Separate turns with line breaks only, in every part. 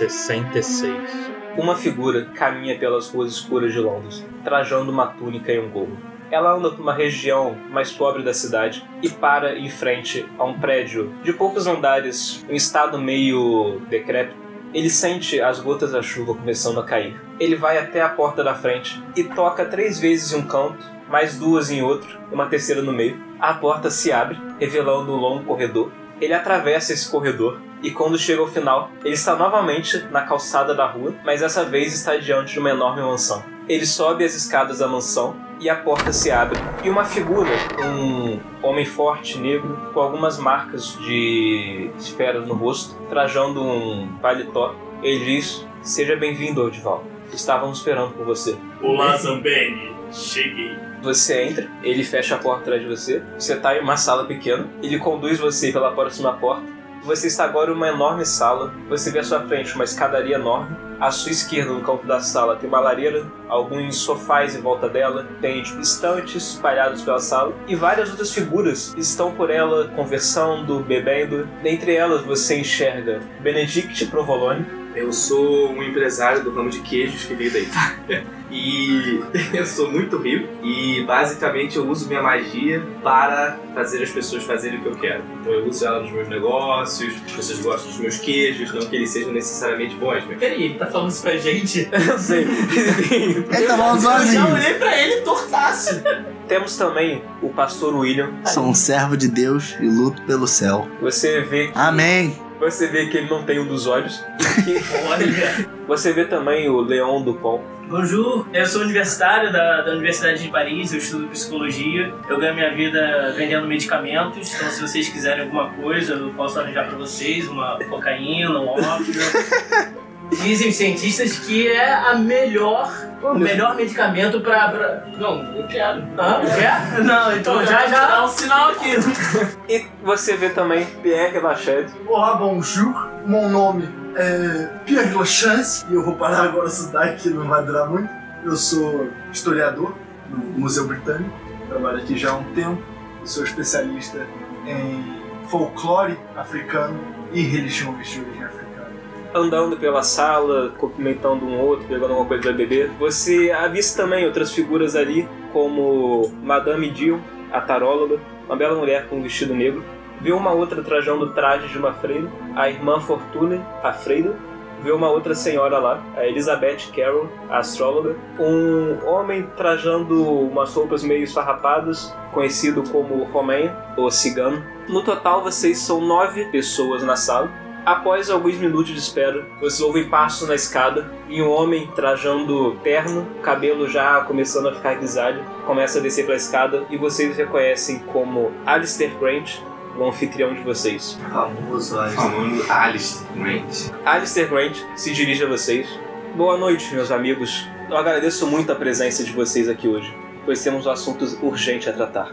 1866.
Uma figura caminha pelas ruas escuras de Londres, trajando uma túnica e um gorro. Ela anda por uma região mais pobre da cidade e para em frente a um prédio de poucos andares, em estado meio decrépito. Ele sente as gotas da chuva começando a cair. Ele vai até a porta da frente e toca três vezes em um canto, mais duas em outro, e uma terceira no meio. A porta se abre, revelando um longo corredor. Ele atravessa esse corredor e quando chega ao final, ele está novamente na calçada da rua, mas dessa vez está diante de uma enorme mansão. Ele sobe as escadas da mansão e a porta se abre e uma figura, um homem forte negro com algumas marcas de esferas no rosto, trajando um paletó, ele diz: "Seja bem-vindo, Odival. Estávamos esperando por você."
Olá,
é um
Zambelli. Cheguei.
Você entra, ele fecha a porta atrás de você. Você está em uma sala pequena. Ele conduz você pela próxima porta. Você está agora em uma enorme sala. Você vê à sua frente uma escadaria enorme. À sua esquerda, no canto da sala, tem uma lareira, alguns sofás em volta dela, tem tipo, estantes espalhados pela sala e várias outras figuras estão por ela conversando, bebendo. Dentre elas, você enxerga Benedict Provolone,
Eu sou um empresário do ramo de queijos que veio da Itália. E eu sou muito rico e basicamente eu uso minha magia para fazer as pessoas fazerem o que eu quero. Então eu uso ela nos meus negócios, as pessoas gostam dos meus queijos, não que eles sejam necessariamente bons, mas
Peraí, ele tá falando isso pra gente?
não sei.
Ele tá falando
Eu já
sozinho.
olhei
É,
pra ele tortaço.
Temos também o pastor William.
Sou um servo de Deus e luto pelo céu.
Você vê que,
Amém.
você vê que ele não tem um dos olhos.
Olha.
Você vê também o Leon Dupont.
Bonjour, eu sou universitário da, da Universidade de Paris, eu estudo psicologia. Eu ganho minha vida vendendo medicamentos, então se vocês quiserem alguma coisa, eu posso arranjar pra vocês uma cocaína, um ópio. Dizem os cientistas que é a melhor, o melhor medicamento pra, pra- Não, eu quero. Hã? Quer? Não, então já já. Dá um sinal aqui.
E você vê também Pierre Lachette.
Olá, bonjour. Meu nome é Pierre Lachance e eu vou parar agora o sotaque, não vai durar muito. Eu sou historiador no Museu Britânico, trabalho aqui já há um tempo. Eu sou especialista em folclore africano e religiões de origem africana.
andando pela sala, cumprimentando um outro, pegando alguma coisa pra beber. Você avista também outras figuras ali, como Madame Dion, a taróloga, uma bela mulher com um vestido negro. Vê uma outra trajando trajes de uma freira, a irmã Fortuna, a freira. Vê uma outra senhora lá, a Elizabeth Carroll, a astróloga. Um homem trajando umas roupas meio esfarrapadas, conhecido como Romain, ou cigano. No total, vocês são nove pessoas na sala. Após alguns minutos de espera, vocês ouvem passos na escada e um homem trajando terno, cabelo já começando a ficar grisalho, começa a descer pela escada e vocês o reconhecem como Alistair Grant, o anfitrião de vocês.
famoso Alistair. Alice,
Alistair Grant se dirige a vocês. Boa noite, meus amigos. Eu agradeço muito a presença de vocês aqui hoje, pois temos um assunto urgente a tratar.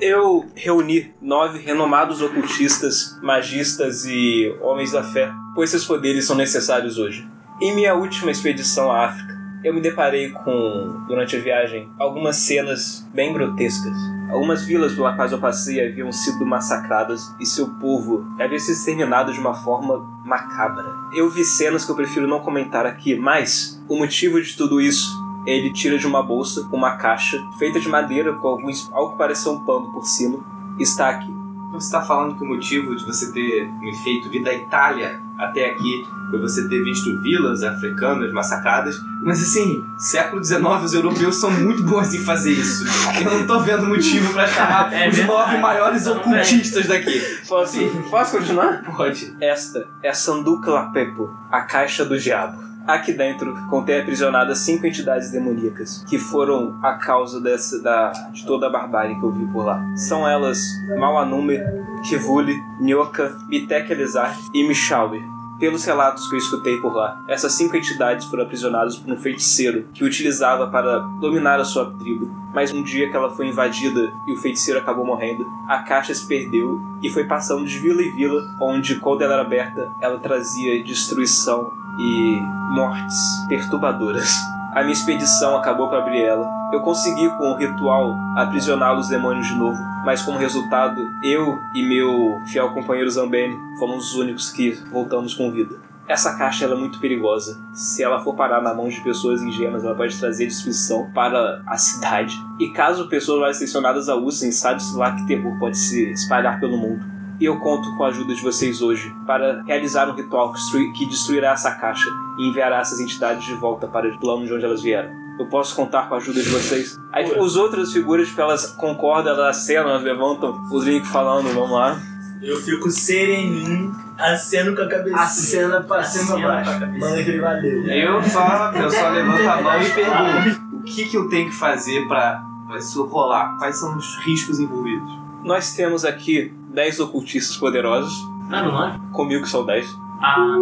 Eu reuni nove renomados ocultistas, magistas e homens da fé, pois seus poderes são necessários hoje. Em minha última expedição à África, eu me deparei com, durante a viagem, algumas cenas bem grotescas. Algumas vilas pela quais eu passei haviam sido massacradas e seu povo havia sido exterminado de uma forma macabra. Eu vi cenas que eu prefiro não comentar aqui, mas o motivo de tudo isso ele tira de uma bolsa uma caixa feita de madeira com alguns, algo que parecia um pano por cima. Está aqui.
Você está tá falando que o motivo de você ter me feito vir da Itália até aqui foi você ter visto vilas africanas massacradas. Mas assim, século XIX, os europeus são muito bons em fazer isso. Eu não tô vendo motivo pra chamar
É
os
verdade.
nove maiores
Tudo
ocultistas daqui.
Posso, posso continuar?
Pode.
Esta é a Sanduca Lapepo, a caixa do diabo. Aqui dentro contém aprisionadas cinco entidades demoníacas que foram a causa dessa, da, de toda a barbárie que eu vi por lá. São elas Malanume, Kivuli, Nyoka, Bitek Elizar e Michaube. Pelos relatos que eu escutei por lá, essas cinco entidades foram aprisionadas por um feiticeiro que utilizava para dominar a sua tribo. Mas um dia que ela foi invadida e o feiticeiro acabou morrendo, a caixa se perdeu e foi passando de vila em vila, onde quando ela era aberta, ela trazia destruição e mortes perturbadoras. A minha expedição acabou para abrir ela, Eu consegui, com o ritual, aprisionar os demônios de novo, mas como resultado, eu e meu fiel companheiro Zambene fomos os únicos que voltamos com vida. Essa caixa ela é muito perigosa. Se ela for parar na mão de pessoas ingênuas, ela pode trazer destruição para a cidade. E caso pessoas mais selecionadas a usem, sabe-se lá que terror pode se espalhar pelo mundo e eu conto com a ajuda de vocês hoje para realizar um ritual que destrui- que destruirá essa caixa e enviará essas entidades de volta para o plano de onde elas vieram. Eu posso contar com a ajuda de vocês. Aí tipo, os outras figuras, tipo, elas concordam, elas acenam, elas levantam o Drink falando, vamos lá.
Eu fico sereninho, aceno com a
A
cabeça.
cena pra
Acena
cima
com a
baixo.
cabeça.
Manda aquele valeu.
Eu falo, eu só levanto a mão e pergunto: o que, que eu tenho que fazer pra pra isso rolar? Quais são os riscos envolvidos?
Nós temos aqui 10 ocultistas poderosos.
Tá no nome?
Comigo são 10.
Ah,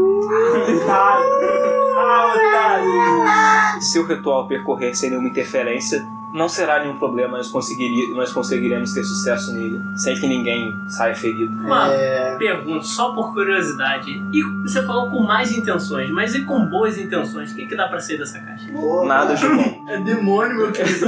Se o ritual percorrer sem nenhuma interferência, não será nenhum problema, nós, conseguiri- nós conseguiremos ter sucesso nele, sem que ninguém saia ferido.
mano.
É,
Pergunto, só por curiosidade, e você falou com mais intenções, mas e com boas intenções? O que, que dá pra sair dessa caixa?
pô,
Nada de bom.
É demônio, meu querido.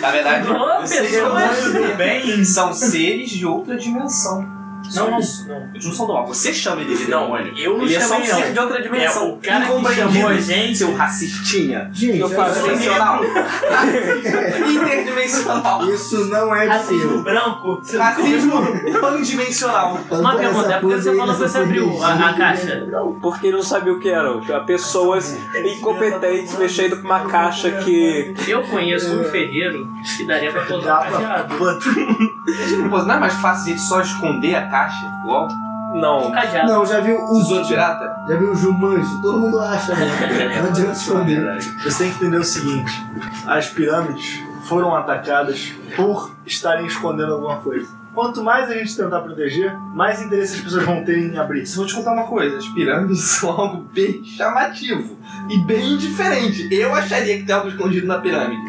Na verdade,
Não,
os seres
pessoas
humanos
do
bem são seres de outra dimensão.
um
Não, não,
Eles não são um do mal. Você chama ele de
Não,
demônio.
eu não
ele é só um
chamei,
ser
não. É,
de outra dimensão.
o cara que
Incompreendido,
chamou a gente.
Seu racistinha.
Gente,
Eu faço
olha só.
Dimensional. Interdimensional.
Isso não é
Racismo
possível.
branco. Você tá assim, não
Racismo pandimensional.
Uma pergunta, é porque você falou que você abriu a, a caixa.
Porque não sabia o que eram. Pessoas incompetentes mexendo com uma caixa que.
Eu conheço um ferreiro que daria pra colocar um
Dá
uma caixa.
pra botar.
Pô, não é mais fácil a gente só esconder a caixa? Igual
Um
Não.
cadeado.
Não, já viu o
tesouro pirata?
já viu o Jumanji, todo mundo acha, né? Não adianta esconder.
Você tem que entender o seguinte: as pirâmides foram atacadas por estarem escondendo alguma coisa. Quanto mais a gente tentar proteger, mais interesse as pessoas vão ter em abrir.
Mas eu vou te contar uma coisa, as pirâmides são algo bem chamativo e bem diferente. Eu acharia que tem algo escondido na pirâmide.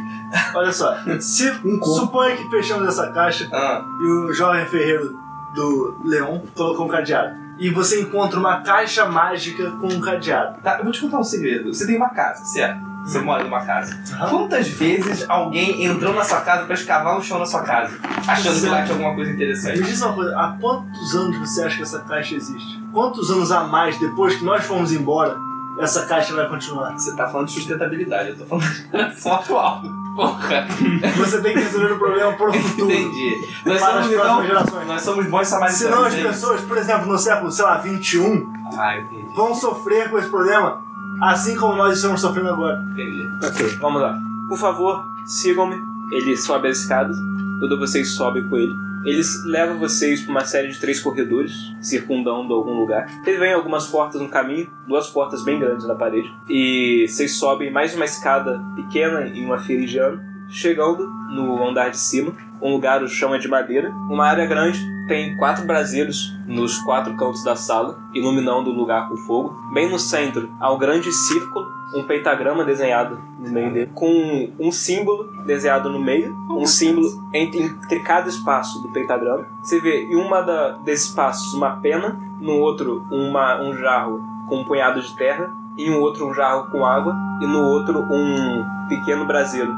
Olha só, se
Um corpo.
suponha que fechamos essa caixa
Ah,
e o jovem ferreiro do Leon colocou um cadeado. E você encontra uma caixa mágica com um cadeado.
tá, eu vou te contar um segredo. Você tem uma casa, certo? Você
Hum.
mora numa casa. Quantas vezes alguém entrou na sua casa pra escavar o chão na sua casa, achando que lá tinha alguma coisa
Me
interessante?
diz uma coisa, há quantos anos você acha que essa caixa existe? Quantos anos a mais depois que nós fomos embora, essa caixa vai continuar?
Você tá falando de sustentabilidade, eu tô falando de situação atual. Porra,
Você tem que resolver o problema pro futuro.
entendi. Nós
para as
somos, então,
próximas gerações.
nós somos bons
Senão
samaritanos.
as
né?
pessoas, por exemplo, no século, sei lá, 21,
Ah, entendi,
vão sofrer com esse problema, assim como nós estamos sofrendo agora.
entendi.
Ok, vamos lá. Por favor, sigam-me. Ele sobe as escadas, todos vocês sobem com ele. Eles levam vocês para uma série de três corredores, circundando algum lugar. Vocês veem algumas portas no caminho, duas portas bem grandes na parede. E vocês sobem mais uma escada pequena em uma fila de ano, chegando no andar de cima. Um lugar, o chão é de madeira. Uma área grande, tem quatro braseiros nos quatro cantos da sala, iluminando o lugar com fogo. Bem no centro, há um grande círculo, um pentagrama desenhado no meio dele, com um símbolo desenhado no meio, um símbolo entre, entre cada espaço do pentagrama. Você vê em uma da, desses espaços uma pena, no outro uma, um jarro com um punhado de terra, em um outro um jarro com água, e no outro um pequeno braseiro.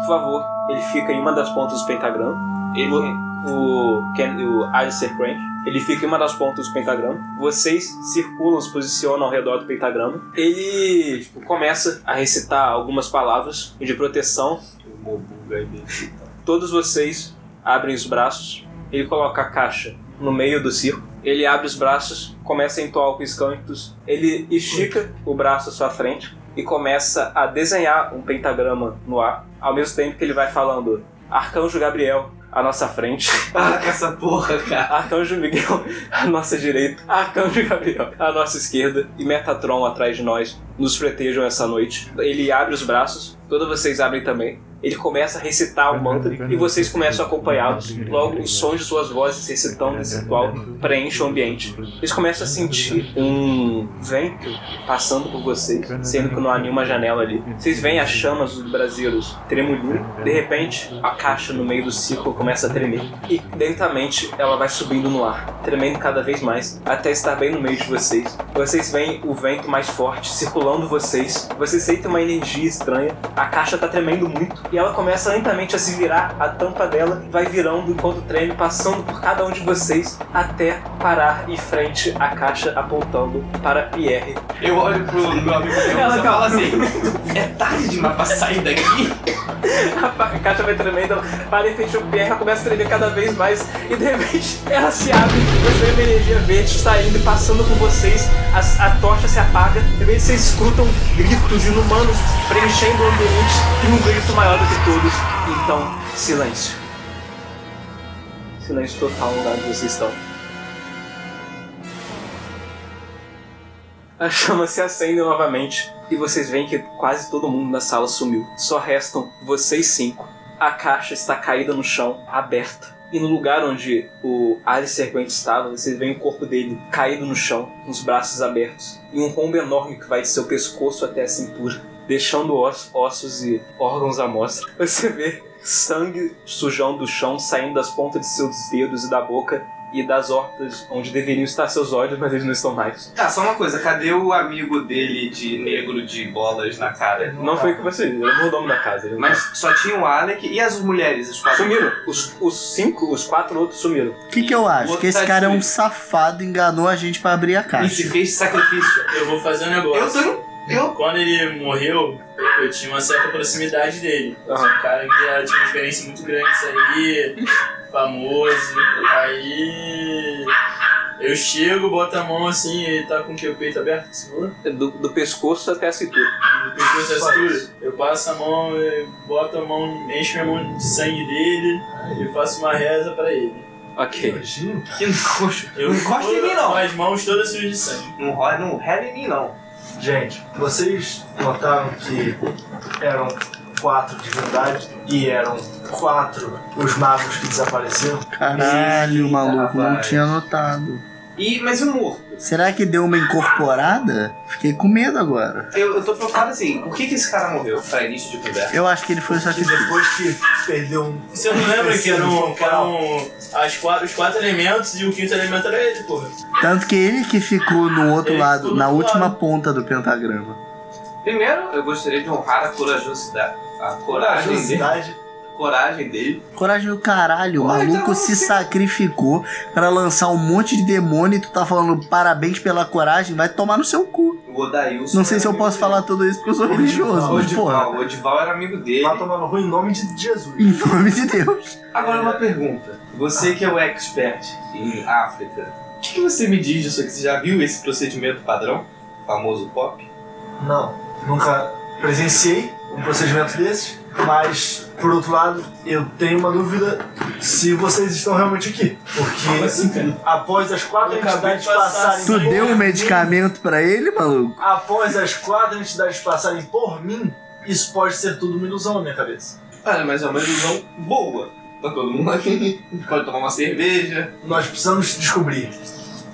Por favor, ele fica em uma das pontas do pentagrama. Ele, o, Ken, o Alistair Crane, ele fica em uma das pontas do pentagrama. Vocês circulam, se posicionam ao redor do pentagrama. Ele tipo, começa a recitar algumas palavras de proteção. Todos vocês abrem os braços. Ele coloca a caixa no meio do circo. Ele abre os braços, começa a entoar alguns cânticos. Ele estica o braço à sua frente e começa a desenhar um pentagrama no ar. Ao mesmo tempo que ele vai falando Arcanjo Gabriel à nossa frente.
Para com essa porra, cara.
Arcanjo Miguel à nossa direita, Arcanjo Gabriel à nossa esquerda e Metatron atrás de nós nos protejam essa noite. Ele abre os braços, todos vocês abrem também. Ele começa a recitar o mantra e vocês começam a acompanhá-los. Logo, os sons de suas vozes recitando esse ritual
Uhum.
preenchem o ambiente. Vocês começam a sentir um vento passando por vocês, sendo que não há nenhuma janela ali. Vocês veem as chamas dos brasileiros tremulindo. De repente, a caixa no meio do círculo começa a tremer. E lentamente ela vai subindo no ar, tremendo cada vez mais, até estar bem no meio de vocês. Vocês veem o vento mais forte circulando vocês. Vocês sentem uma energia estranha. A caixa tá tremendo muito. E ela começa lentamente a se virar. A tampa dela vai virando enquanto treme, passando por cada um de vocês até parar em frente à caixa apontando para Pierre.
Eu olho pro meu amigo Deus e falo assim: é tarde demais pra sair daqui.
A caixa vai tremendo, ela para em frente ao Pierre, ela começa a tremer cada vez mais e de repente ela se abre, você vê uma energia verde saindo e passando por vocês, a, a tocha se apaga, de repente vocês escutam gritos inumanos preenchendo o ambiente e um grito maior do que todos. Então, silêncio. Silêncio total no lugar onde vocês estão. A chama se acende novamente e vocês veem que quase todo mundo na sala sumiu. Só restam vocês cinco. A caixa está caída no chão, aberta. E no lugar onde o Alice Serpente estava, vocês veem o corpo dele caído no chão, com os braços abertos. E um rombo enorme que vai de seu pescoço até a cintura, deixando os- ossos e órgãos à mostra. Você vê sangue sujando o chão, saindo das pontas de seus dedos e da boca, e das órbitas onde deveriam estar seus olhos, mas eles não estão mais.
Tá, só uma coisa: cadê o amigo dele de negro de bolas na cara?
Não foi com você, ele não é o dono da casa. Ele não-
Mas só tinha o Alec e as mulheres, os quatro.
Sumiram. Os, os cinco, os quatro outros sumiram.
O que, que eu acho? Que esse cara é um
Vontade de-
safado, enganou a gente pra abrir a
E
caixa.
se fez de sacrifício.
Eu vou fazer um negócio.
Eu tô em eu-
Quando ele morreu, eu tinha uma certa proximidade dele. Eu
Aham.
sou um cara que já tinha uma experiência muito grande nisso aí, famoso. Aí eu chego, boto a mão assim, ele tá com o que? O peito aberto, segura?
Do, do pescoço até a cintura.
No pescoço da cintura. Eu passo a mão, eu boto a mão, encho minha mão de sangue dele e faço uma reza pra ele.
Ok.
Que nojo.
Eu
Não encosta em mim, não.
Com as mãos todas sujas de sangue.
Não rola, não rela em mim, não.
Gente, vocês notaram que eram quatro de verdade e eram quatro os magos que desapareceram?
Caralho,
Eita,
maluco, não
rapaz.
tinha notado.
E, mas e o morto?
Será que deu uma incorporada? Fiquei com medo agora.
Eu, eu tô preocupado assim: por que, que esse cara morreu? Pra início de conversa.
Eu acho que ele foi o
Que
sacrifício.
depois que perdeu um.
Você não lembra que
é um
eram, que eram as quatro, os quatro elementos e o quinto elemento era ele, porra.
Tanto que ele que ficou no outro
Ele
lado,
ficou
na
do
última
lado.
ponta do pentagrama.
Primeiro, eu gostaria de honrar a corajosidade. A
A
coragem dele.
velocidade.
Coragem dele.
Coragem do caralho, o
Olha,
maluco
então
se
você-
sacrificou pra lançar um monte de demônio e tu tá falando parabéns pela coragem, vai tomar no seu cu.
O Odailson.
Não sei se eu
era
posso
amigo
falar tudo isso porque eu sou religioso,
dele.
mas porra,
Odival, o Odival era amigo dele.
Lá tomando ruim em nome de Jesus.
em nome de Deus.
Agora uma pergunta. Você que é o expert em África, o que, que você me diz disso aqui? Você já viu esse procedimento padrão? O famoso POP?
Não, nunca presenciei um procedimento desse, mas por outro lado, eu tenho uma dúvida se vocês estão realmente aqui. Porque após as quatro
Eu acabei
entidades
de passar
passarem
Tu
Sangue
deu um
mim-
medicamento pra ele, maluco?
Após as quatro entidades passarem por mim, isso pode ser tudo uma ilusão na minha cabeça.
Olha, mas é uma ilusão boa. Tá todo mundo aqui, pode tomar uma cerveja.
Nós precisamos descobrir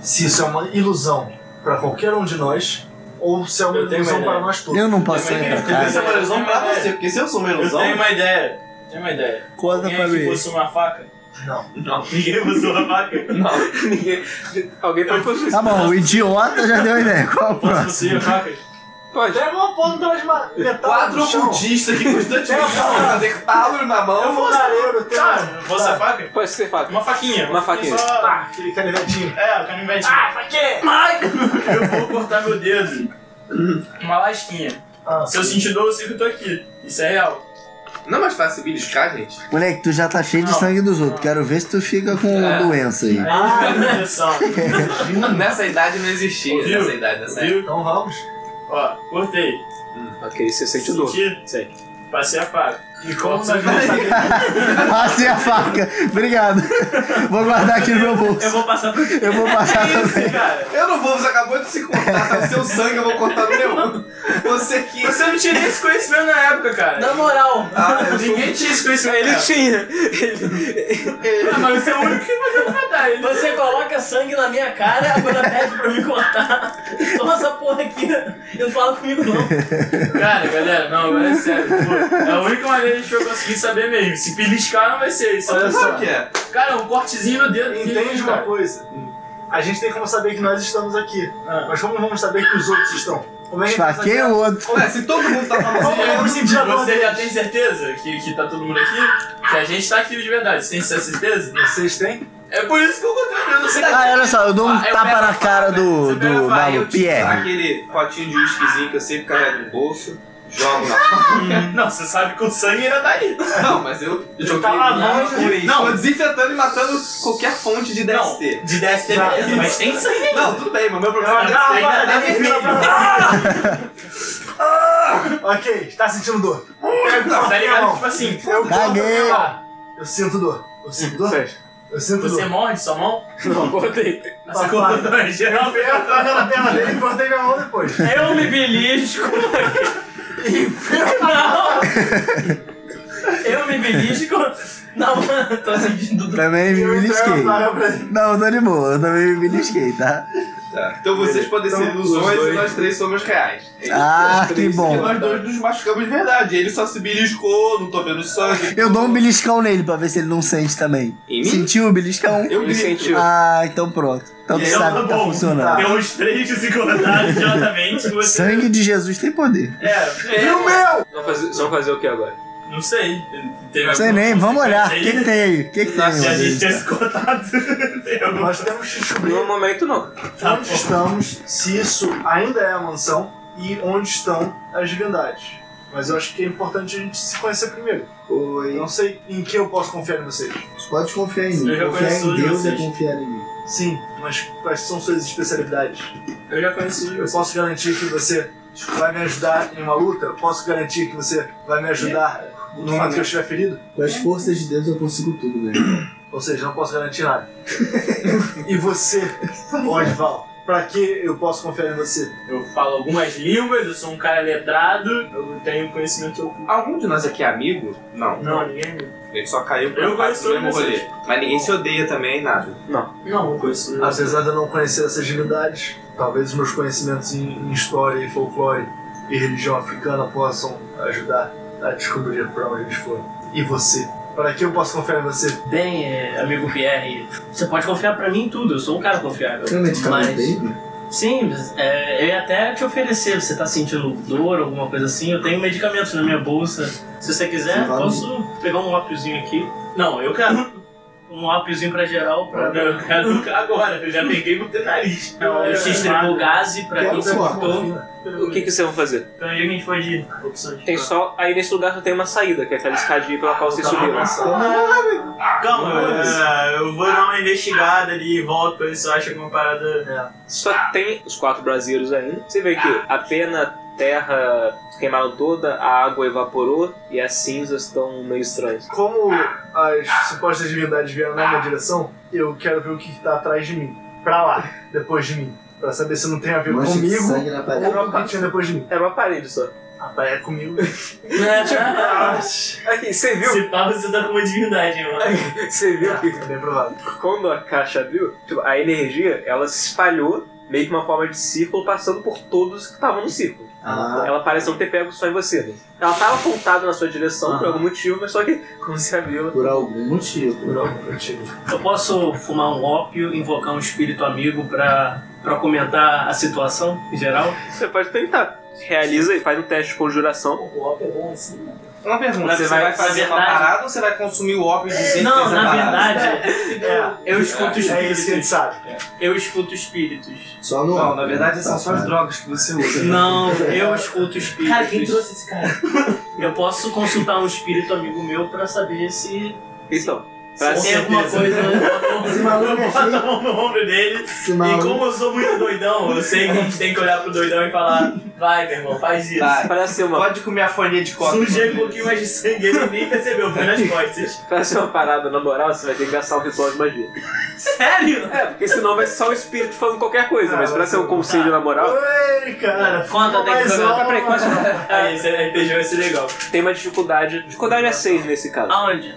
se isso é uma ilusão para qualquer um de nós ou se é uma
Eu tenho
ilusão
uma ideia.
para nós todos.
Eu não posso sair
Também
pra
tem
casa.
Isso é uma ilusão pra você, porque se eu sou uma
Eu
ilusão.
tenho uma ideia. Tenho uma ideia.
Conta
Alguém
pra
aqui
mim.
possui uma faca?
Não.
Não,
Ninguém possui uma faca?
não.
Ninguém. Alguém pode possuir.
Tá bom, o idiota já deu a ideia. Qual o
Posso
próximo?
possuir a faca?
Pode.
Pega uma ponta pelas ma- metade
Quatro
do chão.
ocultistas que constantemente falam fazer talo na
Eu
mão.
vou careiro, tem uma-
Tá, posso a faca?
Pode ser fato.
Uma faquinha.
Uma faquinha.
só-
Pá, aquele canivetinho.
É, o canivete.
Ah. faquinha!
Eu vou cortar meu dedo. Uma lasquinha.
Ah,
Se eu sentir dor, eu sei que eu tô aqui. Isso é real.
Não é mais fácil beliscar, gente?
Moleque, tu já tá cheio de
Não,
sangue dos outros.
não.
Quero ver se tu fica com
É.
doença aí.
Aí ah, fica a injeção.
Nessa idade não existia.
Hum. Ouviu?
Nessa idade, nessa idade.
Viu?
então vamos.
Ó, cortei.
Ok, você sente dor.
Senti.
Sente.
Passei a faca.
E como
Vamos
nós vamos
agora.
saber?
Passei a faca. Obrigado. Vou guardar aqui no meu
Eu
bolso.
vou passar pro
Eu vou passar também.
cara.
Eu não vou, você acabou de se cortar, tá o seu sangue, eu vou cortar o meu. Você que.
Você não tinha nem esse conhecimento na época, cara.
Na moral,
Ah, eu sou-
Ninguém tinha esse conhecimento.
Ele
na época.
tinha.
Ah, Mas você é o único que vai contratar ele.
você coloca sangue na minha cara, agora pede pra me cortar. Toma essa porra aqui. Eu não falo comigo não.
Cara, galera, não, agora é sério. pô. é a única maneira que a gente vai conseguir saber mesmo. Se beliscar, não vai ser isso.
Olha
Sabe
só.
o que é?
Cara, um cortezinho no dedo.
Entende
cara.
uma coisa? A gente tem como saber que nós estamos aqui.
Ah.
Mas como vamos saber que os outros estão? Como é que a gente
Esfaquei
vai
o outro.
Ué, se todo mundo tá falando
saber? Como vamos sentir a dor
Você já tem
deles?
certeza que, que tá todo mundo aqui? Que a gente tá aqui de verdade. Você tem essa certeza?
Vocês têm?
É por isso que eu botei o dedo no
Ah, olha só, eu dou um tapa na cara do,
Você pega
do
a farinha, assim, eu
maluco.
tiro
Pierre.
Aquele potinho de whiskyzinho que eu sempre carrego no bolso, jogo na.
Não, você sabe que o sangue ainda tá aí.
Não, mas eu joguei
tá lavando,
por isso.
Não.
Tô desinfetando e matando qualquer fonte de DST.
De DST,
Já-
beleza, mas tem sangue.
Não, tudo bem, mas meu problema é
Não,
DST.
não,
ainda
não,
tá
não,
vermelho.
não, Ah, Ok, está sentindo dor.
Tá ligado?
Não.
Tipo assim,
Eu corto a
Caguei.
minha mão. Eu sinto dor. Eu sinto dor. Eu sinto
você
dor. Tá
morde sua mão?
Não, cortei.
Ah, Você cortou dois.
Eu aperto na perna dele e Tá cortei minha mão depois.
Eu me belisco. não! Eu me belisco. assim, Não, mano, tô sentindo dor.
Também me
Eu entrego
belisquei.
a placa pra ele.
Não, eu tô de boa, eu também me belisquei, tá?
Tá. Então vocês podem ser
Então, os
ilusões e
dois-
nós três somos reais. É isso.
Ah,
Nós três,
que bom.
E nós dois nos machucamos de verdade. Ele só se beliscou, não tô vendo sangue.
Eu dou um beliscão nele pra ver se ele não sente também.
Em mim?
Sentiu o beliscão?
Eu
Ele
grito.
sentiu.
Ah, então pronto. Então tu
Eu
sabe
tô
que tá
bom.
funcionando.
Deu uns três desencontrados idiotamente. Você...
Sangue de Jesus tem poder.
É,
E o meu?
Vão fazer, vão fazer o que agora?
não sei. Teve
Não sei
alguma
nem, vamos olhar. O
consequência
que, que
aí?
tem aí? O que, que tem
Se a Tá gente é-
aí?
tinha se contado, tem alguma
Nós temos que descobrir
No momento não.
Tá
onde
bom.
estamos, se isso ainda é a mansão e onde estão as divindades. Mas eu acho que é importante a gente se conhecer primeiro. Eu
Oi.
não sei em que eu posso confiar em vocês.
Você pode confiar em mim.
Eu já
Confiar
conheço
em Deus
vocês.
é confiar em mim.
Sim, mas quais são suas especialidades?
Eu já conheci
Eu posso garantir que você vai me ajudar em uma luta? Posso garantir que você vai me ajudar no momento que eu estiver ferido?
Com as forças de Deus eu consigo tudo, né?
Ou seja, não posso garantir nada. e você, Osval, pra que eu posso confiar em você?
Eu falo algumas línguas, eu sou um cara letrado, eu tenho conhecimento oculto.
Algum de nós aqui é amigo? Não.
Não, ninguém.
Ele só caiu por
Eu
um caso do
conheço
mesmo rolê.
vocês.
Mas ninguém se odeia também, nada.
Não, eu conheço.
Apesar de eu não conhecer essas divindades, talvez os meus conhecimentos em, em história e folclore e religião africana possam ajudar a descobrir pra onde eles foram. E você? Para que eu posso confiar em você?
Bem, é, amigo Pierre, você pode confiar pra mim em tudo, eu sou um cara confiável.
Tem um medicamento aí?
Sim, é, eu ia até te oferecer. Você tá sentindo dor, alguma coisa assim? Eu tenho medicamentos na minha bolsa. Se você quiser,
Você vai-
posso pegar um ópiozinho aqui.
Não, eu quero.
Um ópiozinho pra geral. Pra...
Eu quero agora, eu já peguei no teu nariz.
Eu te estrebo gaze pra quem se cortou.
O que, que vocês vão fazer?
Então aí a gente pode ir.
Opções.
Tem só. Aí nesse lugar só tem uma saída, que é aquela escadinha pela qual
Tá
vocês subiram.
Calma, eu, eu vou dar uma investigada ali e volto pra ver se eu acho alguma parada.
Só tem os quatro brasileiros ainda. Você vê que a pena, terra queimaram toda, a água evaporou e as cinzas estão meio estranhas.
Como as supostas divindades vieram na minha direção, eu quero ver o que está atrás de mim. Pra lá, depois de mim. Pra saber se não tem a ver
Mancha de
comigo
sangue na
ou
parede.
com o que tinha depois de mim.
Era É uma parede só.
Ah, tá, é comigo.
Aqui, você viu?
Se pá, você tá com uma divindade, mano.
Você viu que
É bem provável.
quando a caixa abriu, tipo, a energia ela se espalhou meio que uma forma de círculo passando por todos que estavam no círculo.
Ah,
Ela parece não ter pego só em você. Né? Ela estava apontada na sua direção
Ah.
por algum motivo, mas só que quando você abriu,
por algum motivo.
Por algum motivo.
Eu posso fumar um ópio, invocar um espírito amigo pra, pra comentar a situação em geral?
você pode tentar. Realiza e faz um teste de conjuração.
O ópio é bom assim, né?
Uma pergunta,
Na-
você vai
na
fazer uma
verdade-
parada ou você vai consumir o ópio e dizer que
Não,
fez a
na
parada?
verdade,
É,
eu escuto
é isso que a gente
espíritos.
sabe.
Eu escuto espíritos.
Só no
Não,
óculos.
na verdade são só as
Safado.
drogas que você usa.
Não, eu escuto espíritos.
Cara, quem trouxe esse cara?
Eu posso consultar um espírito amigo meu pra saber se,
Então, pra
se
Sim.
tem
ser.
alguma coisa.
Esse maluco é
Eu boto a
cheio.
mão no ombro dele.
Esse
E
maluco.
como eu sou muito doidão, eu sei que a gente tem que olhar pro doidão e falar: vai, meu irmão, faz isso.
Vai.
Parece ser uma
Pode comer a folhinha de coca.
Sujei um pouquinho mais de sangue, ele nem percebeu, foi nas costas.
Pra ser uma parada na moral, você vai ter que gastar um ritual de magia.
Sério?
É, porque senão vai ser só o espírito falando qualquer coisa,
Ah,
mas pra
vai
ser um
tá.
ser-
conselho na moral,
Ei, cara.
Quanto tem que
mais
jogar?
uma.
peraí, quase-
Aí esse RPG vai ser legal.
tem uma dificuldade. Dificuldade é 6 nesse caso.
Aonde? né?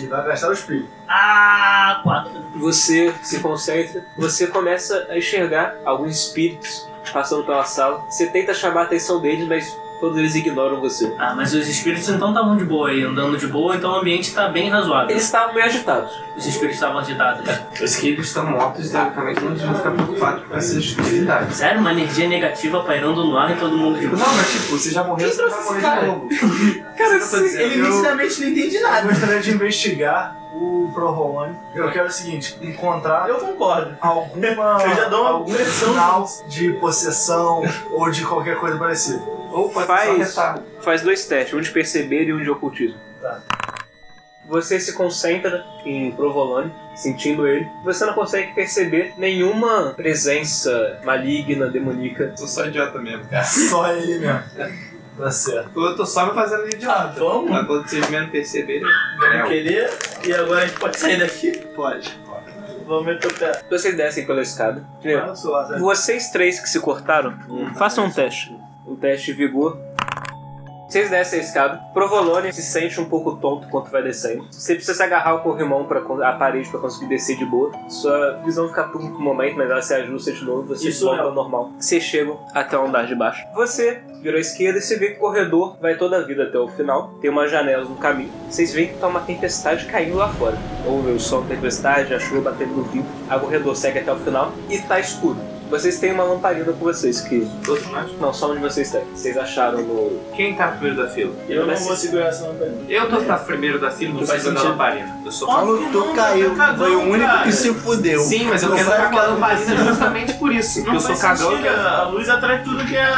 E vai gastar o espírito.
Ah, quatro.
Você se concentra, você começa a enxergar alguns espíritos passando pela sala. Você tenta chamar a atenção deles, mas Todos eles ignoram você.
Ah, mas os espíritos então estavam de boa aí, andando de boa, então o ambiente tá bem razoável.
Eles estavam meio agitados.
Os espíritos estavam agitados.
Os que estão mortos, teoricamente, não deviam ficar preocupados com essas atividades.
Sério, uma energia negativa pairando no ar e todo mundo de
Não,
boa.
mas tipo, você já morreu,
Quem
você
trouxe
vai
esse
morrer de
cara?
novo.
Cara,
Isso que eu tô
esse-
dizendo,
ele
eu-
nitidamente não entende
Eu
nada.
gostaria de investigar o Provolone. Eu quero o seguinte, encontrar
Eu concordo.
alguma,
Eu já dou uma
algum
pressão.
sinal de possessão ou de qualquer coisa parecida.
Ou pode
Faz.
ser só tentar.
Faz dois testes, um de perceber e um de ocultismo.
Tá.
Você se concentra em Provolone, sentindo ele. Você não consegue perceber nenhuma presença maligna, demoníaca.
Sou só idiota mesmo, cara.
É Só ele mesmo. Tá certo.
Eu tô só me fazendo de
Ah,
idiota.
vamos?
Mas quando vocês mesmo perceberem, é,
Vamos querer. E agora a gente pode sair daqui?
Pode.
Vamos meter o pé. né?
Vocês descem pela escada. Primeiro,
Eu sou azar.
Vocês três que se cortaram, façam um teste. Um teste de vigor. Vocês descem a escada. Provolone se sente um pouco tonto enquanto vai descendo. Você precisa se agarrar o corrimão para a parede para conseguir descer de boa. Sua visão fica turva por um momento, mas ela se ajusta de novo. Você
Isso
volta
é.
ao normal. Vocês chegam até o andar de baixo. Você virou à esquerda e você vê que o corredor vai toda a vida até o final. Tem umas janelas no caminho. Vocês veem que tá uma tempestade caindo lá fora. Ouvem o som da tempestade, a chuva batendo no vidro. A corredor segue até o final e tá escuro. Vocês têm uma lamparina com vocês que
todos nós.
não só onde vocês têm. Vocês acharam no
Quem tá primeiro da fila?
Eu não vou segurar essa lanterna.
Eu tô tá primeiro da fila, não
Não faz
preciso da
sentido.
lamparina. Eu sou
Ó,
Maluco, tu caiu. Foi o único que se fudeu.
Sim, mas eu
Não
quero
vai
dar aquela
falar
lamparina justamente por isso. Porque eu sou cagão.
sentido, A luz atrai tudo que é.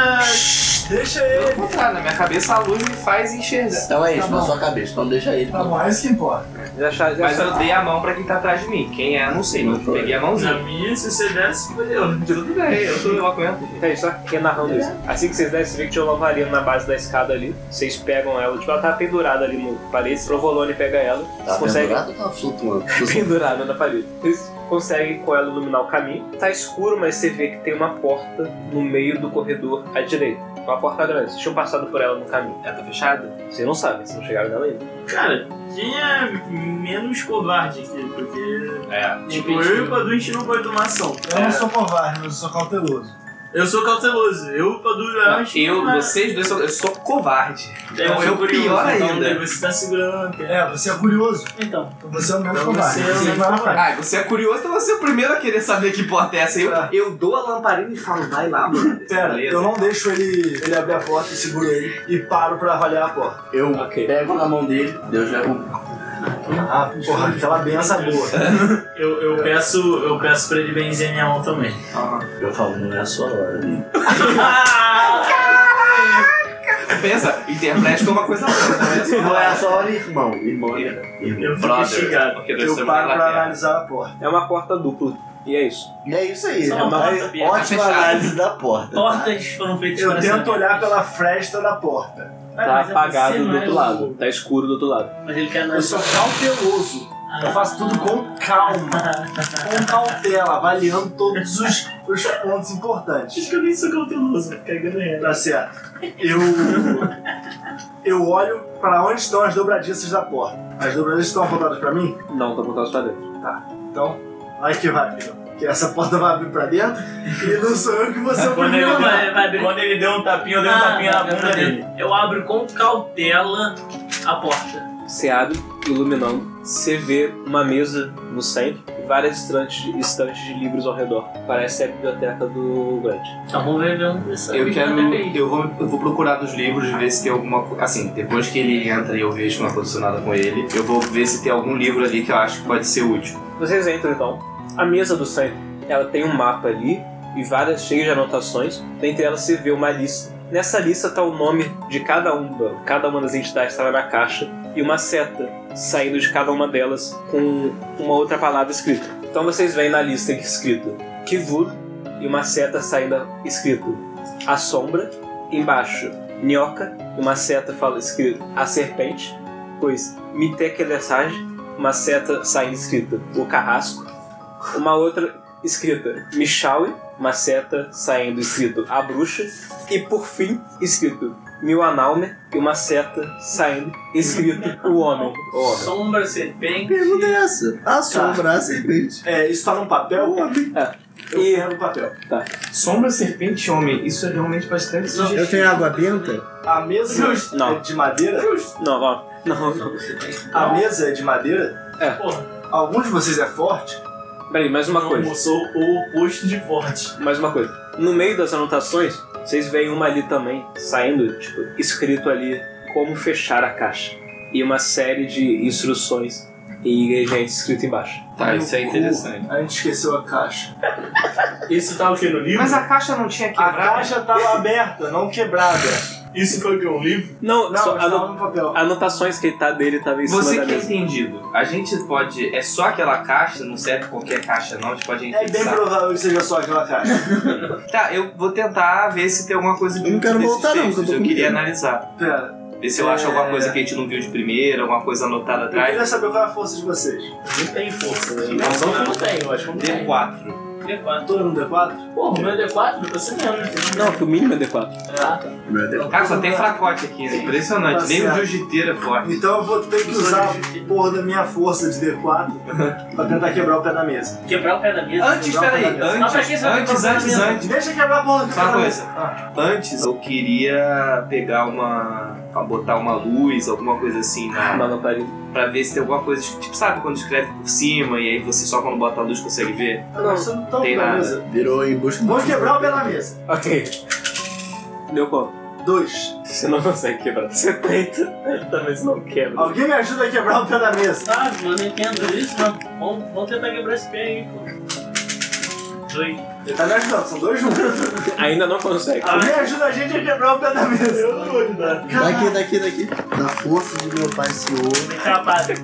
Deixa ele.
Pelo contrário, na minha cabeça a luz me faz enxergar.
Então é isso,
Tá
na
bom.
sua cabeça. Então deixa ele.
Tá bom, é isso que importa.
Eles acharam,
Mas eu dei a mão pra quem tá atrás de mim. Quem é, não sei, mas eu peguei a mãozinha.
Na minha, se você der, se fodeu.
Tudo bem, eu tô eu aguento.
Tá aí, só renarrando isso. Assim que vocês descem, você vê que tinha uma lamparina na base da escada ali. Vocês pegam ela, tipo, ela tá pendurada ali no parede. Provolone pega ela.
Tá
Vocês conseguem.
pendurado ou tá flutuando?
Pendurada na parede. Vocês conseguem com ela iluminar o caminho. Tá escuro, mas você vê que tem uma porta no meio do corredor à direita. Uma porta grande. Vocês tinham passado por ela no caminho.
Ela tá fechada?
Vocês não sabem, vocês não chegaram nela ainda.
Cara, quem é menos covarde aqui? Porque.
É.
Tipo, eu e o Padu, a gente não pode tomar ação.
Eu não sou covarde, mas eu sou cauteloso.
Eu sou cauteloso. Eu e o Padu, eu
Não,
acho.
eu,
que não é.
vocês dois, são- eu sou covarde.
É, eu
eu
sou curioso,
pior
então,
ainda.
daí Você tá segurando a lanterna.
É, você é curioso.
Então,
Então você é o menos
Então
covarde.
você é o
Você
menos
vai na
covarde.
frente.
Ah, você é curioso, então você é o primeiro a querer saber que porta é essa. Eu,
Tá.
eu dou a lamparina e falo, vai lá, mano.
Pera,
Beleza.
eu não deixo ele, ele abrir a porta e seguro ele e paro pra avaliar a porta.
Eu
Ok.
pego na mão dele, Deus já
Ah, porra, aquela benção boa.
Eu, eu, peço, eu peço pra ele benzer minha mão também.
Eu falo, não é a sua hora, né?
Pensa, interprete como uma coisa boa.
Não é a sua hora, irmão. Irmão, né?
Eu
irmão.
fico instigado.
Porque nós
Eu
somos
paro pra
Inglaterra.
analisar a porta.
É uma porta dupla. E é isso.
E é isso aí.
Só uma
Aí,
porta aberta,
Ótima
fechada.
análise da porta.
portas foram feitas
Eu
para
tento
é
ser-
olhar pela fresta da porta.
Mas-
Tá
mas é
apagado
você
do outro
mais-
lado. Tá escuro do outro lado.
Mas ele quer
Eu sou cauteloso. Eu faço tudo com calma, com cautela, avaliando todos os, os pontos importantes.
Acho que eu nem sou cauteloso, vai ficar ganhando.
Tá certo. Eu. Eu olho pra onde estão as dobradiças da porta. As dobradiças estão apontadas pra mim?
Não, tá botando pra dentro.
Então, vai que vai, filho. Que essa porta vai abrir pra dentro e não sou eu que você é o
Quando ele,
primeiro. não.
vai- vai abrir.
quando ele deu um tapinha, eu dei um
Ah,
tapinha na
vai
bunda
abrir.
dele.
Eu abro com cautela a porta.
Você abre, iluminando. Você vê uma mesa no centro e várias estantes, estantes de livros ao redor. Parece a biblioteca do Grant.
Tá
Então vamos ver,
um
vamos ver. se-
Eu quero.
Vamos ver.
Eu vou, eu vou procurar nos livros ver se tem alguma co- Assim, depois que ele entra e eu vejo uma posicionada com ele, eu vou ver se tem algum livro ali que eu acho que pode ser útil.
Vocês entram então. A mesa do centro, ela tem um mapa ali e várias cheias de anotações. Dentre elas você vê uma lista. Nessa lista tá o nome de cada uma, cada uma das entidades estava na caixa e uma seta saindo de cada uma delas com uma outra palavra escrita. Então vocês veem na lista aqui escrito Kivur e uma seta saindo escrito a sombra, embaixo Nhoca e uma seta fala escrito a serpente, pois Mitekelesage, uma seta saindo escrita o carrasco, uma outra escrita Michaui, uma seta saindo escrito a bruxa e por fim escrito Miwanalme e uma seta saindo escrito o homem. O homem.
Sombra, serpente.
Pergunta é essa? A sombra, a serpente.
É, isso tá num papel? Eu
E-
pego o papel.
Sombra, serpente, homem. Isso é realmente bastante.
Não,
Eu tenho água benta?
A mesa
Justo. Não.
é de madeira?
Não, não, não, não.
A mesa é de madeira?
É.
Porra. Algum de vocês é forte?
Peraí, mais uma
Não,
coisa.
Eu sou o oposto de forte.
Mais uma coisa. No meio das anotações, vocês veem uma ali também, saindo, tipo, escrito ali como fechar a caixa. E uma série de instruções e ingredientes escrito embaixo.
Tá, isso é interessante.
A gente esqueceu a caixa.
Isso tá o que no livro?
Mas a caixa não tinha
A
quebrado.
caixa tava aberta, não quebrada.
Isso foi o que? Um livro?
Não,
Não,
só
estava
ano-
no papel.
anotações que tá dele tava em cima
Você
da
que é
mesa.
entendido, a gente pode. É só aquela caixa, não serve qualquer caixa, não, a gente pode
É bem
enfeitiçar.
provável que seja só aquela caixa.
Tá, eu vou tentar ver se tem alguma coisa
Eu não quero
desses
voltar, não,
textos,
que eu tô
Eu
com
queria
medo.
analisar.
Pera,
Ver se eu acho
É.
alguma coisa que a gente não viu de primeira, alguma coisa anotada
eu
atrás.
queria saber qual é a força de vocês.
Não tem força. né?
Não, não.
Eu não tenho, eu acho que não tem.
D4.
D4.
Todo mundo é 4?
Porra, o meu D4, você menos.
Não, que o mínimo é D4.
Ah, tá.
Meu Deus.
Cara, só tem fracote aqui, né? Impressionante.
Tá
Nem
certo.
o jiu-jiteiro é forte.
Então eu vou ter que usar a porra da minha força de D4 pra tentar quebrar o pé da mesa.
Quebrar o pé da mesa.
Antes, peraí,
Mas pra que
antes,
você vai
antes,
colocar na
antes,
mesa?
antes.
Deixa eu quebrar a porra do
Só uma
pé da
coisa.
mesa. Ah,
Antes eu queria pegar uma. pra botar uma luz, alguma coisa assim na.
Ah, Uma lamparina.
pra ver se tem alguma coisa. Tipo, sabe quando escreve por cima e aí você só quando bota a luz consegue ver?
não, isso não tá
tem
na
nada.
mesa.
Virou em busca.
Vou quebrar o pé da mesa.
Ok. Deu quanto?
Dois.
Você não consegue quebrar. Você tenta, mas não quebra.
Alguém me ajuda a quebrar o pé da mesa.
Sabe, eu não entendo isso, mas vamos, vamos tentar quebrar esse pé aí, pô. Dois.
Ele tá me ajudando, são dois juntos.
Ah.
Ainda não consegue.
Alguém ajuda a gente a quebrar o pé da mesa. Eu não vou ajudar.
Daqui, daqui, daqui. Na força de meu pai, senhor.
Vem cá, padre.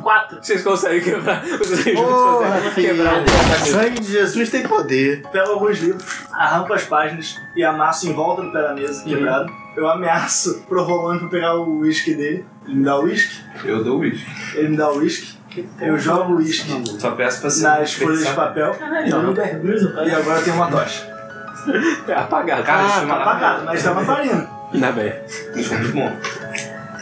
Quatro.
Vocês conseguem quebrar. Vocês juntos
Porra,
conseguem quebrar o pé da
filho.
mesa.
Sangue de Jesus tem poder.
Pego alguns livros, arranco as páginas e amasso em volta do pé da mesa, quebrado. Eu ameaço pro Rolando pra pegar o uísque dele. Ele me dá o uísque,
Eu dou um isso.
ele me dá o uísque. Eu jogo o uísque
Só peço pra você. é
nas folhas de
pensar.
papel
Caralho, não, não mergulho,
e
pai.
agora tem uma tocha.
É apagado.
Cara, isso é
Ah, tá
maravilhoso.
apagado, mas tá vampirina.
Ainda bem.
Isso é muito bom.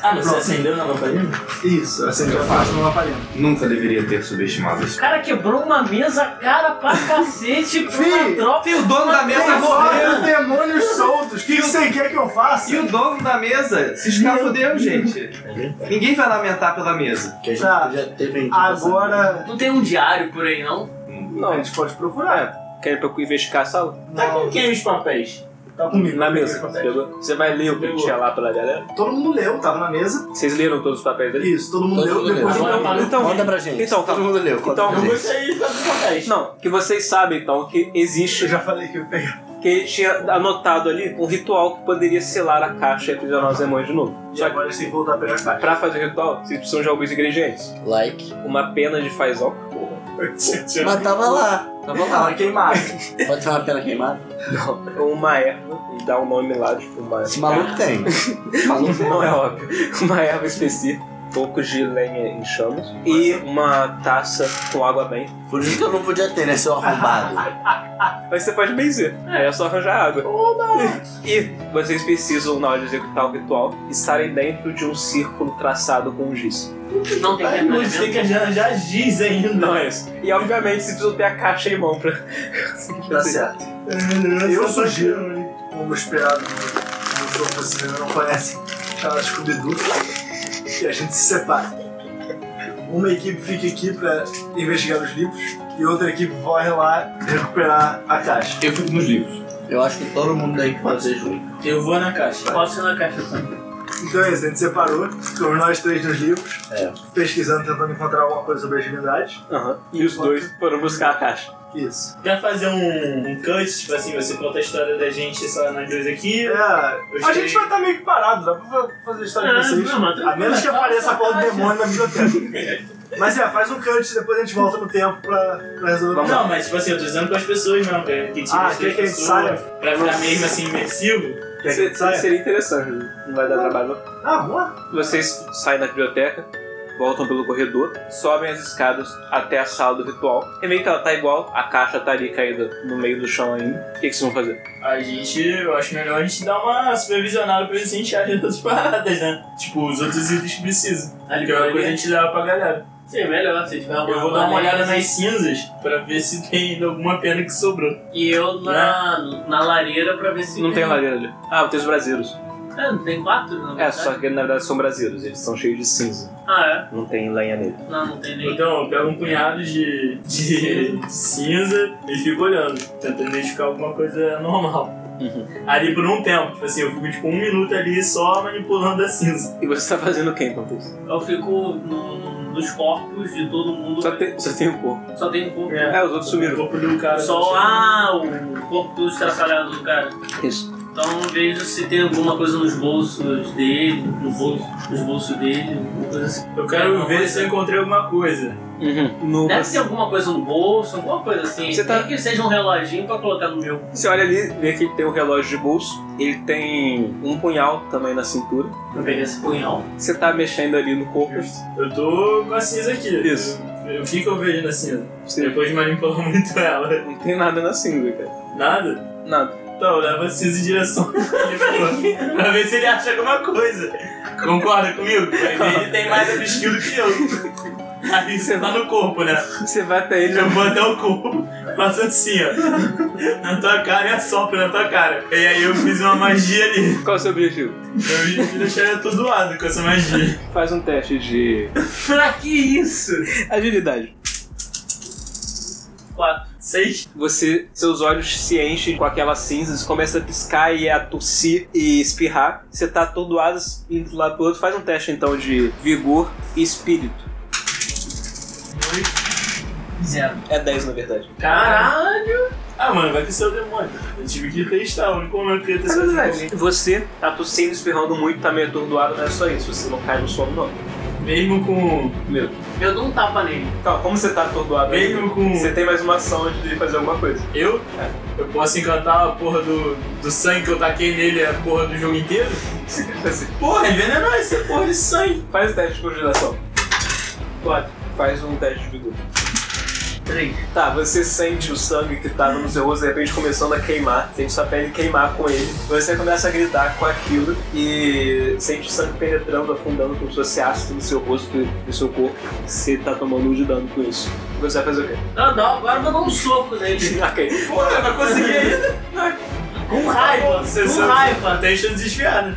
Ah, não, você acendeu na lamparina?
Isso, acendeu a faixa na lamparina.
Nunca deveria ter subestimado
O
isso.
cara quebrou uma mesa, cara, pra cacete, pra uma
Fih,
tropa.
o dono da mesa
Tem vários
morreu!
demônios soltos, o que que você quer que eu faça?
E o dono da mesa se escafudeu, gente. Ninguém vai lamentar pela mesa.
Que a gente
Tá.
já teve
Agora.
Não tem um diário por aí, não?
Não,
A gente pode procurar.
Querem pra eu investigar a sala?
Tá
Não,
com quem os papéis?
Tá comigo.
Na mesa, você pegou? Você vai ler o que
Pegou.
tinha lá pela galera?
Todo mundo leu, tava na mesa.
Vocês leram todos os papéis dele?
Isso, todo mundo
Todo
leu.
mundo
Depois
leu.
eu-
Agora-
Então,
Conta pra gente.
Tá.
Então,
todo
calma.
mundo leu. Conta
Então,
pra
Eu
gente.
gostei de fazer os papéis.
Não, que vocês sabem então que
Eu
existe,
já falei que eu peguei.
que tinha anotado ali um ritual que poderia selar a caixa e aprisionar os demônios de novo.
E
Só que
agora eles têm que voltar a pegar a caixa.
pra fazer o ritual, vocês precisam de alguns ingredientes.
Like.
Uma pena de fazão.
Mas tava lá.
Tá bom, tá queimado.
Pode ser uma pena queimada?
Uma erva, e dá um nome lá, tipo uma...
Esse maluco tem. Esse maluco tem.
Não é óbvio. Uma erva específica. Poucos de lenha em chamas. E uma taça com água bem.
Por isso que eu não podia ter, né? Seu arrombado.
Mas você pode benzer. Aí é só arranjar água. E vocês precisam, na hora de executar o ritual, estarem dentro de um círculo traçado com giz.
Não tem
Ai, não, você tem
remanejamento.
que já, já giz ainda.
Não é isso. E obviamente vocês precisam ter a caixa em mão pra.
Tá certo. Eu sugiro, como esperado no no grupo, se vocês né, não conhecem, chama scooby e a gente se separa. Uma equipe fica aqui pra investigar os livros e outra equipe corre lá recuperar a caixa.
Eu fico nos livros.
Eu acho que todo mundo tem que fazer junto.
Eu vou na caixa.
Posso ir na caixa.
Então é isso, a gente separou, ficamos nós três nos livros,
É.
pesquisando, tentando encontrar alguma coisa sobre as divindades.
Aham. E os dois foram buscar a caixa.
Isso.
Quer fazer um, um cut? Tipo assim, você conta a história da gente só nós dois aqui.
É, a gente vai estar meio que parado, dá pra fa- fazer a história
É,
de vocês. A menos que apareça a porra do demônio na biblioteca. Mas é, faz um cut, depois a gente volta no tempo pra, pra resolver.
Vamos lá.
Não, mas tipo assim, eu tô dizendo com as pessoas mesmo, cara. Que tipo,
Ah,
as
quer que a gente
pessoas,
saia?
Pra ficar mesmo assim imersivo.
Quer que a gente saia?
Seria interessante, Tá né? não vai dar trabalho não.
Ah, vamos lá.
Vocês saem da biblioteca, voltam pelo corredor, sobem as escadas até a sala do ritual. E meio que ela tá igual, a caixa tá ali caída no meio do chão ainda. O que, que vocês vão fazer?
A gente, eu acho melhor a gente dar uma supervisionada pra ver se a gente acha as outras paradas, né? Tipo, os outros itens que precisam.
Na
Porque uma coisa a
livraria.
gente leva pra galera.
Sim, é melhor, se tiver uma assim.
Eu vou dar uma
baleia.
olhada nas cinzas pra ver se tem ainda alguma pena que sobrou.
E eu na, na lareira pra ver se.
Não tem lareira ali. Ah, tem os braseiros.
É, não tem quatro, na
É,
verdade.
só que na verdade são braseiros, eles são cheios de cinza.
Ah,
Não tem lenha nele.
é? Não, não tem nem.
Então, eu pego um punhado de, de cinza e fico olhando, tentando identificar alguma coisa normal. Ali por um tempo, tipo assim, eu fico tipo um minuto ali só manipulando a cinza.
E você tá fazendo o que enquanto isso?
Eu fico no- no- nos corpos de todo mundo.
Só tem, só tem o corpo.
Só tem um corpo.
É, os outros
O
sumiram.
corpo do cara.
Só ah, o corpo todo estraçalhado do cara.
Isso.
Então eu vejo se tem alguma coisa nos bolsos dele, no bolso, nos bolsos dele, alguma coisa assim.
Eu quero ver
é
se eu encontrei alguma coisa.
No,
Deve ter alguma coisa no bolso, alguma coisa assim.
Você tá-
Tem que seja um reloginho pra colocar no meu.
Você olha ali, vê que tem um relógio de bolso, ele tem um punhal também na cintura.
Eu peguei esse punhal.
Você tá mexendo ali no corpo.
Eu tô com a cinza aqui.
Isso.
Eu- O que que eu vejo na cinza?
Você
Depois manipula muito ela.
não tem nada na cinza, cara.
Nada?
Nada.
Então, eu levo a cinza em direção dele, pra ver se ele acha alguma coisa. Concorda comigo? Vai ver, Ele tem mais abisquil do que eu. Aí você tá no corpo, né?
Você vai até ele.
Eu vou até o corpo, faço assim, ó. Na tua cara e assopro na tua cara. E aí eu fiz uma magia ali.
Qual é o seu objetivo?
Eu me deixei atordoado com essa magia.
Faz um teste de
Pra que isso?
agilidade.
Quatro.
Seis.
Você, seus olhos se enchem com aquelas cinzas, começa a piscar e é a tossir e espirrar. Você tá atordoado indo do lado pro outro. Faz um teste então de vigor e espírito.
Zero.
É 10 na verdade.
Caralho!
Ah, mano, vai ter seu demônio. Eu tive que testar, o único momento que eu ia
É
testar.
verdade. Você tá tossindo, espirrando muito, tá meio atordoado, não é só isso. Você não cai no sono, não.
Mesmo com.
Eu dou um tapa nele.
Então, como você tá atordoado, aí,
Mesmo com.
você tem mais uma ação antes de fazer alguma coisa.
Eu? Eu posso encantar a porra do, do sangue que eu taquei nele a porra do jogo inteiro? Porra, é venenosa essa porra de sangue.
Faz o teste de congelação. Pode. Faz um teste de vigor.
Três.
Tá, você sente o sangue que tava no seu rosto de repente começando a queimar, sente sua pele queimar com ele. Você começa a gritar com aquilo e sente o sangue penetrando, afundando como se fosse ácido no seu rosto e no seu corpo. Você tá tomando um de dano com isso. Você vai fazer o quê?
Não, não, agora eu vou dar um soco nele.
ok.
Porra, vai conseguir ainda?
Com raiva,
Você
com
sabe.
raiva.
Tem chance de desviar, né?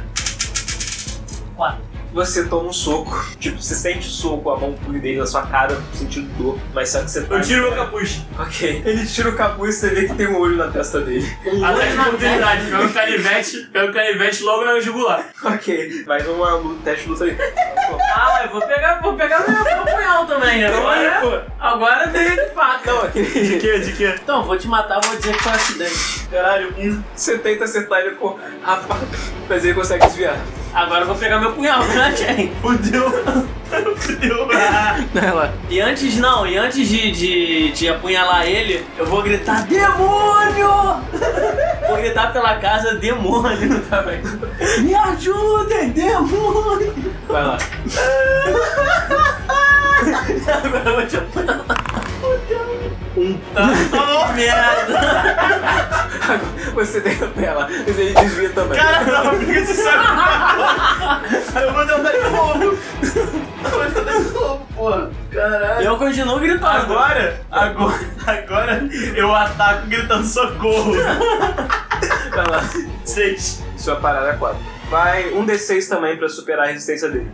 Você toma um soco, tipo, você sente o soco, a mão pune dele na sua cara, sentindo dor, mas só que você tá.
Eu tiro meu capuz.
Ok. Ele tira o capuz e você vê que tem um olho na testa dele.
Um
Ataque
olho
de
na testa.
oportunidade. Pega o canivete, pega o canivete logo na jugular.
Ok. Mais um um teste de luta aí.
Ah, eu vou pegar, vou pegar meu, meu punhal também. Agora,
pô.
agora tem de faca.
Não, aquele.
De que, de que?
Então, vou te matar, vou dizer que foi um acidente.
Caralho, um. Você tenta acertar ele com a faca, mas ele consegue desviar.
Agora eu vou pegar meu punhal, né, gente?
Fudeu. Fudeu.
E antes, não, e antes de, de, de apunhalar ele, eu vou gritar: Demônio! Vou gritar pela casa: Demônio também. Me ajudem, demônio!
Vai lá.
Agora eu vou te apunhalar. Um tá bom, merda!
Você tenta ela, mas ele desvia também.
Cara, tava briga de saco. Eu vou tentar de novo. Eu vou tentar de novo, porra. Caralho.
Eu continuo gritando.
Agora, agora, agora eu ataco gritando socorro.
Vai lá.
Seis.
Sua parada é 4. Vai um D6 também pra superar a resistência dele.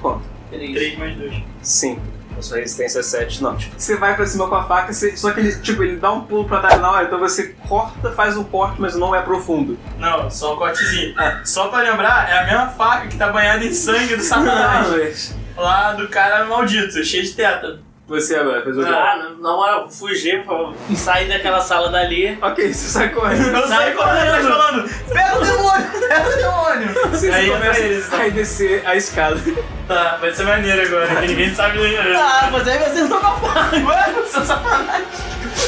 Quanto?
Três mais dois.
5. A sua resistência é 7, não. Tipo, Você vai pra cima com a faca, você- só que ele, tipo, ele dá um pulo pra trás na hora, então você corta, faz um corte, mas não é profundo.
Não, só um cortezinho. Só pra lembrar, é a mesma faca que tá banhada em sangue do
Tá,
satanás.
mas...
Lá do cara maldito, cheio de teta.
Você agora, fez o quê?
Ah, na- na hora, fugir, pô, sair daquela sala dali.
Ok, você sai correndo.
Eu saí correndo, mas é tá falando, pega o demônio, pega o demônio.
Você
Aí
começa né?
entra eles, então.
a descer a escada.
Tá, vai ser maneiro agora, que ninguém sabe.
Ah, mas aí vocês não vão
Ué, seu satanás.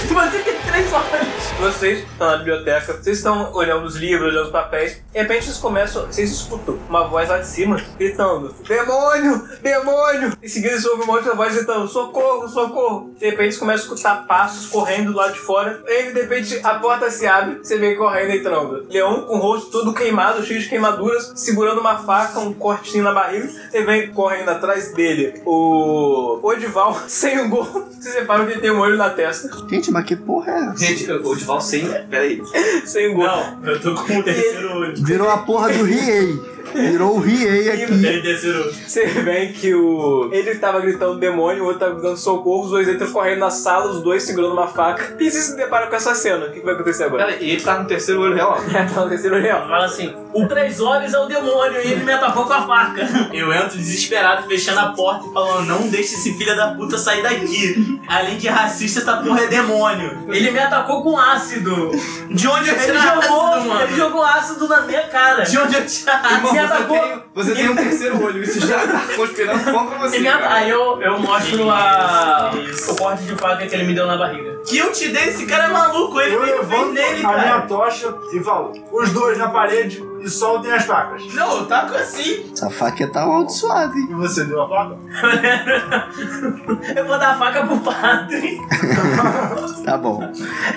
Você que
três horas. Vocês estão na biblioteca, vocês estão olhando os livros, olhando os papéis. De repente vocês começam, vocês escutam uma voz lá de cima gritando: Demônio! Demônio! Em seguida vocês ouvem uma outra voz gritando: Socorro! Socorro! De repente vocês começam a escutar passos correndo do lado de fora. E de repente a porta se abre, você vem correndo e entrando. Leão com o rosto todo queimado, cheio de queimaduras, segurando uma faca, um cortezinho na barriga. Você vem correndo atrás dele. O Odival sem um o gol. Vocês reparam que ele tem um olho na testa.
Gente, mas que porra é essa?
Gente, o Odival sem. Peraí.
Sem um o gol.
Não, eu tô com o terceiro olho.
Virou a porra do Riei. Virou o Riei aqui.
Tem terceiro olho.
Você vê que o. Ele tava gritando um demônio, o outro tava gritando socorro, os dois entram correndo na sala, os dois segurando uma faca. E vocês se deparam com essa cena. O que que vai acontecer agora?
Peraí, e ele tá no terceiro olho real.
É, tá acontecendo real.
Fala assim, o três olhos é o demônio e ele me atacou com a faca.
Eu entro desesperado, fechando a porta e falando: Não deixe esse filho da puta sair daqui. Além de racista, essa porra é demônio.
Ele me atacou com ácido.
De onde eu
Ele
tirar ácido,
jogou,
mano?
ele jogou ácido na minha cara.
De onde eu tirar ácido?
Irmão,
Me
você
atacou.
tem, você tem um terceiro olho, isso já tá conspirando contra você.
Ele me
cara.
ata- Aí eu, eu mostro a, o corte de faca que ele me deu na barriga.
Que eu te dei? Esse cara é maluco, ele
Eu
veio
levanto
vem nele,
a
cara.
minha tocha e falo, os dois na parede e soltem as facas.
Não, eu
tá
taco assim.
Essa faca tá amaldiçoada, hein?
E você deu a faca?
Eu vou dar a faca pro padre.
Tá bom.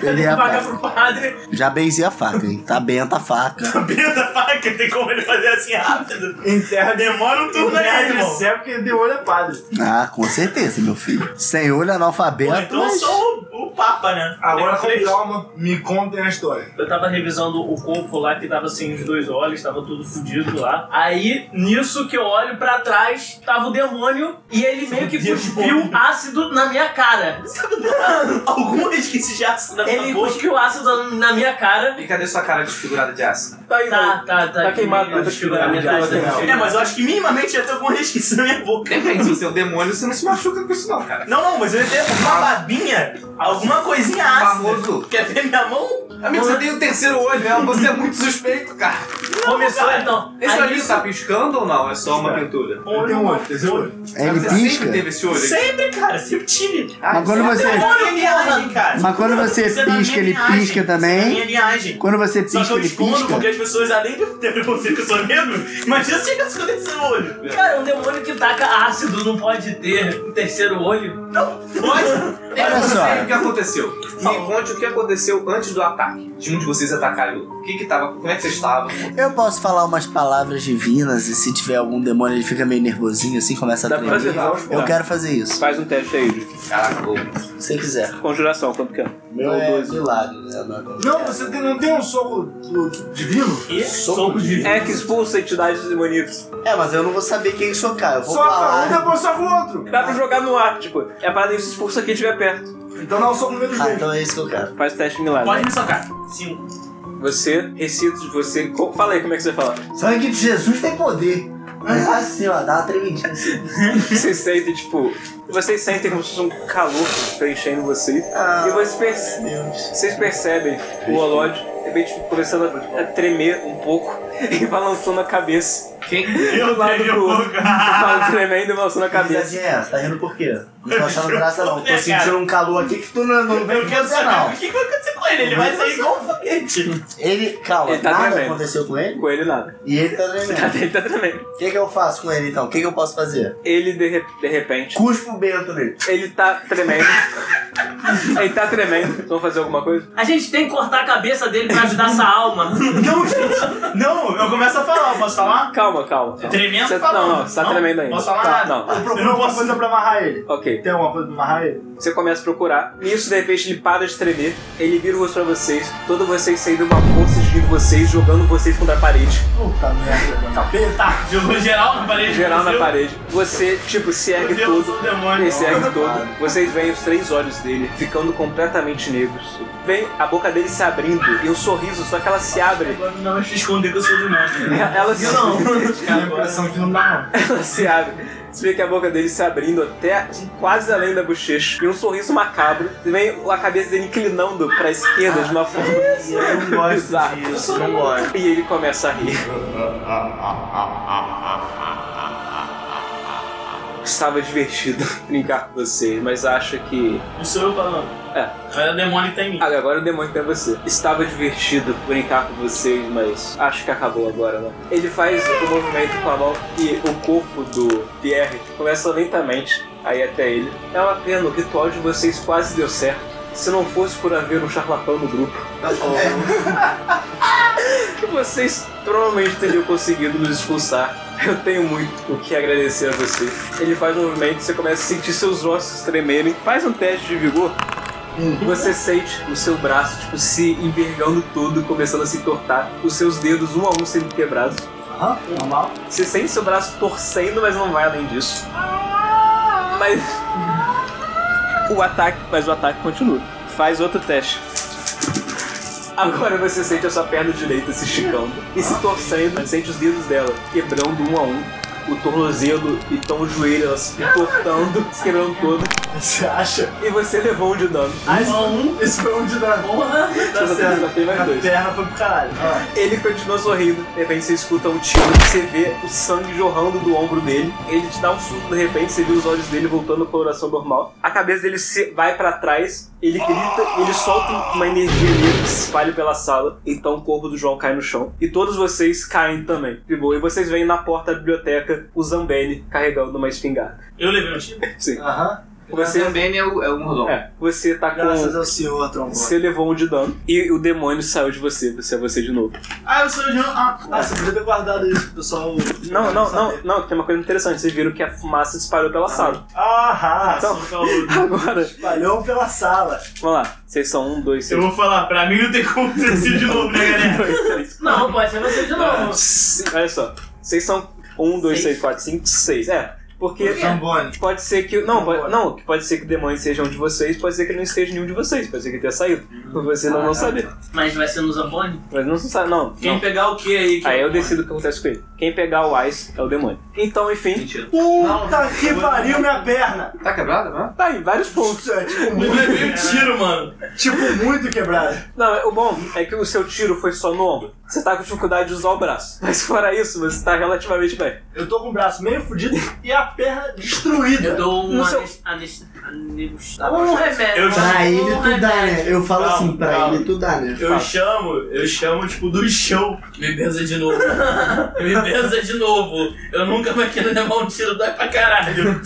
Eu
Ele
dei
é
a
a
faca
faca.
pro padre.
Já benzi a faca, hein? Tá benta a faca.
Sabendo a faca, tem como ele fazer assim rápido.
Enterra de
Demora um turno
Enterra
aí,
de
irmão.
céu que de olho é padre.
Ah, com certeza, meu filho. Sem olho
Ou
analfabeto.
então
mas-
sou o, o Papa, né?
Agora
É,
Tem
com
três.
calma, me contem a história.
Eu tava revisando o corpo lá que tava sem os dois olhos, tava tudo fudido lá. Aí, nisso que eu olho pra trás, tava o demônio e ele meio que cuspiu ácido na minha cara.
Alguma esquece de aço na minha
Ele
boca.
cuspiu ácido na minha cara.
E cadê sua cara desfigurada de aço?
Tá aí,
Tá, tá, tá.
Tá queimado,
meio
tá
desfigurado,
desfigurado,
tá
tá
É,
desfigurado.
mas eu acho que minimamente já tem algum resquício na minha boca.
Depende, se você é um demônio, você não se machuca com isso não, cara.
Não, não, mas eu ia ter uma babinha, alguma coisinha ácida.
Famoso.
Quer ver minha mão?
Amigo, você tem o terceiro olho, né? Você é muito suspeito, cara.
Começou
cara.
então.
Esse
Aí
olhinho
nisso-
tá piscando ou não? É só uma pintura?
Tem um olho, terceiro olho.
Ele
você
pisca.
sempre teve esse olho?
Sempre, cara, sempre tive.
Mas quando você.
Olha a linhagem, cara.
Mas quando você
Isso é da
pisca,
minha
ele
linhagem.
pisca
Isso é da
também.
minha linhagem.
Quando você pisca,
Só que eu
ele
escondo
pisca.
porque as pessoas, além de ter preconceito que eu sou negro, imagina se eu esconder esse olho.
Cara, um demônio que taca ácido não pode ter um terceiro olho.
Olha,
Olha
Eu
só.
sei o que aconteceu. Me conte o que aconteceu antes do ataque. De um de vocês atacar o outro. O que que tava? Como é que vocês estavam?
Eu posso falar umas palavras divinas e se tiver algum demônio ele fica meio nervosinho assim, começa a
Dá pra fazer
tremer.
não.
Eu quero fazer isso,
Faz um teste aí, Ju.
Caraca, gol.
se você quiser.
Conjuração, quanto que é?
Meu é milagre, né?
Não, você tem- não tem um soco do- divino?
que soco de
É que expulsa entidades demoníacas.
É, mas eu não vou saber quem socar. Eu vou
Soca um,
falar.
depois soca o outro.
Dá pra jogar no ar, tipo. É a parada que você expulsa quem estiver perto.
Então dá um soco no meio dos
Ah,
dois.
então é isso que eu quero.
Faz o teste de milagre.
Pode me socar. Cinco.
Você, recita de você. co- Fala aí como é que você fala.
Sangue de Jesus tem poder. Mas assim, ó, dá uma tremidinha assim.
Vocês sentem, tipo. Vocês sentem como se fosse um calor preenchendo vocês.
Ah,
E vocês, perce- vocês percebem o Olod, de repente, tipo começando a, a tremer um pouco e balançando a cabeça.
Quem?
Eu do lado pro outro. Fala, Tremendo e balançando a
Que
cabeça.
risadinha é essa? Tá rindo por quê? Não tô achando graça não. Tô sentindo um calor aqui que tu não, não vem
Eu
com
quero
você
saber
não.
o que vai acontecer com ele. Ele vai sair igual um foguete.
Ele, calma,
Ele tá
nada
tremendo.
aconteceu com ele
Com ele nada.
e ele tá tremendo.
Ele tá tremendo.
O que, que eu faço com ele então? O que, que eu posso fazer?
Ele, de, re- de repente,
Cuspo o bento nele.
ele tá tremendo. ele tá tremendo. Vocês vão fazer alguma coisa?
A gente tem que cortar a cabeça dele pra ajudar essa alma.
Não, gente. Não, eu começo a falar. Eu posso falar?
Calma, calma. calma.
Tremendo
Você-
falando.
não, não, você tá tremendo ainda.
Posso falar
Tá,
nada.
não.
Eu procuro
Eu não
alguma
posso-
então coisa pra amarrar ele.
Ok.
Tem alguma coisa pra amarrar ele?
Você começa a procurar. Nisso, de repente, ele para de tremer. Ele vira o rosto pra vocês. Todos vocês saindo uma força de vocês, jogando vocês contra a parede.
Puta Tá merda. Capeta.
Jogou geral na parede.
Geral na
Brasil.
parede. Você, tipo, se ergue
Meu Deus,
todo.
o demônio.
Ele se ergue todo. Vocês veem os três olhos dele ficando completamente negros. Vem a boca dele se abrindo e um sorriso, só que ela se abre.
Agora
é
não, deixa eu esconder que eu sou do
né?
mundo.
Ela se,
Tem a impressão que não dá
ela se abre. Você vê que a boca dele se abrindo até assim, quase além da bochecha. E um sorriso macabro. Você vê a cabeça dele inclinando pra esquerda de uma forma.
Ah, Eu não gosto
Bizarro.
disso, não gosto.
E ele começa a rir. Estava divertido brincar com vocês, mas acho que.
Não sou eu falando.
É.
Mas o demônio que tá em mim.
Ah, agora o demônio tem você. Estava divertido brincar com vocês, mas acho que acabou agora, né? Ele faz o movimento com a mão e o corpo do Pierre começa lentamente a ir até ele. É uma pena, o ritual de vocês quase deu certo. Se não fosse por haver um charlatão no grupo,
Tá
que vocês provavelmente teriam conseguido nos expulsar. Eu tenho muito o que agradecer a você. Ele faz um movimento, você começa a sentir seus ossos tremerem. Faz um teste de vigor. Você sente o seu braço, tipo, se envergando todo, começando a se tortar, os seus dedos um a um sendo quebrados.
Aham, normal.
Você sente seu braço torcendo, mas não vai além disso. Mas. O ataque, mas o ataque continua. Faz outro teste. Agora você sente a sua perna direita se esticando e se torcendo, sente os dedos dela quebrando um a um, o tornozelo e então o joelho ela se tortando, se quebrando todo,
Você acha?
e você levou um de dano.
Ah, esse, esse foi um de dragão. Tá
Você
certo.
só tem mais
A
dois.
perna foi pro caralho. Ah,
Ele continua sorrindo, de repente você escuta um tiro, você vê o sangue jorrando do ombro dele, ele te dá um susto, de repente você vê os olhos dele voltando à coloração normal, a cabeça dele se vai pra trás, ele grita, ele solta uma energia negra que se espalha pela sala, então o corpo do João cai no chão, e todos vocês caem também, de boa, e vocês veem na porta da biblioteca o Zambelli carregando uma espingarda.
Eu levei um tiro?
Aham. É.
Você,
Também é o, é o mordomo.
é, você tá
Graças
com...
ao senhor, trombone.
Você levou um de dano, e o demônio saiu de você, você é você de novo.
Ah, eu sou o João. Ah,
Ah, você podia ter guardado isso pro pessoal.
Não, não,
saber.
não, não, tem uma coisa interessante. Vocês viram que a fumaça disparou pela sala.
Aham.
Então-
sou o Paulo.
Agora,
Espalhou Ah, pela sala.
vamos lá. Vocês são um, dois,
Eu
três.
vou falar, pra mim não tem como ter sido de novo, né, galera?
dois, três.
Não, pode ser você de novo.
Sim, Olha só. Vocês são um, dois,
Seis.
três, quatro, cinco, seis. É. Porque
Trombone.
pode ser que. Não, pode, não, que pode ser que o demônio seja um de vocês, pode ser que não esteja nenhum de vocês, pode ser que tenha saído. Vocês não vão saber.
Mas vai ser no Zamboni?
Mas não se sabe, não.
Quem
não.
pegar o que aí?
Aí eu decido o que acontece com ele. Quem pegar o Ice é o demônio. Então, enfim,
Mentira.
Puta que pariu minha perna!
Tá quebrado, né?
tá aí, vários pontos.
Puta, tipo,
Eu
muito,
levei um tiro, mano.
tipo, muito quebrada.
Não, o bom é que o seu tiro foi só no ombro. Você tá com dificuldade de usar o braço. Mas fora isso, você tá relativamente bem.
Eu tô com o braço meio fudido e a perna destruída.
Eu dou um
No seu-
anes- anes- anes-
Tá bom.
um remédio.
Eu já-
Um
Pra ele tu dá, né?
remédio.
Eu falo
Calma,
assim, pra
calma.
ele tu dá, né?
Eu
Fala.
chamo, eu chamo, tipo, do show.
Me benza de novo. Me benza de novo. Eu nunca mais quero levar um tiro, dói pra caralho.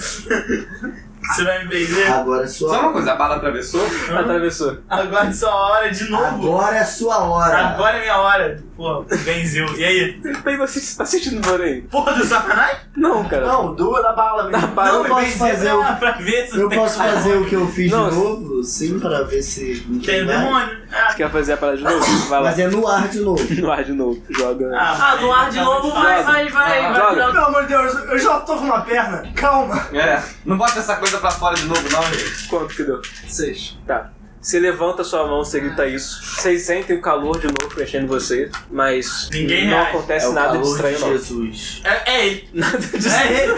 Você vai me benzer?
Agora é
Só
sua
uma coisa, a bala atravessou.
Atravessou.
Agora é sua hora de novo.
Agora é sua hora.
Agora é minha hora. Pô, benzeu. E aí?
Bem, você tá sentindo dor aí?
Porra do sacanagem?
Não, cara.
Não, duas na bala
Tá
mesmo.
parado.
eu posso fazer o-
Ah, pra ver se
Eu posso fazer o que eu fiz de
Não,
novo, sim, pra ver se.
tem demônio. Ah,
Você quer fazer a parada de novo? Vai lá.
Mas é no ar de novo.
No ar de novo. Joga.
Ah, no ar de novo vai, vai, vai,
Ah,
Joga.
vai.
Joga.
Pelo amor de Deus, eu já tô com uma perna. Calma.
É. Não bota essa coisa pra fora de novo, não, gente.
Quanto que deu?
Seis.
Tá. Você levanta sua mão, você grita isso. Vocês sentem o calor de novo mexendo em vocês, mas
Ninguém
não
reage.
acontece
É o
É nada de
calor
estranho, não.
Jesus.
É, é ele.
Nada de
É
estranho.
ele.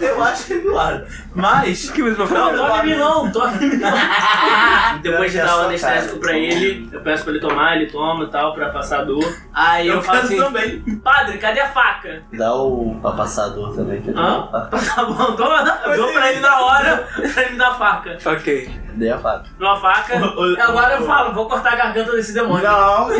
Eu acho que é claro. Mas.
que você vai falar?
Não, toca em mim não, toca em mim
Depois de
Pior que é
dar o
só
anestésico
cara.
pra ele, eu peço pra ele tomar, ele toma e tal, pra passar a dor. Aí eu,
Eu
falo
faço
assim,
também.
padre, cadê a faca?
Dá o pra passador também, que eu
Hã?
dou a faca.
Tá bom, toma, eu dou pra ele na hora, pra ele me dar a faca.
Ok.
Dei a faca.
Dou a faca, agora eu falo, vou cortar a garganta desse demônio.
Não.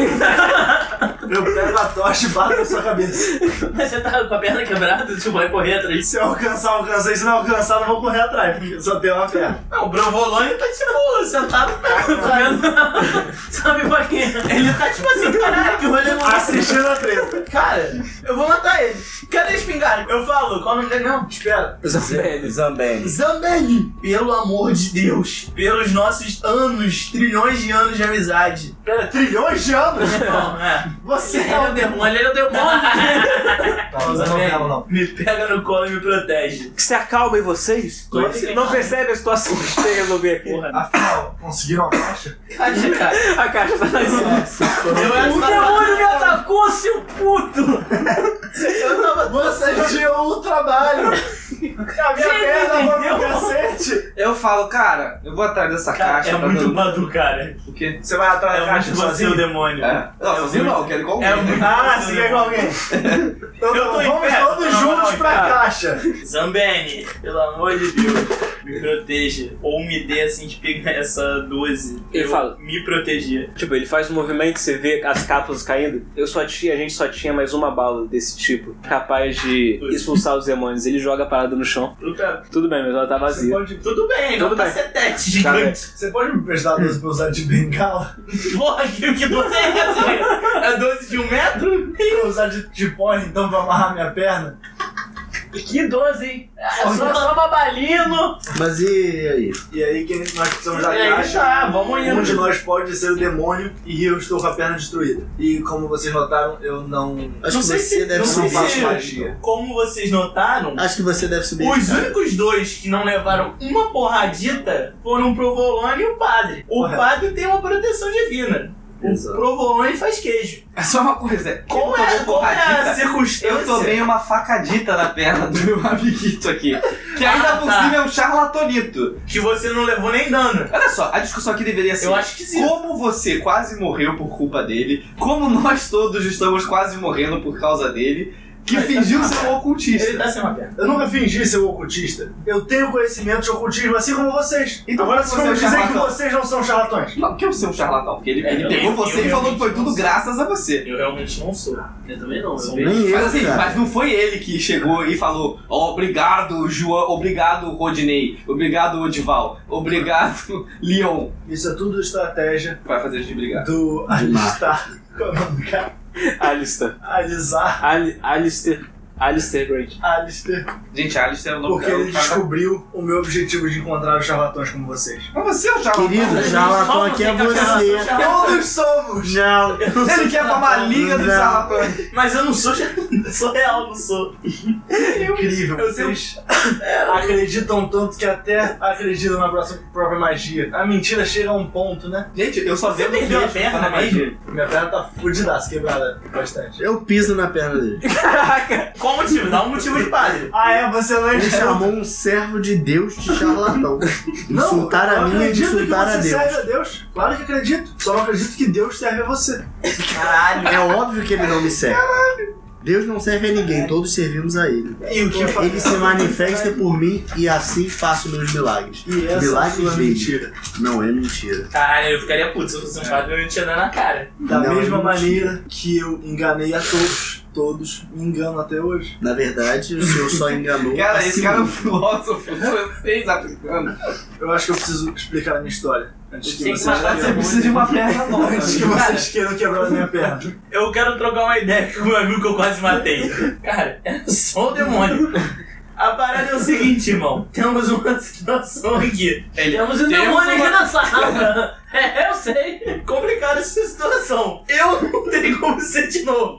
Eu pego a tocha e bato na sua cabeça.
Mas Você tá com a perna quebrada, tipo, vai correr atrás.
Se eu é alcançar, eu alcancei. Se não é alcançar, eu não vou correr atrás, porque eu só tenho uma perna.
Não, o Brambolone tá tipo sentado perto, tá vendo?
Sabe pra quê?
Ele tá tipo assim, caralho, que rolê massa.
Assistindo a treta.
Cara, eu vou matar ele. Cadê a espingarda? Eu falo, qual o nome dele? Não.
Espera.
Zambelli.
Zambelli.
Zambelli. Pelo amor de Deus. Pelos nossos anos, trilhões de anos de amizade.
Espera, trilhões de anos?
Não, é.
Você
Ele
é
é o
um
demônio, ele é o demônio.
Zambelli, Me pega no colo e me protege.
Se acalmem vocês. Não percebe a situação que tem que resolver aqui.
Afinal, conseguiram a caixa?
Cadê, cara?
A caixa tá lá em cima.
Eu era
O
safado.
demônio me atacou, seu puto!
Eu
Caramba, você tirou o trabalho. A minha perna foi pro cacete.
Eu falo, cara, eu vou atrás dessa
Cara,
caixa.
é
pra
muito
ver-
Badu, cara.
O quê?
Você vai atrás
É
da caixa
muito você o
sozinho?
demônio.
É. Não, sozinho não, eu quero igual
É
alguém.
muito
Ah,
você
se
o
quer com
demônio.
alguém. Então
Eu tô em
vamos
pé.
todos
Não,
juntos
não,
pra
cara.
caixa.
Zambene, pelo amor de Deus, me proteja. Ou
um
me dê assim de pegar essa 12.
Ele
eu
fala.
Me proteger.
Tipo, ele faz um movimento, você vê as cápsulas caindo. Eu só tinha, a gente só tinha mais uma bala desse tipo, capaz de expulsar os demônios. Ele joga a parada no chão.
Tu tá-
Tudo bem, mas ela tá
Você
vazia.
pode,
Tudo bem,
Tudo
não tá
bem.
setete
Cara,
gigante.
você pode me prestar duas pra usar de bengala?
Porra, que, que 12 é essa? É 12 de um metro?
Pra usar de, de porra então pra amarrar minha perna?
Que 12, hein? Ah, só toma balino.
Mas e aí?
E aí que nós precisamos da
E aí,
caixa.
tá, vamos
Um de
indo.
nós pode ser o demônio e eu estou com a perna destruída. E como vocês notaram, eu não.
Acho
não
que você
sei se.
deve
não sei
subir.
faço
se.
magia.
Como vocês notaram,
Acho que você deve subir.
os únicos dois que não levaram uma porradita foram o Provolone e o padre. O
Correto.
padre tem uma proteção divina. O
Exato.
Provolone faz queijo.
É só uma coisa.
Qual
eu tomei
é, qual é a
porradita.
circunstância?
Eu tomei uma facadita na perna do meu amiguito aqui. Que ainda
Ah,
por
tá.
cima é um charlatonito.
Que você não levou nem dano.
Olha só, a discussão aqui deveria ser.
Eu acho que sim.
Como você quase morreu por culpa dele, como nós todos estamos quase morrendo por causa dele, que fingiu ser um
Ele
ocultista.
tá sem uma perna.
Eu nunca fingi ser um ocultista. Eu tenho conhecimento de ocultismo, assim como vocês.
Então
Agora
você
vocês vão
é um
dizer que
charlatão.
vocês não são charlatões.
Não, que eu sou um charlatão, porque ele,
É,
ele
eu
pegou
nem-
você
eu
e falou que
realmente
foi tudo
não sei.
graças a você.
Eu realmente não sou.
Eu também não, eu
Sou
vejo.
Nem eu,
Mas assim,
cara.
mas não foi ele que chegou e falou: "Ó, obrigado, João, obrigado, Rodinei, obrigado, Odival, obrigado, Leon.
Isso é tudo estratégia
Vai fazer a gente brigar.
do alistar. Qual é o nome do cara?
Alistair.
Alisar
Ali, Alistair. Alistair Grant.
Alistair.
Gente, Alistair é o nome
Porque
é o
ele
cara-
descobriu o meu objetivo de encontrar os charlatões como vocês.
Mas você é o charlatão.
Querido, charlatão aqui é você.
um
Todos somos!
Não, eu não
Ele
sou
quer formar a liga dos
Não.
charlatões.
Mas eu não sou, sou real, não sou.
Incrível.
Eu tenho-
Vocês É, acreditam tanto que até acreditam na próxima- própria magia. A mentira chega a um ponto, né?
Gente, eu só
Você
vendo
perdeu a
queijo,
perna
tá na
mesmo?
magia.
Minha perna tá fudidaça, quebrada bastante.
Eu piso na perna dele.
Qual motivo? Dá um motivo de padre.
Ah, é? Você não é
Ele
charlatão.
chamou um servo de Deus de charlatão. Insultar
eu
a mim é
acredito que
insultar a
você
Deus.
serve a Deus. Claro que acredito. Só não acredito que Deus serve a você.
Caralho.
É óbvio que ele não me serve. Deus não serve a ninguém, todos servimos a ele.
E o que
Ele se manifesta por mim e assim faço meus milagres.
E essa
Milagre
é uma
dele.
mentira.
Não é mentira.
Caralho, eu ficaria puto se eu fosse um padre, eu ia te dar na cara.
Da
Não,
mesma
é mentira.
maneira que eu enganei a todos, todos me enganam até hoje.
Na verdade, o senhor só enganou. a
Cara,
si
esse cara é um
mesmo.
filósofo francês africano.
Eu acho que eu preciso explicar a minha história. Antes que
Tem que
vocês,
matar
Você precisa de uma perna nova.
antes que vocês queiram quebrar a minha perna.
Eu quero trocar uma ideia com o meu amigo que eu quase matei. Cara, era só um demônio. A parada é o seguinte, irmão. Temos uma situação aqui.
Temos um demônio aqui na sala. É, eu sei.
Complicada essa situação. Eu não tenho como ser de novo.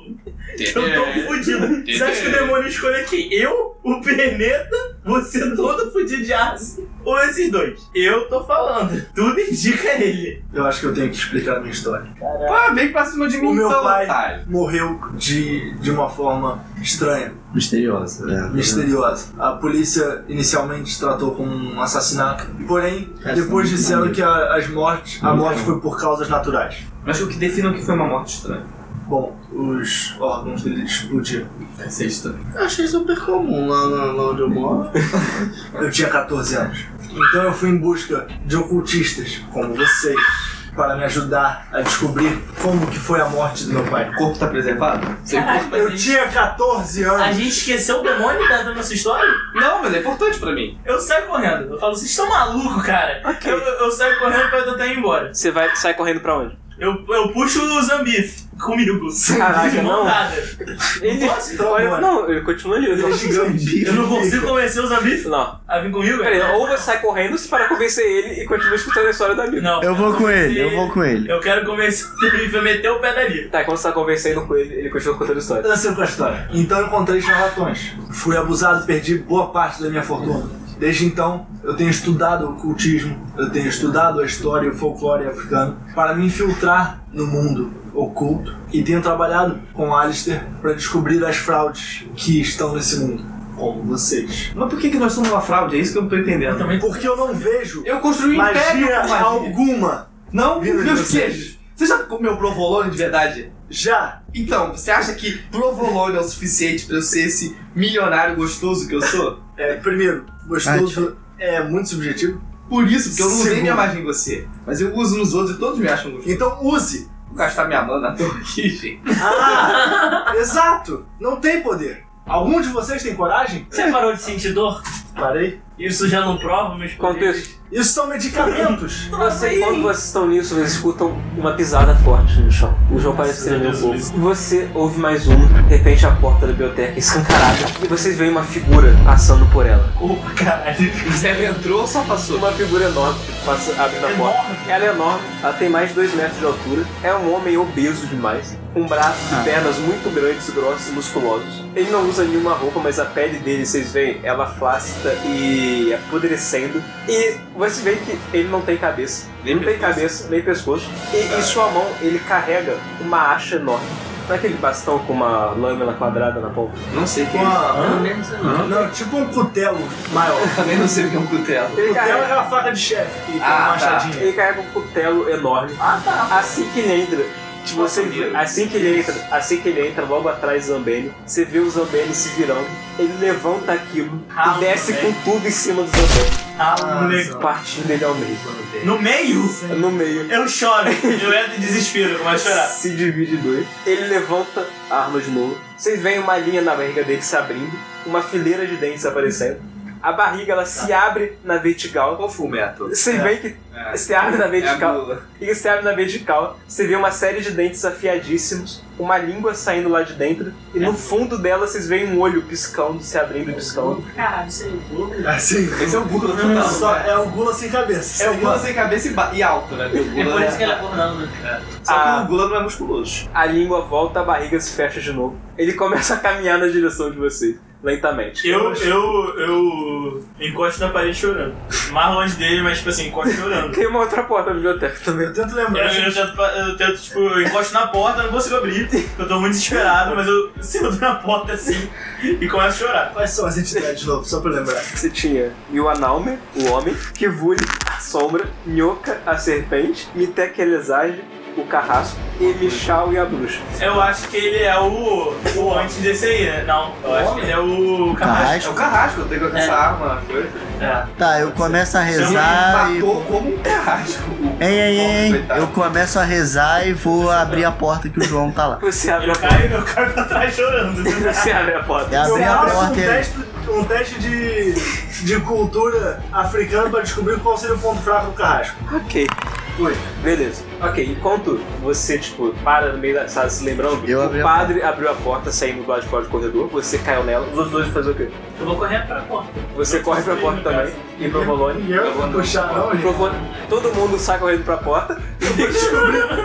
Eu
É.
tô fudido. Você acha que o demônio escolhe quem? Eu, o planeta, você todo fudido de aço. Ou esses dois? Eu tô falando. Tudo indica ele.
Eu acho que eu tenho que explicar a minha história.
Pô, vem pra cima de Tá, mim,
O meu
seu
pai-
otário.
Morreu de, de uma forma estranha.
Misteriosa, né?
misteriosa. A polícia inicialmente tratou como um assassinato, porém,
Essa
depois
é muito
disseram
maneiro.
que a, as mortes, a
Muito
morte
bom.
foi por causas naturais.
Mas o que definam que foi uma morte estranha?
Bom, os órgãos dele explodiram.
Essa é estranha.
Eu achei super comum lá, lá- lá onde eu moro.
Eu tinha 14 anos. Então eu fui em busca de ocultistas como vocês para me ajudar a descobrir como que foi a morte do meu pai.
O corpo tá preservado? Sem
Caralho, mas a
Eu
gente-
tinha 14
A
anos.
gente esqueceu o demônio da, da nossa história?
Não, mas é importante pra mim.
Eu saio correndo. Eu falo, vocês estão malucos, cara. Eu, eu saio correndo pra tentar ir embora.
Você vai, sai correndo pra onde?
Eu, eu puxo o Zambife comigo.
Caraca,
De
não.
mão
né?
dada.
Ele.
Olha,
Não, ele continua ali.
é
Eu não consigo convencer o Zambife
Não.
a vir comigo?
Peraí, ou você sai correndo ou você para convencer ele e continua escutando a história da Bíblia.
Não.
Eu vou com ele, eu
convencer
vou com ele.
Eu quero convencer o Zambife a meter o pé dali.
Tá, quando você tá conversando com ele, ele continua contando a história.
Eu sei com a história. Então eu encontrei charlatões. Fui abusado, perdi boa parte da minha fortuna. Desde então, eu tenho estudado o ocultismo, eu tenho estudado a história e o folclore africano para me infiltrar no mundo oculto e tenho trabalhado com Alistair para descobrir as fraudes que estão nesse mundo, como vocês.
Mas por que, que nós somos uma fraude? É isso que eu não tô entendendo.
Também porque eu não vejo
Eu construí um império
magia
com magia.
alguma.
Não,
Vindo de
meus
vocês.
queijos. Você já comeu provolone de verdade?
Já,
Então, você acha que provolone é o suficiente pra eu ser esse milionário gostoso que eu sou?
é, primeiro, gostoso é muito subjetivo.
Por isso, porque eu não usei
Segundo.
minha magia em você. Mas eu uso nos outros e todos me acham gostoso.
Então use
Vou gastar minha mana à toa aqui, gente.
Ah, exato! Não tem poder. Algum de vocês tem coragem?
Você parou de sentir dor?
Parei.
Isso já não prova, mas.
Contexto.
Isso são medicamentos.
Você, quando vocês estão nisso, vocês escutam uma pisada forte no chão. O chão parece tremer um pouco. Você ouve mais um, de repente a porta da biblioteca é escancarada e vocês veem uma figura passando por ela.
Opa, caralho. Você entrou ou só passou?
Uma figura enorme que passa, abre na porta. Ela é enorme, ela tem mais de 2 metros de altura, é um homem obeso demais, com braços
Ah.
e pernas muito grandes, grossos e musculosos. Ele não usa nenhuma roupa, mas a pele dele, vocês veem, ela flácida e apodrecendo. E você vê que ele não tem cabeça.
Nem
não tem cabeça, nem pescoço. E em sua mão ele carrega uma hacha enorme. Não é aquele bastão com uma lâmina quadrada na ponta?
Não sei o que é
Com
isso.
a-
lembro disso
Não, tipo um cutelo maior.
Também não sei o que é um cutelo.
Ele
Cutelo
carrega,
é a faca de chefe que tem uma
Ah, tá.
machadinha.
ele carrega um cutelo enorme.
Ah, tá.
Assim que ele entra, tipo, você vê, assim que ele entra, assim que ele entra logo atrás do Zambelli, você vê o Zambelli se virando, ele levanta aquilo
Ah,
e desce
é.
com tudo em cima do Zambelli,
Ah, moleque.
partindo ele ao meio,
No meio,
no meio.
eu choro. Eu entro em desespero, eu começo a chorar.
Se Assim divide em dois. Ele levanta a arma de novo. Vocês veem uma linha na barriga dele se abrindo, uma fileira de dentes aparecendo. A barriga ela se abre na vertical.
Qual foi o método?
Vocês veem que
É.
se abre na
É a
vertical.
mula.
E você abre na vertical, você vê uma série de dentes afiadíssimos, uma língua saindo lá de dentro, e no fundo dela vocês veem um olho piscando, se abrindo e piscando.
Caralho, isso é aí.
Assim.
Esse é o gula
É,
total.
só- é um gula sem cabeça.
É o gula sem cabeça e, ba- e alto, né? Porque o
É né?
gula
por
é-
isso que ele acordando, cara.
Só
Ah.
que o gula não é musculoso.
A língua volta, a barriga se fecha de novo. Ele começa a caminhar na direção de vocês, lentamente.
Eu, eu, eu encosto na parede chorando. Mais longe dele, mas tipo assim, encosto chorando.
Tem uma outra porta da biblioteca também.
Eu tento
Eu,
lembrar.
eu, tento, eu tento, tipo, eu encosto na porta, não consigo abrir, porque eu tô muito desesperado, mas eu sento na porta assim e começo a chorar.
Quais são as entidades de novo, só pra lembrar.
Você tinha Yuanaume, o homem, Kivuli, a sombra, Nhoca, a serpente, Mitek Elezage, o carrasco, e Michal e a bruxa.
Eu acho que ele é o. o antes desse aí, né? Não, eu acho que ele é o. Carrasco.
É o
Carrasco.
carrasco, eu tenho com essa
É.
arma. coisa.
Tá, eu começo a
é um
Ele
rezar e.
matou como um carrasco.
Ei, ei, ei, ei,
Coitado.
eu começo a rezar e vou abrir a porta que o João tá lá.
Você abre a
Eu
porta.
caio, eu caio pra trás chorando.
Você abre a porta.
Eu abri
Eu
É a
faço um
porta e ele.
teste, um teste de, de cultura africana pra descobrir qual seria o ponto fraco do carrasco.
Ok.
Oi.
Beleza. Ok, enquanto você, tipo, para no meio da sala se lembrando,
Eu abri
o
a
padre abriu a porta saindo do lado de fora do corredor, você caiu nela, os dois vão fazer o quê?
É.
Eu vou correr pra porta.
Você corre pra porta também, e pro Volone.
E eu vou puxar, não, gente.
Pro Volone- Todo mundo sai correndo pra porta.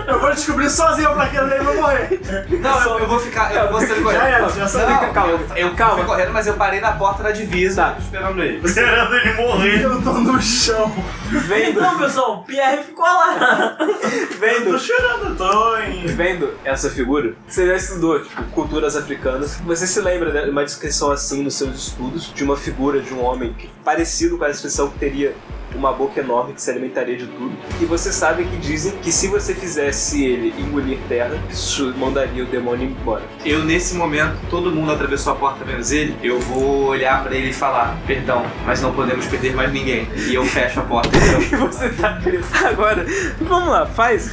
Eu vou descobrir sozinho a plaquinha dele e vou morrer.
Não, eu, eu vou ficar. Eu vou sair
Já
correndo.
era, já é
Você
sabia.
fica calmo.
Eu fui
calma.
correndo, mas eu parei na porta da
Tá.
divisa. Esperando ele.
Esperando ele morrer.
Eu tô no chão.
Vendo,
Então, pessoal, o Pierre ficou lá.
Eu tô
vendo.
chorando, eu tô em.
Vendo essa figura, você já estudou, tipo, culturas africanas. Você se lembra de uma descrição assim nos seus estudos de uma figura de um homem que- parecido com a descrição que teria uma boca enorme que se alimentaria de tudo. E você sabe que dizem que se você fizesse ele engolir terra, isso mandaria o demônio embora.
Eu, nesse momento, todo mundo atravessou a porta menos ele. Eu vou olhar pra ele e falar: Perdão, mas não podemos perder mais ninguém. E eu fecho a porta. então.
E você tá preso. Agora, vamos lá, faz.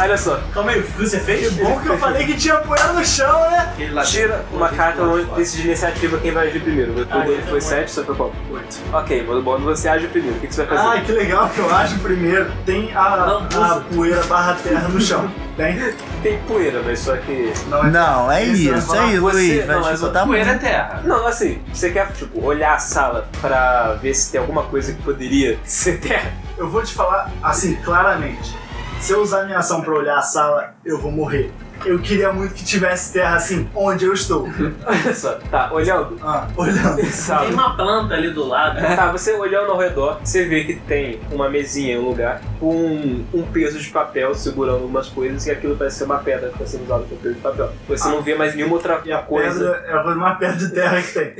Olha só,
Calma aí, você fez?
Bom que eu falei que tinha apoiado no chão, né?
Ele lá
Tira uma carta onde decide iniciativa quem vai agir primeiro. O
Ah,
dele
então
foi
é.
7, só foi qual? 8. Ok, mas o bônus você age primeiro. O que que você vai fazer?
Ah, que legal que eu acho primeiro. Tem a, a poeira barra terra no chão. Tem?
Tem poeira, mas só que.
Não, é isso,
Isso, vai
é isso,
falar você,
Luiz.
não,
Vai
mas
disputar
Poeira
muito.
é terra.
Não, assim, você quer, tipo, olhar a sala pra ver se tem alguma coisa que poderia ser terra?
Eu vou te falar assim, claramente. Se eu usar minha ação pra olhar a sala, eu vou morrer. Eu queria muito que tivesse terra assim, onde eu estou.
Olha só, tá, olhando.
Ah, olhando.
Tem
Sabe?
uma planta ali do lado.
Tá, você olhando ao redor, você vê que tem uma mesinha em um lugar, com um peso de papel segurando algumas coisas, e aquilo parece ser uma pedra que está sendo usada como peso de papel. Você não vê mais nenhuma outra
E a
coisa. É
pedra é a mais perto de terra que tem.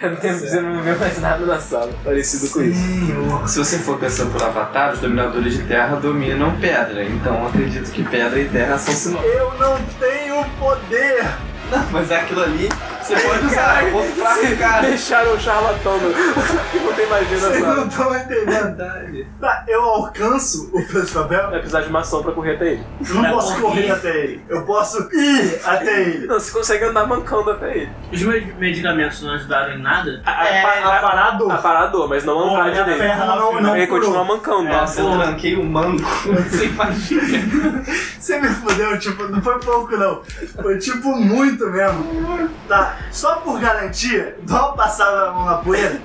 você não vê mais nada na sala parecido com isso.
Senhor.
Se você for pensando por avatar, os dominadores de terra dominam pedra. Então acredito que pedra e terra são sinônimos.
Eu não tenho poder!
Mas é aquilo ali, você pode usar. é Ponto fraco, cara.
Deixaram o charlatão, meu. que não tem magia na
Vocês não
sala.
estão entendendo.
Verdade.
Tá, eu alcanço o peso de papel?
Vai precisar de uma ação pra correr até ele.
Eu não
Pra
posso correr
correr.
até ele. Eu posso ir até ele.
Não, você consegue andar mancando até ele.
Os meus medicamentos não ajudaram em nada.
A, a, a, É, a,
Aparado.
aparador, mas não
Pô,
a
minha
vontade dele.
perna não, não
Ele continua
curou.
mancando.
Nossa, eu tranquei um o manco. Você imagina.
Você me fudeu, tipo, não foi pouco não. Foi tipo muito mesmo. Tá, só por garantia, dá uma passada na mão na poeira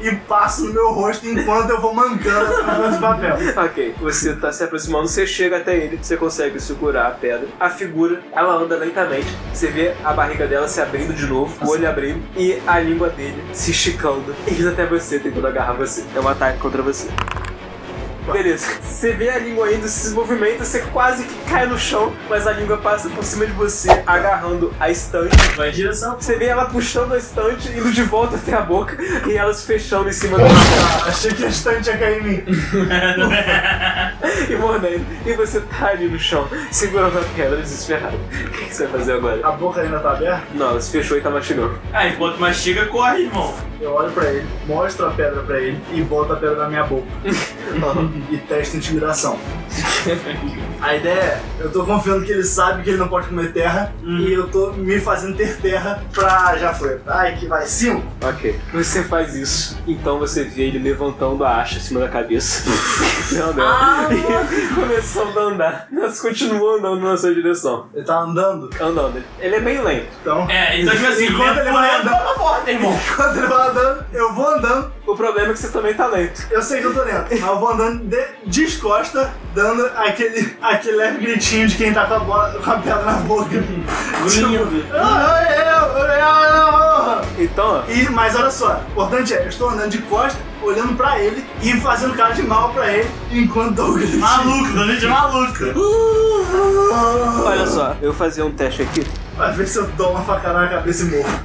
e passo no meu rosto enquanto eu vou mancando esse papel.
Ok, você tá se aproximando, você chega até ele, você consegue segurar a pedra. A figura, ela anda lentamente. Você vê a barriga dela se abrindo de novo, o olho abrindo e a língua dele se esticando, indo até você, tentando agarrar você. É um ataque contra você. Beleza, você vê a língua indo, se movimenta, você quase que cai no chão, mas a língua passa por cima de você, agarrando a estante.
Vai em direção.
Você vê ela puxando a estante, indo de volta até a boca e ela se fechando em cima da estante.
Ah, achei que a estante ia cair em mim.
e mordendo. E você tá ali no chão, segurando a pedra desesperado. O que que você vai fazer agora?
A boca ainda tá aberta,
Não, ela se fechou e tá mastigando.
Ah, enquanto mastiga, corre, irmão.
eu olho pra ele, mostro a pedra pra ele e boto a pedra na minha boca. e testo intimidação. A ideia é, eu tô confiando que ele sabe que ele não pode comer terra
Uhum.
e eu tô me fazendo ter terra pra já foi. Ai, que vai cinco.
Ok. Você faz isso. Então você vê ele levantando a hacha acima da cabeça. Não, não. E começando a andar. Mas continua andando na sua direção.
Ele tá andando,
Andando. Ele é meio lento.
então.
É, então, tipo assim,
Enquanto ele vai
levanta
andando-
a porta, irmão.
Enquanto ele vai andando, eu vou andando.
O problema é que você também tá lento.
Eu sei que eu tô lento, mas eu vou andando de descosta, dando aquele, aquele leve gritinho de quem tá com a, bola, com a pedra na boca.
Uhum.
Tipo, "Ah, eu, eu, eu, eu, eu".
Então, ó,
E, mas olha só, o importante é, eu estou andando de costa, olhando pra ele e fazendo cara de mal pra ele enquanto dou o gritinho.
Maluco, dando de maluco.
olha só. Eu vou fazer um teste aqui.
Vai ver se eu dou uma facada na cabeça e morro.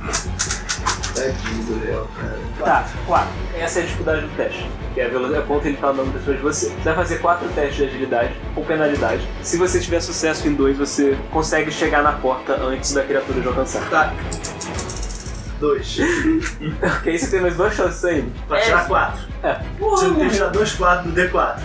Tá, quatro. Essa é a dificuldade do teste. Que é a velocidade, é quanto ele tá andando pessoas de você. Você vai fazer quatro testes de agilidade com penalidade. Se você tiver sucesso em dois, você consegue chegar na porta antes da criatura de alcançar.
Tá. Dois.
Ok, você tem mais duas chances ainda.
Pra tirar quatro.
É.
Você tem que tirar dois quatro do D4.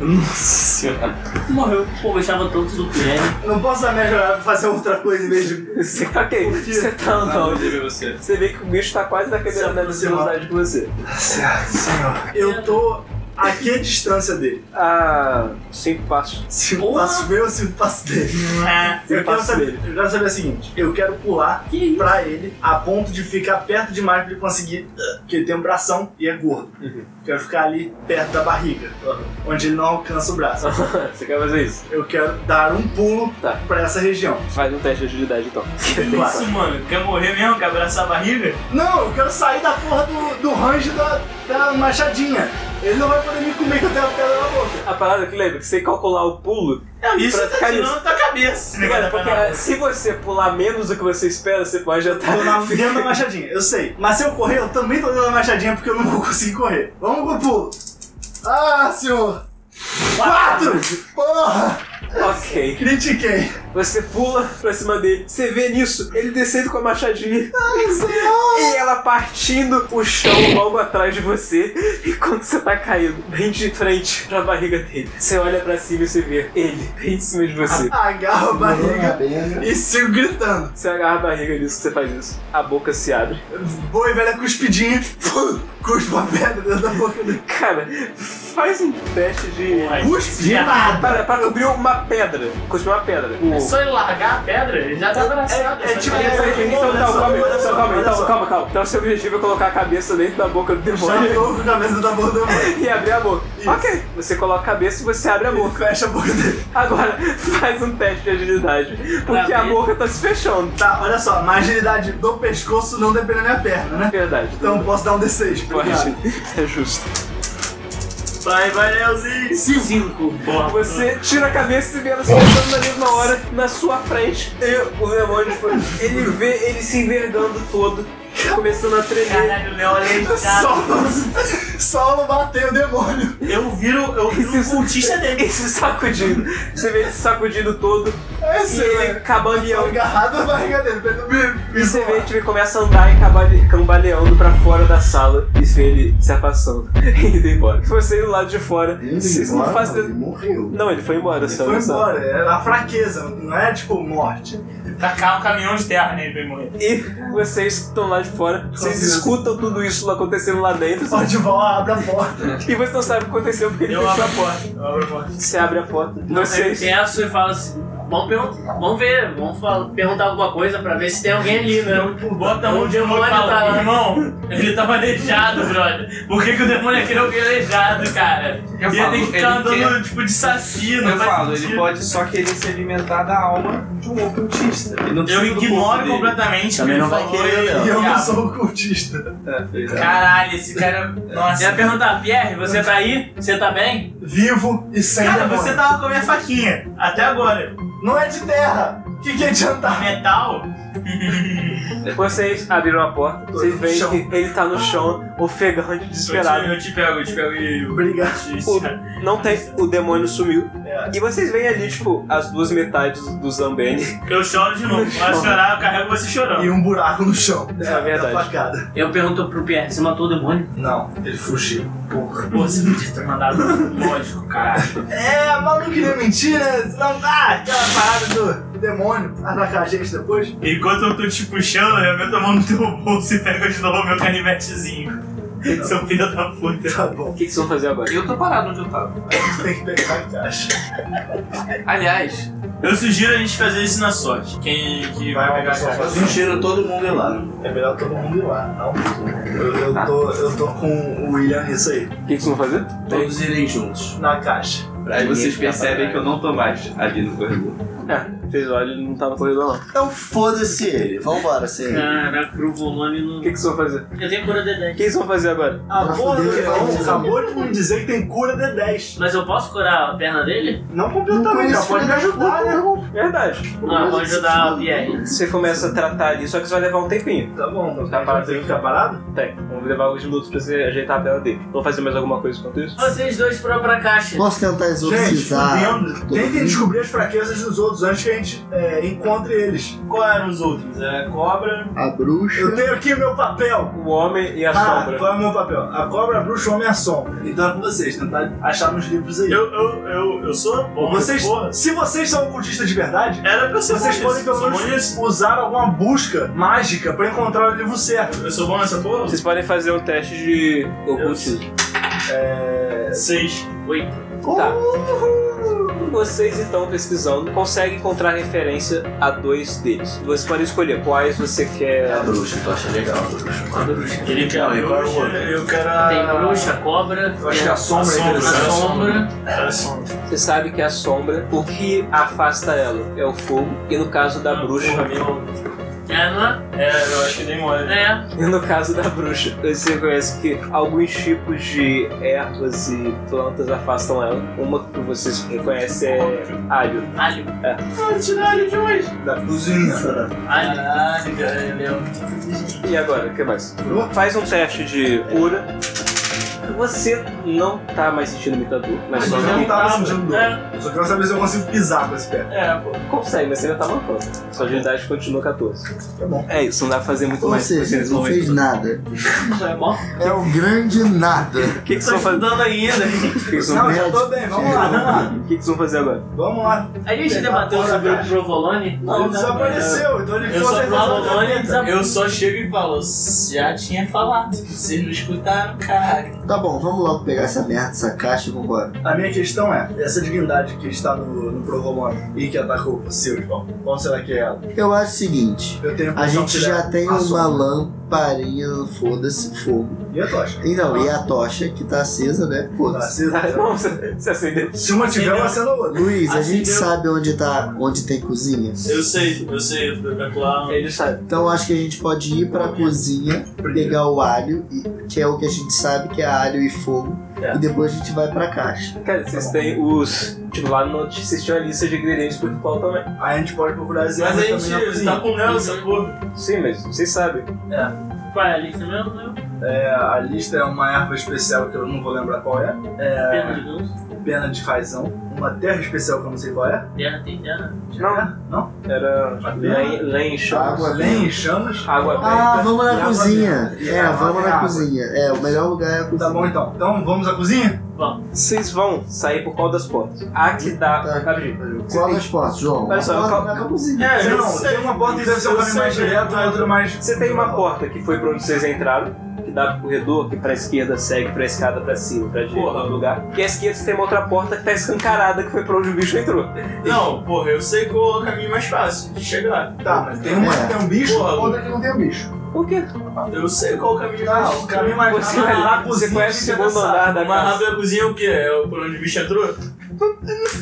Nossa senhora.
né?
Morreu. Pô, eu estava todo do PL.
Eu Não posso dar minha jogada pra fazer outra coisa em vez de.
Você- ok, você tá
Não,
andando.
ver você.
Você vê que o bicho tá quase naquele
Se
mesma
aproximar.
velocidade que você.
Tá Certo, senhor. Eu tô aqui a distância dele.
Ah, cinco passos.
Cinco
Porra!
passos meu, cinco passos dele.
Cinco
Eu quero,
passos
saber,
dele.
eu quero saber o seguinte: eu quero pular
Que isso?
pra ele a ponto de ficar perto demais pra ele conseguir. Porque ele tem um bração e é gordo.
Uhum.
Quero ficar ali perto da barriga, onde ele não alcança o braço.
Ah, você quer fazer isso?
Eu quero dar um pulo
Tá.
pra essa região.
Faz um teste de agilidade então.
Isso, mano. Quer morrer mesmo? Quer abraçar a barriga?
Não, eu quero sair da porra do, do range da, da machadinha. Ele não vai poder me comer que eu tenho a pedra na boca.
A parada que lembra que você calcular o pulo.
Não, isso
Pra
tá
ficar
tirando
nisso.
da tua cabeça. esse negócio
Cara,
da
porque
banana.
ah, se você pular menos do que você espera, você pode já estar.
Tô na, dentro da machadinha, eu sei. Mas se eu correr, eu também tô dentro da machadinha porque eu não vou conseguir correr. Vamos pro pulo. Ah, senhor! Quatro! Porra!
Ok.
Critiquei.
Você pula pra cima dele, você vê nisso, ele descendo com a machadinha e ela partindo o chão logo atrás de você, enquanto você tá caindo, bem de frente pra barriga dele. Você olha pra cima e você vê ele, bem em cima de você.
Agarro a é barriga e sigo gritando.
Você agarra a barriga nisso que você faz isso, a boca se abre.
Boa e velha cuspidinha. Cuspo a pedra dentro da boca dele.
Cara, faz um teste de.
Vai.
Cuspe de nada! tá
Para, para cobrir uma pedra. Cobrir uma pedra. O
É só ele largar a pedra, ele já tá abraçado.
é
só
tipo-
que-
Então, então, calma, aí, então, calma, aí, então, calma, calma. Então, seu objetivo é colocar a cabeça dentro da boca do demônio
Chamou com a cabeça da borda
e abrir a boca. Ok, você coloca a cabeça e você abre a boca.
Fecha a boca dele.
Agora, faz um teste de agilidade, porque a
abrir.
boca tá se fechando.
Tá, olha só, minha agilidade do pescoço não depende da minha perna, né?
Verdade.
Então posso dar um D6, obrigado.
É justo.
Vai, vai, Leozinho.
Cinco.
Você tira a cabeça e vê ela se fechando na mesma hora, na sua frente. E o demônio, tipo, ele vê ele se envergando todo, começando a tremer.
Caralho, o Léo é irritado.
Saulo, Saulo bateu o demônio.
Eu viro, eu viro
Isso-
o cultista dele.
Ele se sacudindo. Você vê ele se sacudindo todo
É
e
isso,
ele
né? Tô
cambaleando.
agarrado na barriga dele, pra ele não me- me
E você
zoar.
vê que ele começa a andar e cambale- cambaleando pra fora da sala e vê ele se afastando e indo embora. Você do lado de fora, vocês não fazem.
morreu.
Não, ele foi embora,
Ele
só.
Foi
só.
embora, era a fraqueza, não é tipo morte.
Tacar um caminhão de terra nele pra ele morrer.
E vocês que estão lá de fora, vocês
Deus.
escutam tudo isso acontecendo lá dentro
Pode voar, abre a porta.
É.
e você não sabe o que aconteceu porque ele
Eu
fechou
abro
a
a
porta.
porta. Eu abro a porta.
Você abre a porta,
Eu
vocês.
penso e falo assim, vamos, pergun- vamos ver, vamos fal- perguntar alguma coisa pra ver se tem alguém ali, né? tá
Bota a mão de irmão e
demônio tá
fala,
lá.
irmão, ele tava aleijado, brother. Por que, que o demônio ia querer alguém aleijado, cara?
Eu
Ia
falo,
ter que ficar
ele
andando,
quer-
tipo, de saci, não
Eu
faz
falo, ele
sentido.
pode só querer se alimentar da alma de um ocultista. Ele não
Eu
precisa do corpo
ignoro
dele.
completamente
Também
o que
não
ele
vai
falou
querer,
e-
E eu
e
não
abro.
sou ocultista.
É, pois é.
Caralho, esse cara. Eu ia
Nossa.
perguntar, Pierre, você tá aí? Você tá bem?
Vivo e sem
Cara,
demônio.
tá-
você tava com a minha faquinha. Até agora.
Não é de terra. O que, é que adianta?
Metal?
Vocês abriram a porta, vocês
no
veem
chão.
que ele tá no chão, ofegante,
Eu
desesperado.
te, eu te pego, eu te pego e.
Obrigado.
Justiça.
Não tem, o demônio sumiu.
É.
E vocês veem ali, tipo, as duas metades do Zambene.
Eu choro de novo. Posso chorar, eu carrego você chorando.
E um buraco no chão.
É verdade.
Da facada.
Eu pergunto pro Pierre, você matou o demônio?
Não, ele fugiu. Porra.
Pô, você podia ter mandado um lógico, caralho.
É, maluco queria mentir, né? Senão, ah, aquela parada do demônio atacar a gente depois.
Enquanto eu tô te puxando, eu meto a mão no teu bolso e pego de novo meu canivetezinho. Seu filho da puta.
Tá bom,
O que que vocês vão fazer agora?
Eu tô parado onde eu tava.
tem que pegar a caixa.
Aliás,
Eu sugiro a gente fazer isso na sorte. Quem que vai,
Vai,
pegar a
pessoal,
caixa?
faz um
Sugiro todo mundo ir lá.
É melhor todo mundo ir lá, não? Eu, eu tô, eu tô com o William nisso aí,
O que que vocês vão fazer?
Todos irem juntos.
na caixa.
aí vocês percebem que eu não tô mais ali no corredor.
É, vocês olham, ele não tá no corredor não.
Então foda-se ele. Vambora, sem
É.
ele.
Caraca, pro Volone
O
não.
que que vocês vão fazer?
Eu tenho cura de
O que
10.
vocês vão fazer agora?
A
Já
porra do
fudeu, já
Leão
fudeu.
né? acabou de me dizer que tem cura de 10.
Mas eu posso curar a perna dele?
Não completamente, já pode me ajudar, né?
Verdade.
Ah, vou ajudar o Pierre.
Você começa a tratar ali, só que isso vai levar um tempinho.
Tá bom, mas
Tá parado.
tem que ficar parado?
Tem. Vamos levar alguns minutos pra você ajeitar a tela dele. Vamos fazer mais alguma coisa enquanto isso?
Vocês dois foram pra caixa.
Posso tentar
Gente,
exorcizar?
fudendo. Tentem descobrir as fraquezas dos outros antes que a gente é, encontre eles.
Qual eram os outros? É cobra.
A bruxa.
Eu tenho aqui o meu papel.
O homem e a
Ah,
sombra.
qual é o meu papel? A cobra, a bruxa, o homem e a sombra. Então é com vocês, tentar achar nos livros aí.
Eu, eu, eu, eu sou. Porra,
vocês,
Porra.
se vocês são ocultistas de verdade,
Era pra eu ser
Vocês
bom
podem
nisso.
pelo
Sou bom
menos
nisso.
usar alguma busca mágica pra encontrar o livro certo.
Eu sou bom nessa porra?
Vocês podem fazer um teste de ocultismo.
Seis.
Tá. Vocês estão pesquisando, conseguem encontrar referência a dois deles. Você pode escolher quais você
É a
quer.
bruxa, tu acha legal a bruxa.
Ele quer
Não, e qual é o
bruxa,
outro?
Eu quero a.
Tem bruxa, cobra,
Eu acho que a sombra,
sombra,
é
a
a
interessante.
sombra.
Era sombra.
Você sabe que é a sombra, o que afasta ela é o fogo, e no caso da bruxa,
Porra, meu.
É, não é?
É, eu acho que dei mole.
É.
E no caso da bruxa, você conhece que alguns tipos de ervas e plantas afastam ela. Uma que você reconhece é alho.
Alho.
Da cozinha.
Alho. é,
Caralho, cara, entendeu?
E agora, o que mais? Faz um teste de cura. Você não tá mais sentindo muita dor, mas só
Eu
tá
já não
que
tava sentindo dor.
É,
Eu só quero saber se eu consigo pisar com esse pé.
é, pô.
consegue, mas você ainda tá mancando. Sua agilidade continua 14.
Tá bom.
É isso, não dá pra fazer muito
Ou
mais. assim,
seja,
vocês
ele não fez
vão-
nada.
É bom.
É o grande nada.
O que que vocês vão fazer?
Dando ainda.
O que que vocês vão-
um
Não, já tô bem. Vamos lá, vamos lá.
o que que vocês vão fazer agora?
Vamos lá.
A gente debateu sobre o Provolone.
Ele desapareceu, então ele
Eu só falo
outra
Lônia,
planeta.
eu só chego e falo, já tinha falado, vocês não escutaram, caralho.
Tá
bom, vamos logo pegar essa merda, essa caixa e vambora.
A minha questão é, essa divindade que está no, no Provolone e que atacou você, João, qual será que é ela?
Eu acho o seguinte.
Eu tenho
A
impressão
gente
que ela é
já tem
a
uma
sombra.
lamparinha, foda-se, fogo.
E a tocha?
Então, e a tocha que tá acesa, né?
Tá
Foda-se.
acesa?
Não, se se acender.
Se uma tiver, uma acenda a outra.
Luiz, a
Acendeu.
gente sabe onde tá, onde tem cozinha.
Eu sei, eu sei, eu calcular.
Ele sabe.
Então acho que a gente pode ir pra cozinha, pegar o alho, e- que é o que a gente sabe que é alho e fogo,
É.
e depois a gente vai pra caixa.
Cara, vocês têm os. Tipo, lá no notícia vocês tinham a lista de ingredientes pro ritual também.
Aí a gente pode procurar as ervas
Mas a
também na
gente
cozinha.
tá com mel essa porra.
Sim, mas vocês sabem.
Qual é a lista mesmo? né?
É, a lista é uma erva especial que eu não vou lembrar qual é.
Pena de ganso.
Pena de fazão. Uma terra especial que eu não sei qual é.
Terra tem terra.
Não,
É? Não?
era. Lem, lem chamas.
Água, lenha e chamas.
Água bem.
Ah, vamos
E
na
água
cozinha.
dentro. E
É,
água
vamos
e
na
água.
cozinha. É, o melhor lugar é a
Tá bom
cozinha.
então. Então vamos à cozinha?
Vocês vão sair por qual das portas? A que dá.
Tá.
Abrir.
Qual das portas, João?
Olha só,
Uma porta
eu cal-
vai pra cozinha.
É,
Sei
eu
não,
sei.
tem uma porta que deve ser o
Eu
caminho mais
sei,
direto e
mas-
outra mais.
é tá. Você tem uma porta que foi pra onde vocês entraram, que dá pro corredor, que pra esquerda segue pra escada pra cima, pra direita,
Porra.
no lugar. E à esquerda você tem uma outra porta que tá escancarada, que foi pra onde o bicho entrou.
Não, porra, eu sei qual é o caminho mais fácil de chegar.
Tá, mas tem uma
É.
que tem um bicho
Porra,
e outra que não tem um bicho.
Por quê?
Eu sei qual é o caminho mais
Não,
fácil.
Ah, o caminho mais
Você,
rápido é lá a
você
cozinha
conhece o
de
segundo
engraçado.
andar da
Mas
casa.
rápido a cozinha é o quê? É o por onde o bicho entrou?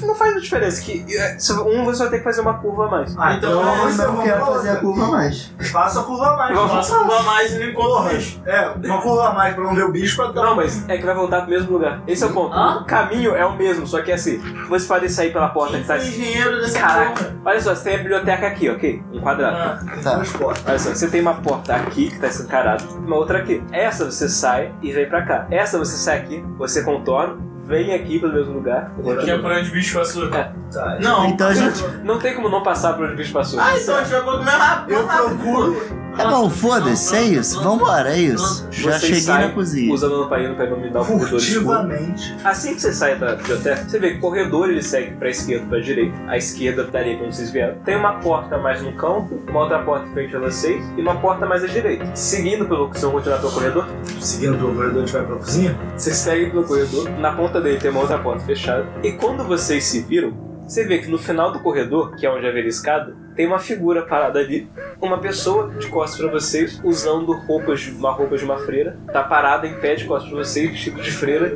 Não faz diferença, que é, só- um você vai ter que fazer uma curva a mais.
Ah, então
Então
é
eu
isso, eu
não
vou
quero
pra
fazer a
outra.
curva mais.
Faça a curva a mais.
Eu
Faça-
faço uma mais e não encontro o
Porra.
bicho.
É, uma curva a mais pra não ver o bicho pra dar
Não, mas é que vai voltar pro mesmo lugar. Esse é o ponto.
Hã?
O caminho é o mesmo, só que é assim, você pode sair pela porta que tá.
Foi engenheiro dessa
Caraca.
porra.
Olha só, você tem a biblioteca aqui, ok? Um quadrado.
Ah,
Tá.
duas portas.
Olha só, você tem uma porta aqui que tá escancarada, uma outra aqui. Essa você sai e vem pra cá. Essa você sai aqui, você contorna, vem aqui pro mesmo lugar.
que é
continua.
por onde o bicho passou.
É.
Tá,
Não.
Então a gente.
Não tem como não passar por onde o bicho passou.
Ah, então a gente vai pôr mais rápido.
Eu
mais rápido.
procuro.
É bom, foda-se, é isso. Vambora, é isso. Já
Vocês
cheguei
saem
na cozinha.
Usando a lamparina pra iluminar o corredor escuro.
Furtivamente.
Assim que você sai da biblioteca, você vê que o corredor ele segue pra esquerda e pra direita. A esquerda daria pra onde vocês vieram. Tem uma porta mais no campo, uma outra porta em frente a vocês e uma porta mais à direita. Seguindo pelo que vão continuar pelo corredor,
Seguindo pelo corredor, a gente vai pra cozinha?
Vocês seguem pelo corredor, na ponta dele tem uma outra porta fechada, e quando vocês se viram, você vê que no final do corredor, que é onde haveria escada, tem uma figura parada ali, uma pessoa de costas pra vocês, usando roupas, de- uma roupa de uma freira, tá parada em pé de costas pra vocês, vestido de freira,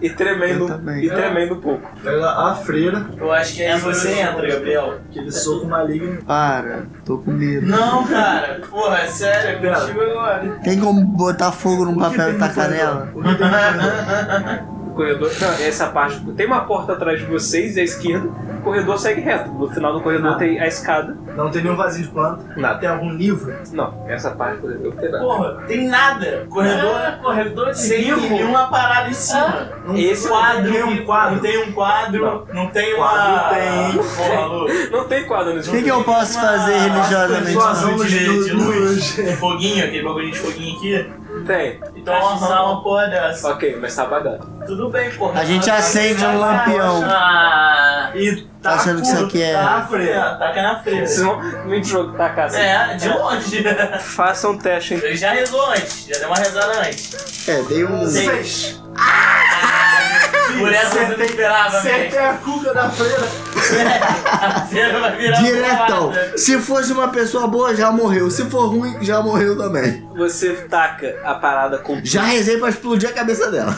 e
Eu
tremendo,
também.
e tremendo um pouco.
Pega a freira,
Eu acho que é você entra, Gabriel.
aquele soco maligno.
Para, tô com medo.
Não, cara. Porra, é sério,
Pera.
contigo agora.
Tem como botar fogo num
O que
papel
tem
e
no
tacar
corredor?
nela?
O que tem no corredor?
O corredor, não,
Ah.
essa parte, tem uma porta atrás de vocês, à esquerda, o corredor segue reto, no final do corredor
Ah.
tem a escada.
Não tem nenhum vazio de planta.
Nada.
Tem algum livro?
Não, essa parte do corredor não tem nada.
Porra, tem nada. Corredor
Ah, corredor de
sem
bico.
nenhuma parada em cima.
Não
um
Esse-
tem
quadro,
nenhum quadro.
Não tem um quadro, não, tem uma.
Quadro tem.
Porra, Lu.
Não tem quadro nesse
O que, que eu posso fazer religiosamente?
Persuasão
Luz,
de,
luz,
de luz,
luz.
de foguinho, aquele bagulho de foguinho aqui.
Tem,
Então arranjar uma porra dessa.
ok, mas tá apagado.
Tudo bem, porra.
A gente
Taca
acende
na
um
cara,
lampião.
Ah,
E
Tá
taca
achando que isso aqui é.
na freira. Taca na freira.
Vocês vão me jogar casa.
É, de longe.
Façam um teste, hein?
Ele já rezou antes, já deu uma rezada antes.
É, dei um.
Seis.
Por essa eu não esperava, velho.
Acertei a cuca da freira.
A freira vai virar
Diretão.
porrada.
Se fosse uma pessoa boa, já morreu. Se for ruim, já morreu também.
Você taca a parada com,
Já rezei pra explodir a cabeça dela.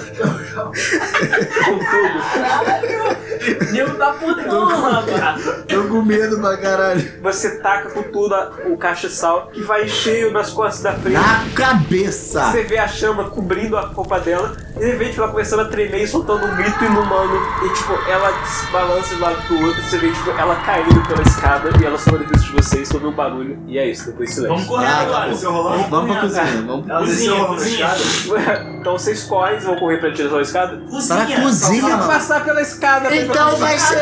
com tudo.
nego tá putão, rapaz.
Tô com medo pra caralho.
Você taca com tudo a- o cachaçal que vai cheio nas costas da frente.
Na cabeça!
Você vê a chama cobrindo a roupa dela e de repente ela começando a tremer e soltando um grito inumano. E tipo, ela se balança de um lado pro outro. Você vê, tipo, ela caindo pela escada e ela sobe depois de vocês, sobe um barulho. E é isso, depois
Vamos
silêncio.
correr
Ah,
agora.
Seu rolão.
Vamos pra cozinha, vamos pra
Ela desceu
Cozinha,
a
cozinha.
escada.
então vocês correm, vocês vão correr pra direção da escada?
pra cozinha,
Tem que
mano.
passar pela escada.
Então
pra-
vai
Ah,
ser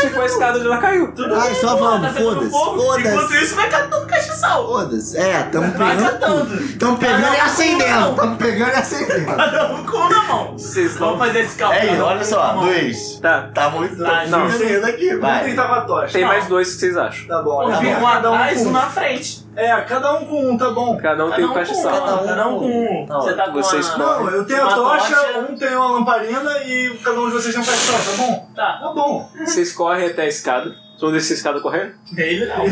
Se foi a escada onde ela caiu.
Tudo
Ai,
bem,
só
porra,
vamos,
tá pegando
foda-se,
fogo.
foda-se.
Enquanto isso, vai catando cachaçal.
Foda-se. É, tamo
Vai
pegando.
catando.
Tamo pegando e
Cada um
acendendo.
não.
Tamo pegando e acendendo.
Cada um com uma na mão.
Vocês
Vamos
não.
fazer esse cálculo.
É isso,
Cada um
olha
com
só,
uma mão.
Luiz.
Tá.
Tá muito
Tá,
não.
Acendendo aqui,
Ih,
Vai.
ontem tava tocha.
Tem mais dois que vocês acham.
Tá bom.
Eu
Tá
vi
bom.
um atrás
com
e um
um.
na frente.
É, cada um com um, tá bom.
Cada um tem um caixa de sal.
cada um
Cada um
com-
com um.
Não,
Você tá com
vocês
a...
Não, eu tenho a
Uma
tocha,
tocha.
um tem uma lamparina e cada um de vocês tem um cachorro, tá bom?
Tá.
Tá bom.
Vocês correm até a escada. Vocês vão descer a escada correndo?
Ele não.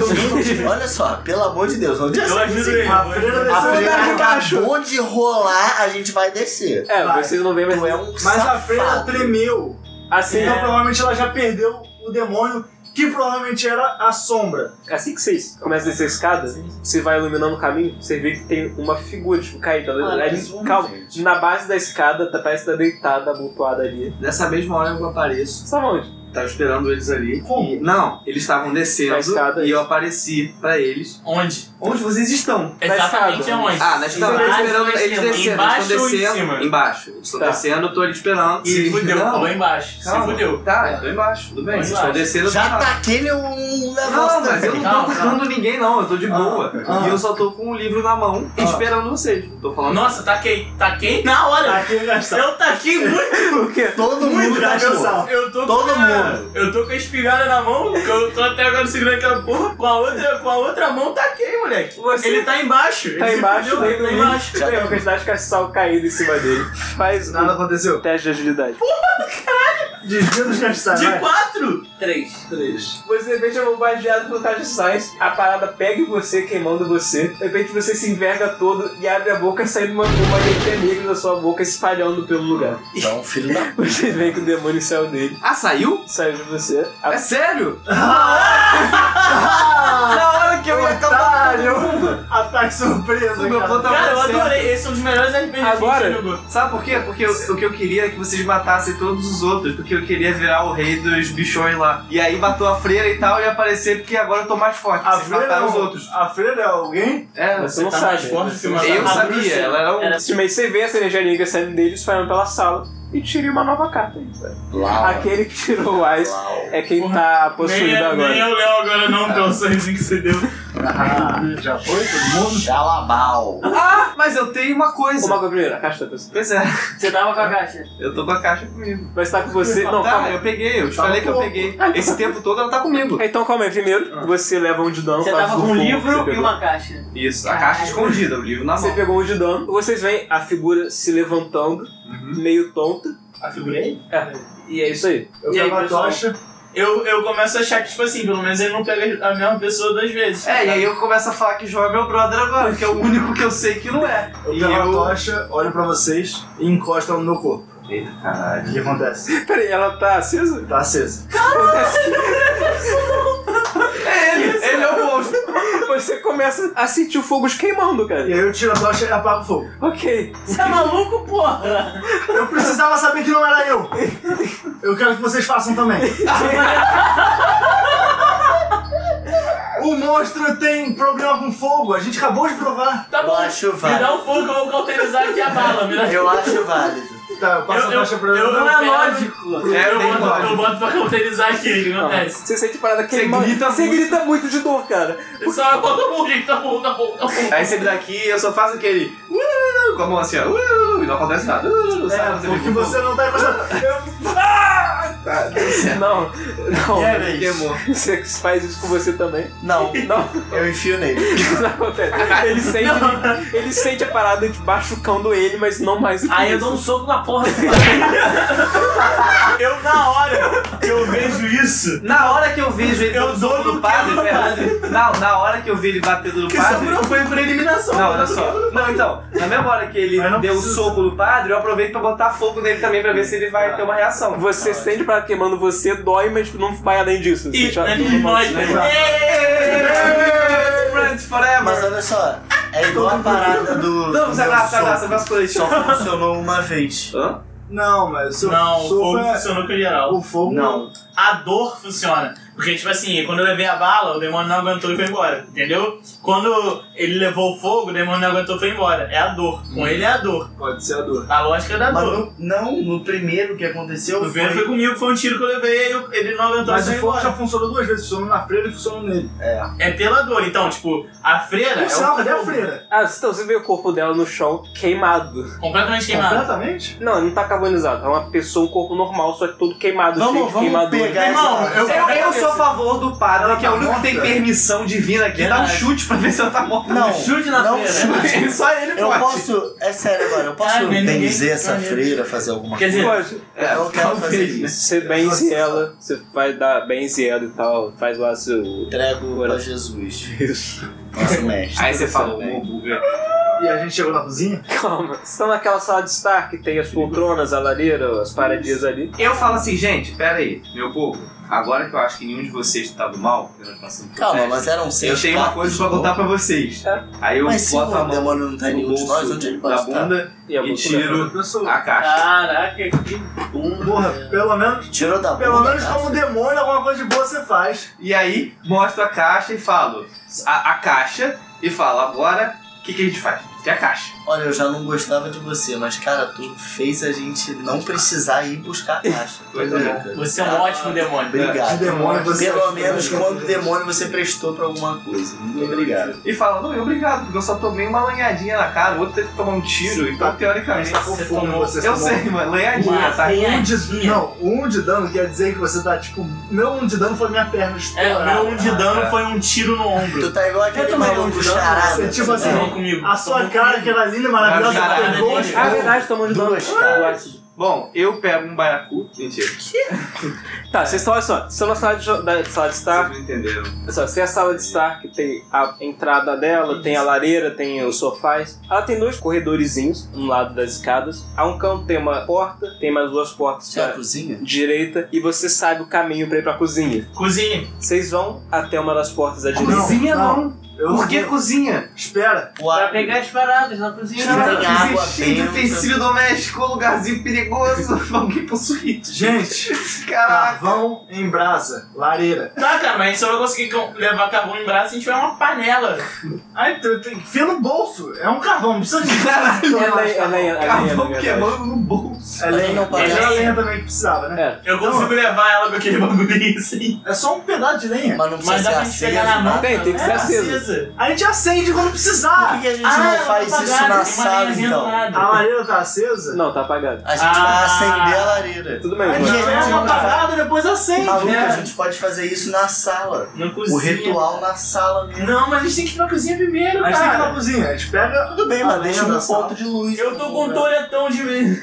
Olha só, pelo amor de Deus, onde
Eu ajudo ele.
A freira
a
desceu
freira
até embaixo.
acabou de rolar, a gente vai descer.
É,
Vai.
vocês não veem mais.
Tu é um
Mas a
safado.
freira tremeu.
Assim,
Então provavelmente ela já perdeu o demônio, que provavelmente era a sombra.
assim que vocês começam a descer a escada, você vai iluminando o caminho, você vê que tem uma figura, tipo, caída.
Ah,
ali,
mas vamos,
calma.
gente.
Na base da escada, tá, parece que tá deitada, abotoada ali.
Nessa mesma hora eu apareço.
Você tava onde?
Tava esperando eles ali.
Como?
E- não, eles estavam descendo
Na escada.
e eu apareci pra eles.
Onde?
Onde vocês estão?
Exatamente
escada.
aonde?
Ah, na escada. Eu tô
Embaixo
esperando
ou em
eles descendo.
cima?
Eles estão
Embaixo ou em
descendo.
cima?
Embaixo. Eles estão
Tá.
descendo, eu tô ali esperando.
Se fudeu,
Não,
falou embaixo.
calma.
Se fudeu.
Tá, eu tô embaixo, tudo bem.
Vai
Eles
embaixo.
estão descendo, eu tô
Já
embaixo.
tá aquele um
Ah,
Não, mas eu
negócio.
não tô
Calma,
atacando ninguém, não. Eu tô de boa.
ah.
E eu só tô com o livro na mão, esperando vocês. Não tô falando.
Nossa, tá taquei. Taquei na hora.
Aqui gastar.
Eu taquei muito.
Todo mundo tá
Muito
gastou.
gastar.
Eu tô
Todo
com a, Eu tô com a espingarda na mão, que eu tô até agora segurando aquela porra. Com a outra, com a outra mão taquei, moleque.
Você
Ele tá embaixo.
tá
ele se
embaixo,
fudeu,
dentro
tá
do
embaixo.
lixo. Tem uma quantidade de caixa de sal caído em cima dele. Faz
Nada
um
aconteceu.
teste de agilidade.
Desvia dos gastar,
De
vai.
quatro?
Três.
Três.
Você de repente é bombardeado pelo caixa de sais, a parada pega em você, queimando você. De repente você se enverga todo e abre a boca, saindo uma, uma energia negra da sua boca, espalhando pelo lugar.
Então, filho da
Você vê que o demônio saiu dele,
Ah, saiu?
saiu de você.
É
A-
sério?
Ah,
hora que eu ia
otário! Ataque surpresa,
O meu plano tava
cara.
Cara, eu
certo.
adorei. Esse é um dos melhores RPGs que a
Agora-
gente jogou.
Sabe por quê? Porque eu- o que eu queria é que vocês matassem todos os outros, porque eu queria virar o rei dos bichões lá. E aí matou a freira e tal, e aparecer porque agora eu tô mais forte.
A
Vocês
freira, é
mataram os
um-
outros.
a freira é alguém?
É,
Você não
Tá mais
sabe.
forte que uma
eu
a
sabia,
bruxa.
ela era um.
Era-
Mas você vê essa energia negra saindo dele, espalhando pela sala. E tire uma nova carta aí, velho. Aquele que tirou o Ice é quem tá
Nem,
possuído
nem
agora.
eu leu agora não, pelo sorrisinho que você deu.
já foi todo mundo?
Jalabal.
Ah, mas eu tenho uma coisa.
Uma coisa primeiro, a caixa da pessoa.
Pois é,
Você tava com a caixa.
eu tô com a caixa comigo.
Mas tá com você. Não,
tá,
calma.
eu peguei, eu te
Tá
falei
um
que eu
pouco.
peguei. Esse tempo todo ela tá comigo.
Então calma aí, primeiro você leva um de dano.
Você
faz
tava com um
fogo que você
livro e
pegou.
uma caixa.
Isso, a caixa escondida, o livro na
Você
mão.
pegou um de dano, Uhum. vocês veem a figura se levantando, meio tonta,
A figura é ele?
e é isso aí.
Eu
E aí,
pego a
pessoal?
tocha.
Eu, eu começo a achar que, tipo assim, pelo menos ele não pega a mesma pessoa duas vezes.
É, e aí eu começo a falar que João é meu brother agora, que é o único que eu sei que não é.
Eu
E
pego a
eu-
tocha, olho pra vocês e encosto no meu corpo.
Eita,
O
caralho.
que que acontece?
Peraí, ela tá acesa?
Tá acesa.
É ele, ele é o monstro.
Você começa a sentir o fogo te queimando,
E
cara.
aí eu tiro a tocha e apago o fogo.
Ok.
Você é maluco, porra?
Eu precisava saber que não era eu. Eu quero que vocês façam também. O monstro tem problema com fogo, a gente acabou de provar.
Tá
Eu
bom,
acho
me
válido.
dá um fogo que eu vou cauterizar aqui a bala. Me dá... um
Eu acho válido.
Tá, eu passo
Eu- eu-
a tocha pra ele.
eu-
Não
eu-
é
eu-
lógico.
É,
eu,
tem
boto,
lógica.
eu boto pra cauterizar aqui, o que acontece?
É, Você sente parada queimando.
grita
Você
muito.
grita muito de dor, cara.
Só eu boto a mão, gente, tá bom, tá bom, tá bom.
Aí você me dá aqui eu só faço aquele. "Uh", Com a mão assim, ó. "Uh", E não acontece nada. "Uh",
É,
sabe?
porque você não tá encostando. Eu-
É.
Não, não.
É, velho.
Tá, Queimou.
Você faz isso com você também.
Não,
Não,
eu enfio nele.
isso não acontece. Ele sente, ele sente a parada de machucando ele, mas não mais do que
Aí eu
isso.
dou um soco na porra.
Eu, na hora que eu vejo isso,
Na hora que eu vejo ele
Eu
dando
dou
soco
no
no padre,
quebra,
né? Não, na hora que eu vi ele batendo no
que
padre.
sobrou foi por eliminação.
Não, olha só. Não, então, na mesma hora que ele
Mas não
deu o
precisa.
soco no padre, eu aproveito pra botar fogo nele também pra ver se ele vai ter uma reação.
Você sente a parada queimando você, dói, mas tipo, não vai além disso. Você
E
já-
ele nós,
Hey, Friends
Mas
forever!
olha só, é igual a
tá-
parada do.
Não, se
do
abraça, se abraça,
soco.
abraça com leite.
Só funcionou uma vez.
Hã?
Não, mas o seu
Não, o
soco
fogo
é...
funcionou com o geral.
O fogo
Não.
A dor funciona. Porque, tipo assim, quando eu levei a bala, o demônio não aguentou e foi embora, entendeu? Quando ele levou o fogo, o demônio não aguentou e foi embora. É a dor. Com ele é a dor.
pode ser a dor.
A lógica é da
Mas
dor.
no- não, no primeiro que aconteceu.
O vento foi comigo, foi um tiro que eu levei, aí eu- ele não aguentou e
Mas um
foi
o fogo
embora.
já funcionou duas vezes, funcionou na freira e funcionou nele.
É pela dor. Então, tipo, a freira.
O sinal, cadê
é
a
o fogo.
né, freira?
Ah, então você vê o corpo dela no chão queimado.
Completamente queimada.
Completamente?
Não, não tá carbonizado. É uma pessoa, um corpo normal, só que todo queimado, cheio
Vamos,
de
vamos
queimadura.
pegar
Irmão,
essa.
eu-
Eu, eu sou a favor do padre, que é o único que tem permissão de vir aqui dar um
Verdade.
chute pra ver se ela tá morta.
Não,
Chute na
não
feira.
chute.
Só ele
Eu
pode.
posso. É sério agora, eu posso
Ai, mas ninguém-
benzer essa
ninguém-
freira, fazer alguma
Quer
coisa?
dizer,
Pode.
É,
eu quero
talvez,
fazer isso.
Você benze ela, você vai dar benze ela e tal, faz lá seu.
Entrego
Bora.
pra Jesus. Nosso mestre.
Aí você fala,
Tudo bem.
E a gente chegou na cozinha?
Calma. Vocês estão naquela sala de estar que tem as poltronas, a lareira, as paradias ali.
Eu falo assim, gente, pera aí, meu povo. Agora que eu acho que nenhum de vocês tá do mal, pela passando por
Calma,
teste,
mas eram seis.
É, eu tenho uma
quatro
coisa
de
pra
novo.
contar pra vocês.
É.
Aí eu
Tá. Mas se
boto a
o
mão
demônio não tá em
no
nenhum de nós,
bolso
onde ele pode
da
estar? Ah.
bunda
E a
e
bolsa-
tiro
Pessoa.
a caixa.
Caraca, que bunda.
Porra, pelo menos,
Tirou da bunda.
pelo menos
cara.
como demônio, alguma coisa de boa você faz.
E aí mostro a caixa e falo, a, a caixa, e falo, agora, o que, que a gente faz? Tem a caixa.
Olha, eu já não gostava de você, mas cara, tu fez a gente não precisar ir buscar a caixa.
Pois é.
Cara,
Você é um ótimo demônio.
De
Obrigado.
demônio você
Ah,
um
Pelo menos quando demônio você prestou pra alguma coisa. Muito obrigado.
E fala, não, obrigado, porque eu só tomei uma lanhadinha na cara, o outro teve que tomar um tiro, então teoricamente.
Tá com
Você
fome,
tomou-
você
Eu
tomou.
sei, mano, lanhadinha,
Uma
tá?
Um de,
Tadinha.
não, um de dano quer dizer que você tá tipo. Meu um de dano foi minha perna
É, o
estourada.
meu um de dano foi um tiro no ombro.
Tu tá igual
Eu
aquele
também não
maluco
te dou,
charada.
você, tipo
tá
assim,
ligado?
Tomou comigo.
A sua cara, que era linda e maravilhosa,
Caralho,
pegou
né?
os
Ah, é verdade, tomou de dano.
Duas, cara.
Bom, eu pego um baiacu. Mentira,
Tá, vocês estão, olha só, vocês estão na sala de, jo- da sala de
Tá.
estar.
vocês não entenderam.
Olha só, tem a sala de estar que tem a entrada dela, tem a lareira, tem os sofás. Ela tem dois corredorizinhos, um lado das escadas. A um canto tem uma porta, tem mais duas portas
Isso é a
pra
cozinha?
direita e você sabe o caminho pra ir pra cozinha.
Cozinha.
Vocês vão até uma das portas da direita.
Cozinha não.
Eu
Por que cozinha?
Espera,
O
Pra
ar-
pegar as paradas na cozinha.
Não,
Caraca,
tem água
cozinha cheia de
benta.
utensílio doméstico, um lugarzinho perigoso, alguém possuído.
gente,
Caraca.
carvão em brasa, lareira.
Tá, cara, mas a gente só vai conseguir com- levar carvão em braço se a gente tiver uma panela.
Aí tu tem que enfiar no bolso, é um carvão, não precisa de
Caralho,
É lenha, é lenha, é lenha, na
Carvão
verdade.
queimando no bolso.
É lenha,
não
mas
parece.
era lenha também que precisava, né?
É,
Eu consigo levar ela com aquele bagulhinho assim.
É só um pedaço de lenha.
Mas não precisa
Mas
ser
dá pra gente pegar na
aceso,
mão.
não.
Tem, tem que
É,
ser acesa.
A gente acende quando
Por
precisar.
que que a gente
Ah,
não faz
tá
isso
apagado,
na
tem uma
sala,
lenhazinha do
então?
lado.
A lareira tá acesa.
não, tá apagado.
A gente vai
Ah.
acender a lareira.
Tudo bem,
A
mas-
gente
Não,
pega
não.
uma parada, depois acende.
Maluco,
É.
a gente pode fazer isso na sala.
Não cozinha.
O ritual na sala mesmo.
Não, mas a gente tem que ir pra cozinha primeiro,
A gente tem que ir na
cara.
cozinha, a gente pega,
Tudo bem,
Ah,
mas deixa
não, na
um
sala.
ponto de luz.
Eu tô com um toretão de medo.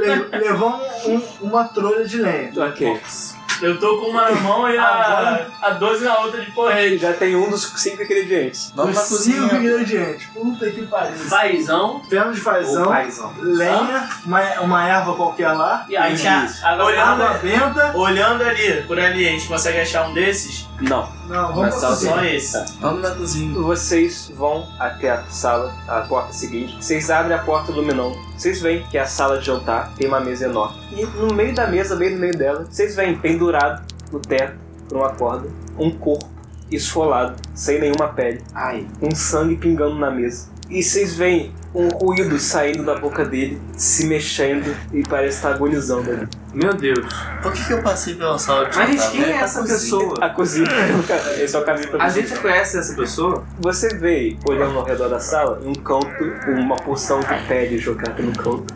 le- levamos um- uma trolha de lenha.
Ok.
Eu tô com uma na mão e a, a 12 na outra de
E
porrete.
Já tem um dos cinco ingredientes.
Vamos na
Os cinco
cozinha.
ingredientes. Puta que pariu.
Paizão.
Pena de fazão,
um.
paizão.
lenha, uma, uma erva qualquer lá,
E aí,
Gente, agora- tá
água benta.
Olhando ali, por ali, a gente consegue achar um desses?
Não.
Não,
Mas
vamos pra
só-
cozinha.
Só esse.
Vamos na cozinha.
Vocês vão até a sala, a porta seguinte. Vocês abrem a porta do Minon. Vocês veem que é a sala de jantar tem uma mesa enorme. E no meio da mesa, meio no meio dela, vocês veem pendurado no teto, por uma corda, um corpo esfolado, sem nenhuma pele.
Ai.
um sangue pingando na mesa. E vocês veem um ruído saindo da boca dele, se mexendo e parece estar agonizando ali.
Meu Deus.
Por que, que eu passei pela sala de
Mas
jantar,
quem
velho?
é
Na
essa
cozinha.
pessoa?
A cozinha, esse é o caminho pra
A
cozinha.
gente conhece essa pessoa?
Você vê, olhando ao redor da sala, um canto, uma porção de pele jogada no canto.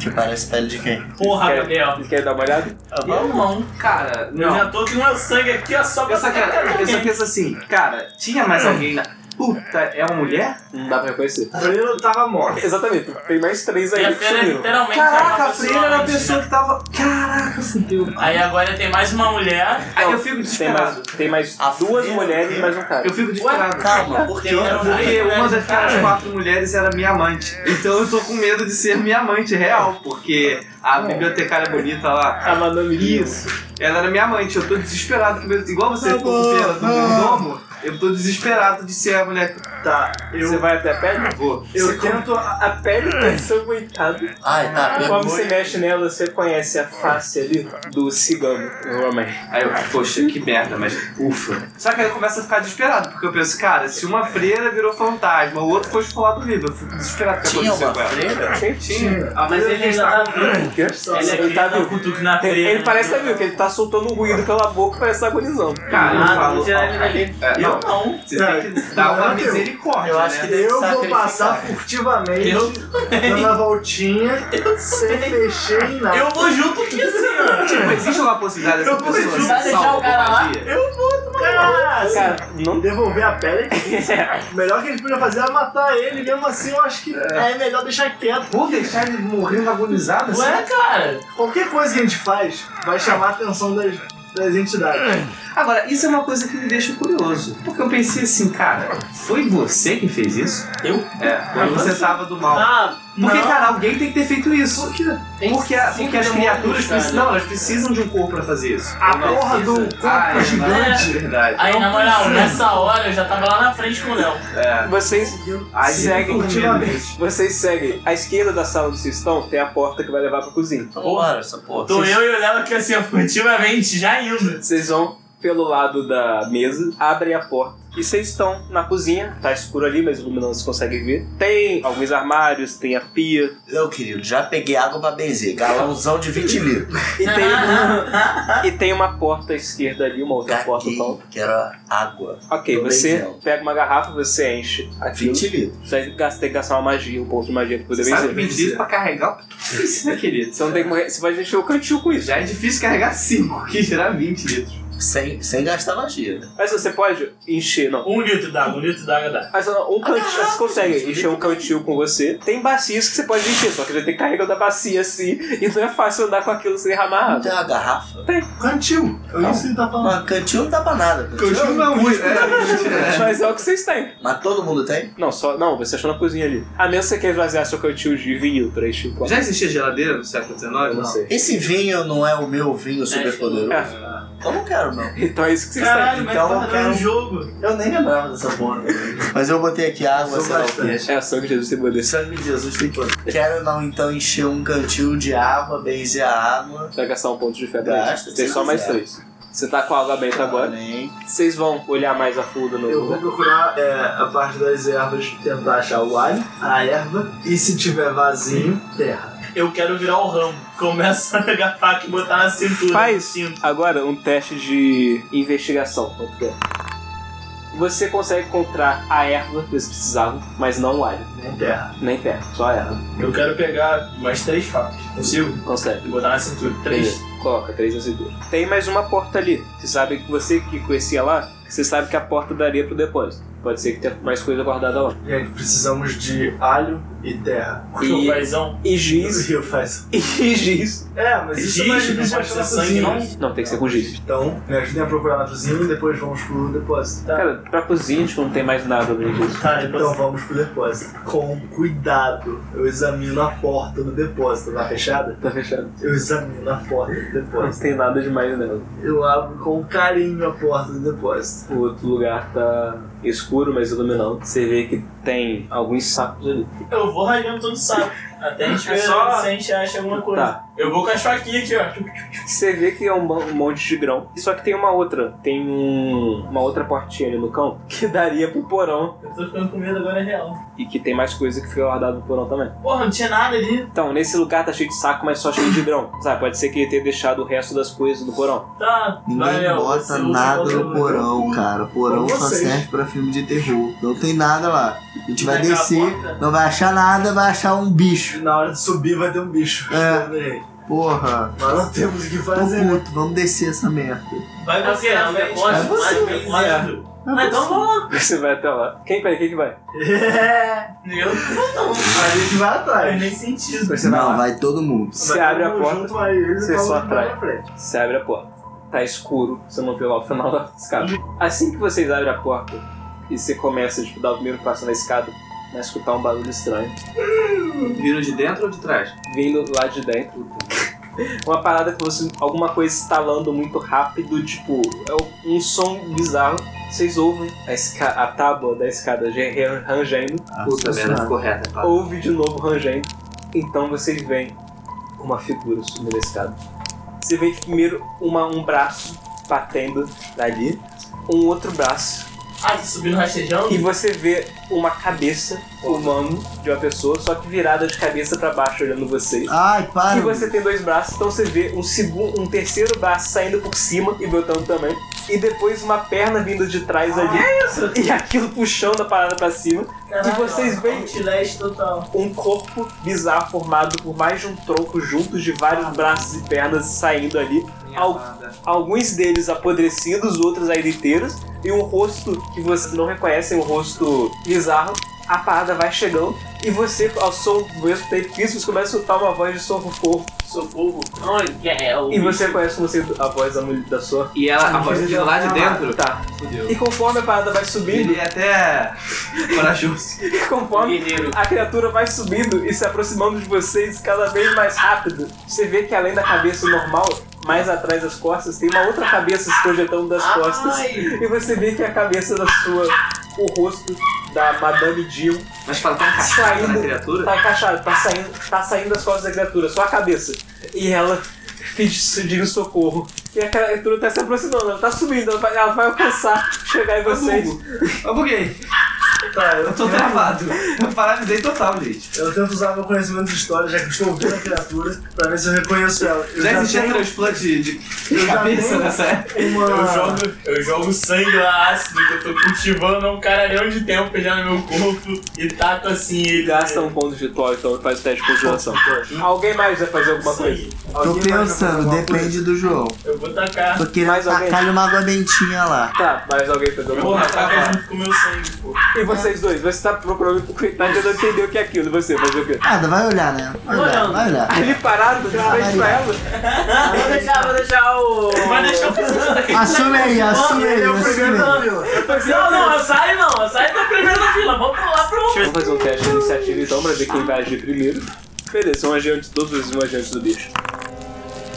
Que parece pele de quem?
Porra,
Quer-
Gabriel.
Vocês querem dar uma olhada?
Vamos, vamos.
Cara,
Eu já tô com meu sangue aqui, ó, só pra
Eu só, quero,
sacar
eu só
alguém.
penso assim, cara, tinha mais alguém na. Puta, é uma mulher?
Não dá pra reconhecer.
A freira tava morta.
Exatamente, tem mais três
E
aí
a
que
Freira
sumiram.
literalmente
Caraca,
uma
a Freira era a
antes,
pessoa
né?
que tava. Caraca, fudeu.
Aí agora tem mais uma mulher.
Aí eu fico
Tem mais,
desesperado.
tem mais
A
duas
Freira,
mulheres e
Freira.
mais um cara.
Eu fico desesperado.
Calma, por quê?
Tem
É
outra
Porque
mulher,
uma
né?
daquelas quatro mulheres era minha amante. Então eu tô com medo de ser minha amante real, porque a bibliotecária bonita lá.
A Madame Rio.
Isso. Ela era minha amante, eu tô desesperado. com medo- Igual você
Tá
ficou com pena do meu domo, eu tô desesperado de ser a mulher que
Tá,
Você
eu,
vai até a pele?
vou.
eu tento. a-
A pele tá ensanguentada.
Ai, tá.
Quando
pegou.
você mexe nela, você conhece a face ali do cigano, normalmente.
Aí eu, poxa, que merda, mas ufa. Só que aí eu começo a ficar desesperado, porque eu penso, cara, se uma freira virou fantasma, o outro foi esfolado vivo, eu fico desesperado com o que
Tinha
aconteceu
uma
com ela.
freira?
Tinha. A
Mas
freira
ele ainda tá vivo.
Ele,
Ele aqui
tá
tá com o cutuque na
Ele, tá
Freira.
ele parece estar vivo, que ele tá soltando um ruído pela boca, parece estar agonizando.
Cara,
Ah,
eu
não,
falo.
tirar ele dali.
É,
E
Não, não. Você tem que dar uma
Não, eu-
misericórdia.
eu acho
né?
que deve
Eu vou
sacrificar.
passar furtivamente
Eu
dando a voltinha sem mexer em nada.
Eu vou junto com você, mano.
Tipo, existe uma possibilidade dessa pessoa ser
Vai deixar
salva
o cara
por
lá?
magia?
Cara, não
Devolver a pele é difícil. O melhor que ele podia fazer era matar ele, mesmo assim eu acho que é, melhor deixar quieto.
Vou deixar ele morrendo agonizado assim?
Ué, cara.
Qualquer coisa que a gente faz vai chamar a atenção das, das entidades.
Agora, isso é uma coisa que me deixa curioso. Porque eu pensei assim, cara, foi você que fez isso?
Eu?
É, mas você tava do mal.
Ah,
Porque,
não.
cara, alguém tem que ter feito isso. Por quê?
Tem
Porque, a-
cinco
porque as
demônios,
criaturas
cara.
precisam. Não, elas precisam de um corpo pra fazer isso.
A porra do corpo
Ah, é
gigante.
verdade.
Aí, na moral, nessa hora eu já tava lá na frente com o Léo.
É.
Vocês,
Aí
Segue
furtivamente.
vocês seguem. À esquerda da sala onde vocês estão tem a porta que vai levar pra cozinha.
Porra, essa porra.
Tô eu e o Léo aqui assim, ó, furtivamente, já indo.
Vocês vão pelo lado da mesa, abrem a porta. E vocês estão na cozinha, tá escuro ali, mas iluminando vocês conseguem ver. Tem alguns armários, tem a pia,
Não, querido, já peguei água pra benzer. Galãozão de 20 litros.
e tem, e tem uma porta à esquerda ali, uma
Tá
outra porta
Caguei,
tal.
quero água.
Ok,
Tô
você
benzão.
pega uma garrafa, você enche aquilo.
20 litros.
Você vai gastar- tem que gastar uma magia, um ponto de magia pra poder
Você sabe
vencer.
pedir isso pra carregar? Que difícil, né, querido?
Você não tem que morrer, você vai encher o cantil com isso.
Já é difícil carregar 5, que gerar 20 litros.
Sem, sem gastar magia, né?
Mas você pode encher, não.
Um litro d'água, um litro d'água dá.
Mas ó, um cantil, você consegue encher um cantil com você. Tem bacias que você pode encher, só que já tem que carregar da bacia assim. E não é fácil andar com aquilo sem derramar
Não
água.
tem uma garrafa.
Cantil. Eu isso que ele tá
então,
falando.
Mas cantil não dá pra nada. né?
Continua não, é,
Mas é o que vocês têm.
Mas todo mundo tem?
Não, só. Não, você achou na cozinha ali. A menos que você quer esvaziar seu cantil de vinho pra encher o
né? Já existia geladeira no século XIX?
Eu não sei. É.
Esse vinho não é o meu vinho super poderoso.
Ah,
Então não quero, não.
Então é isso que vocês
Caralho, mas
Então,
tá
eu
um
quero-
dando jogo.
Eu nem lembrava dessa porra. Mas eu botei aqui
Então,
água,
Sou
sei lá o
bastante.
quê.
têm. É a sangue de Jesus tem poder.
Sangue de Jesus tem poder. Quero não, então, encher um cantil de água, benzer a água.
Você vai gastar um ponto de fé pra
Gasta,
isso. Tem
se
só mais
quiser.
três. Você tá com a água benta agora.
Amém.
Vocês vão olhar mais a fundo no
Eu vou procurar é, a parte das ervas, tentar achar o alho, a erva, e se tiver vazio, terra.
Eu quero virar o ramo. Começa a pegar a faca e botar na cintura.
Faz.
Cinto.
Agora um teste de investigação. quanto que é? Você consegue encontrar a erva que você precisava, mas não o alho.
Nem terra.
Nem terra, só a erva.
Eu quero pegar mais três facas. Consigo?
Consegue.
E botar na cintura. Três.
Beleza. Coloca, três na cintura. Tem mais uma porta ali. Você sabe que você que conhecia lá, você sabe que a porta daria pro depósito. Pode ser que tenha mais coisa guardada lá.
Gente, precisamos de alho e terra.
Seu
E,
paizão.
e
O
giz.
Rio faz.
E giz.
É, mas isso não é
Giz, não
difícil
pode
achar na
ser sangue,
cozinha.
não.
Não, tem que ser com giz.
Então, me ajudem a procurar na cozinha e depois vamos pro depósito. Tá?
Cara, pra cozinha, tipo, não tem mais nada além disso.
Tá,
Então
depois.
vamos pro depósito. Com cuidado, eu examino a porta do depósito. Tá fechada?
Tá fechado.
Eu examino a porta do
Não
depósito.
tem nada demais nela.
Eu abro com carinho a porta do depósito.
O outro lugar tá escuro, mas iluminado. Você vê que tem alguns sacos ali.
Eu vou rajando todo o saco. Até a gente ver
só-
se a gente acha alguma coisa.
Tá.
Eu vou com as faquinhas aqui, ó.
Você vê que é um, mon- um monte de grão. Só que tem uma outra. Tem um, uma outra portinha ali no cão que daria pro porão.
Eu tô ficando com medo agora, é real.
E que tem mais coisa que fica guardada no porão também.
Porra, não tinha nada ali.
Então, nesse lugar tá cheio de saco, mas só cheio de grão. Sabe? Pode ser que ele tenha deixado o resto das coisas no porão.
Tá,
Ninguém
valeu.
bota
Você usa
nada
qualquer
no
um.
porão, cara. O porão
Como
só
vocês.
serve pra filme de terror. Não tem nada lá. A gente vai
Naquela
descer,
porta?
não vai achar nada, vai achar um bicho.
Na hora de subir vai ter um bicho.
É.
Mas
Porra,
não temos o que
tô
fazer. né?
puto, vamos descer essa merda.
Vai você,
Você,
na
não,
frente.
eu gosto,
Vai você,
mas
vai
bem
você.
Ah, então vamos lá.
Você vai até lá. Quem vai? Quem que vai?
Eu
A gente vai
não tem
atrás.
nem sentido.
Você vai
não,
lá.
vai todo mundo.
Você abre a porta.
Junto a ele,
você
tá
só
outro
atrai.
na frente.
Você abre a porta. Tá escuro, você não vê lá o final da escada. Assim que vocês abrem a porta e você começa tipo, a dar o primeiro passo na escada, vai escutar um barulho estranho
Viram de dentro ou de trás?
vindo lá de dentro. Uma parada que você. alguma coisa estalando muito rápido, tipo, é um som bizarro. Vocês ouvem a, esca- a tábua da escada ge- re- rangendo,
Puta Ah, merda, ficou reta, pá.
ouve de novo rangendo. Então vocês veem uma figura subindo a escada. Você vê que primeiro uma, um braço batendo ali, um outro braço,
Ah, tu subiu no rastejão?
e você vê uma cabeça humana de uma pessoa, só que virada de cabeça pra baixo olhando vocês.
Ai, para.
E você tem dois braços, então você vê um segundo, um terceiro braço saindo por cima e botando também. e depois uma perna vindo de trás ali. E aquilo puxando a parada pra cima. e vocês veem
Outlet total.
um corpo bizarro formado por mais de um tronco juntos de vários braços e pernas saindo ali. Al- alguns deles apodrecidos, outros ainda inteiros. E um rosto que vocês não reconhecem, um rosto bizarro. A parada vai chegando e você, ao som do mesmo tempo que isso, você começa a soltar uma voz de socorro. Socorro.
Olha, é o
E você conhece como sendo a voz da, mulher, da sua.
E ela, a voz dela lá de dentro.
Tá.
Fudeu.
E conforme a parada vai subindo,
Ele é até corajoso.
e conforme
guerreiro.
a criatura vai subindo e se aproximando de vocês cada vez mais rápido. Você vê que além da cabeça normal, mais atrás das costas, tem uma outra cabeça se projetando das costas. E você vê que a cabeça da sua, o rosto da Madame Jill
Mas fala, tá encaixado
Saindo.
na criatura?
tá encaixado, tá saindo, tá saindo das costas da criatura, só a cabeça. E ela pedindo socorro. E a criatura tá se aproximando, ela tá subindo, ela vai, ela vai alcançar, chegar em vocês.
Eu buguei.
Tá,
eu tô travado. Eu paralisei total, gente.
Eu tento usar meu conhecimento de história, já que eu estou ouvindo a criatura, pra ver se eu reconheço ela. Eu
Já existia
tenho
transplante de- de
já
cabeça
tenho-
nessa época?
uma...
Eu jogo, eu jogo sangue lá ácido que eu tô cultivando há um caralhão de tempo já no meu corpo e taco assim ele.
Gasta um ponto de ritual, então faz o teste de conjuração. Alguém mais vai fazer alguma coisa?
Tô
Alguém mais vai fazer
pensando,
alguma coisa?
depende do João.
Eu vou tacar.
Tô querendo
Mais alguém?
tacar uma água bentinha lá.
Tá, mais alguém fez alguma
Porra,
coisa?
taca junto com o meu sangue, pô.
E vocês dois? Você tá procurando, tá tentando entender o que é aquilo, e você fazer o quê?
Nada, vai olhar, né? Vai olhar, vai olhar.
Ali parado, de frente pra ela?
Vou deixar, vou deixar o.
Vai deixar o pessoal daqui.
Assume aí, assume aí,
Ele é o primeiro
assume
da
aí.
Não,
fila.
não, eu saio não, eu saio do primeiro da fila. Vamos pro lá pro.
Vamos fazer um teste de iniciativa então pra ver quem vai agir primeiro. Beleza, são agentes, todos os um agente do bicho.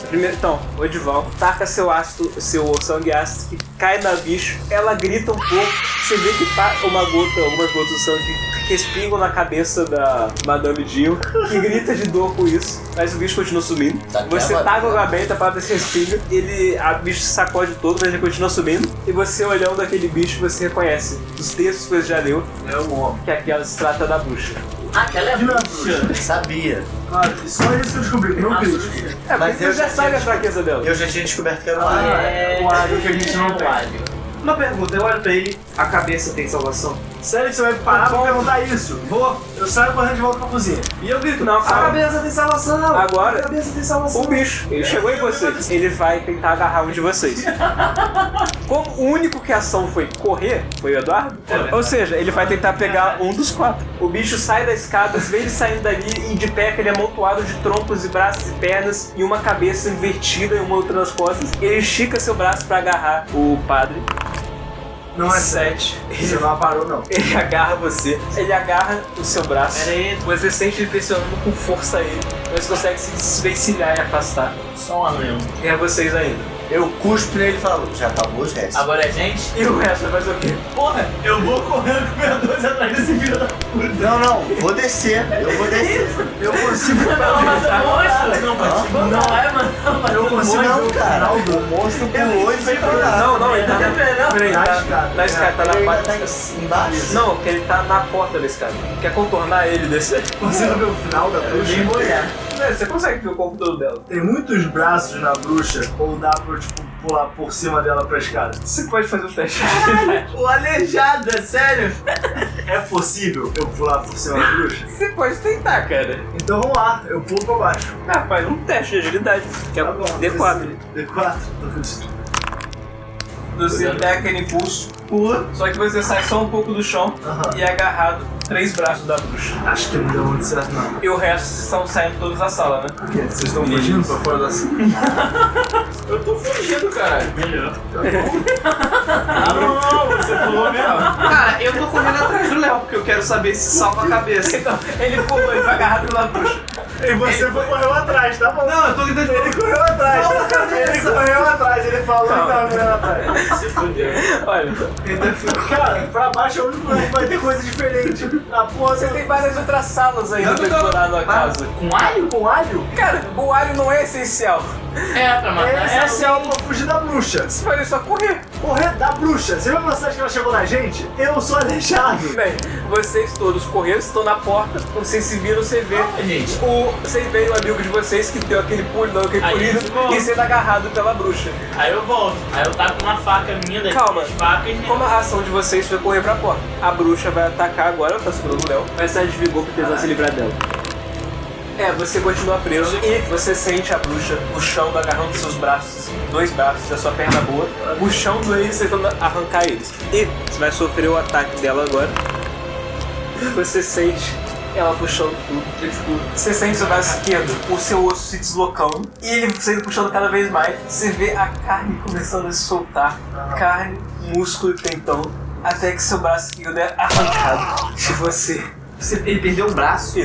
Primeiro, então, o Edival taca seu ácido, seu sangue ácido, que cai na bicho, ela grita um pouco, você vê que tá uma gota, algumas gotas de sangue que respingam na cabeça da Madame Jill, que grita de dor com isso, mas o bicho continua subindo.
Tá
Você
gravando.
taca o gabeta para esse respingo, ele, a bicho sacode todo, mas ele continua subindo, e você olhando aquele bicho, você reconhece os textos que você já leu,
É um homem.
que aquela se trata da bucha.
Aquela é bruxa.
Sabia.
Claro, Ah, só isso que eu descobri, não crítico.
É,
Mas
mas você
eu
já
já
sabe a fraqueza dela.
Eu já tinha descoberto que era
Ah,
lá.
é. O alho que a gente não tem.
Uma pergunta, eu olho pra ele, a cabeça tem salvação?
Sério que você vai parar pra perguntar isso? Vou. Eu saio correndo de volta pra cozinha.
E eu grito,
Não,
a
calma.
cabeça tem salvação!
Agora-
A cabeça tem salvação!
Um
O bicho, ele chegou em vocês. Ele vai tentar agarrar um de vocês. Como o único que a ação foi correr, foi o Eduardo. Ou seja, ele vai tentar pegar um dos quatro. O bicho sai da escada, você vê ele saindo dali e de pé ele é amontoado de troncos e braços e pernas e uma cabeça invertida e uma outra nas costas. Ele estica seu braço pra agarrar o padre.
Não é sério.
sete.
Você não parou, não.
Ele agarra você, ele agarra o seu braço.
Pera aí,
Você sente ele pressionando com força ele, mas consegue se desvencilhar e afastar.
Só um arranhão.
E é vocês ainda.
Eu cuspo nele e falo, já acabou os restos.
Agora é gente?
E o resto vai fazer o quê?
Porra, eu vou correndo com meu dois atrás desse filho da
Não, não, vou descer, eu vou descer.
Eu consigo
Não, mas é monstro.
Não, mas
tipo,
Não é, mano.
Eu consigo.
Não, cara, o monstro pulou e foi pra lá.
Não, não, ele tá na Peraí,
Na
tá
escada.
na escada, tá na
Ele ainda
parte.
tá em- embaixo?
Não, porque ele tá na porta da escada. Quer contornar ele desse aí?
Você não vê o final da bruxa?
nem É, Você consegue ver o corpo todo dela.
Tem muitos braços na bruxa, ou dá pra eu, tipo, pular por cima dela pra escada?
Você pode fazer um teste.
O aleijada, sério!
É possível eu pular por cima da bruxa?
Você pode tentar, cara.
Então vamos lá, eu pulo pra baixo.
Ah, faz um teste de agilidade. Que é
Tá bom.
D4.
D4? Tô acreditando.
Você dá aquele impulso, pula, só que você sai só um pouco do chão
Aham.
e é agarrado três braços da bruxa.
Acho que não deu muito certo, não.
E o resto vocês estão saindo todos da sala, né?
O quê? Vocês estão fugindo pra fora da
Eu tô fugindo, caralho.
Melhor. Ah, não, você pulou mesmo.
Cara, eu tô correndo atrás do Léo, porque eu quero saber se salva a cabeça.
Então, ele pulou, ele foi agarrado pela bruxa.
E você foi... correu atrás, tá bom?
Não, eu tô gritando.
Ele correu atrás. Ele correu atrás, ele falou que tava correndo atrás.
Olha,
Cara, pra baixo é o único lugar que vai ter coisa diferente. A porra, você
você tem várias outras salas ainda
Não,
pra
não,
explorar na casa.
Com alho?
com alho?
Cara, o alho não é essencial.
É, pra matar.
É essencial pra fugir da bruxa.
Você pode só correr.
Correr da bruxa. Xuxa, você viu a velocidade que ela chegou na gente? Eu sou aleijado.
Bem, vocês todos correram, estão na porta, vocês se viram, você vê.
gente.
O, vocês veem o amigo de vocês que deu aquele pulão, aquele
Aí,
pulido,
bom.
e sendo agarrado pela bruxa.
Aí eu volto. Aí eu taco uma faca minha das
Calma.
minhas facas. né?
Como a ação de vocês foi correr pra porta. A bruxa vai atacar agora, tá segurando o Léo. Vai sair de vigor pra tentar se livrar dela. É, você continua preso e você sente a bruxa, o chão agarrando seus braços, assim, dois braços da sua perna boa, o chão doendo tentando arrancar eles. E você vai sofrer o ataque dela agora. Você sente ela puxando tudo, tipo, você sente seu braço esquerdo, o seu osso se deslocando e ele sendo puxando cada vez mais. Você vê a carne começando a se soltar, carne, músculo e tentão, até que seu braço esquerdo é arrancado de você.
Você, ele perdeu um braço.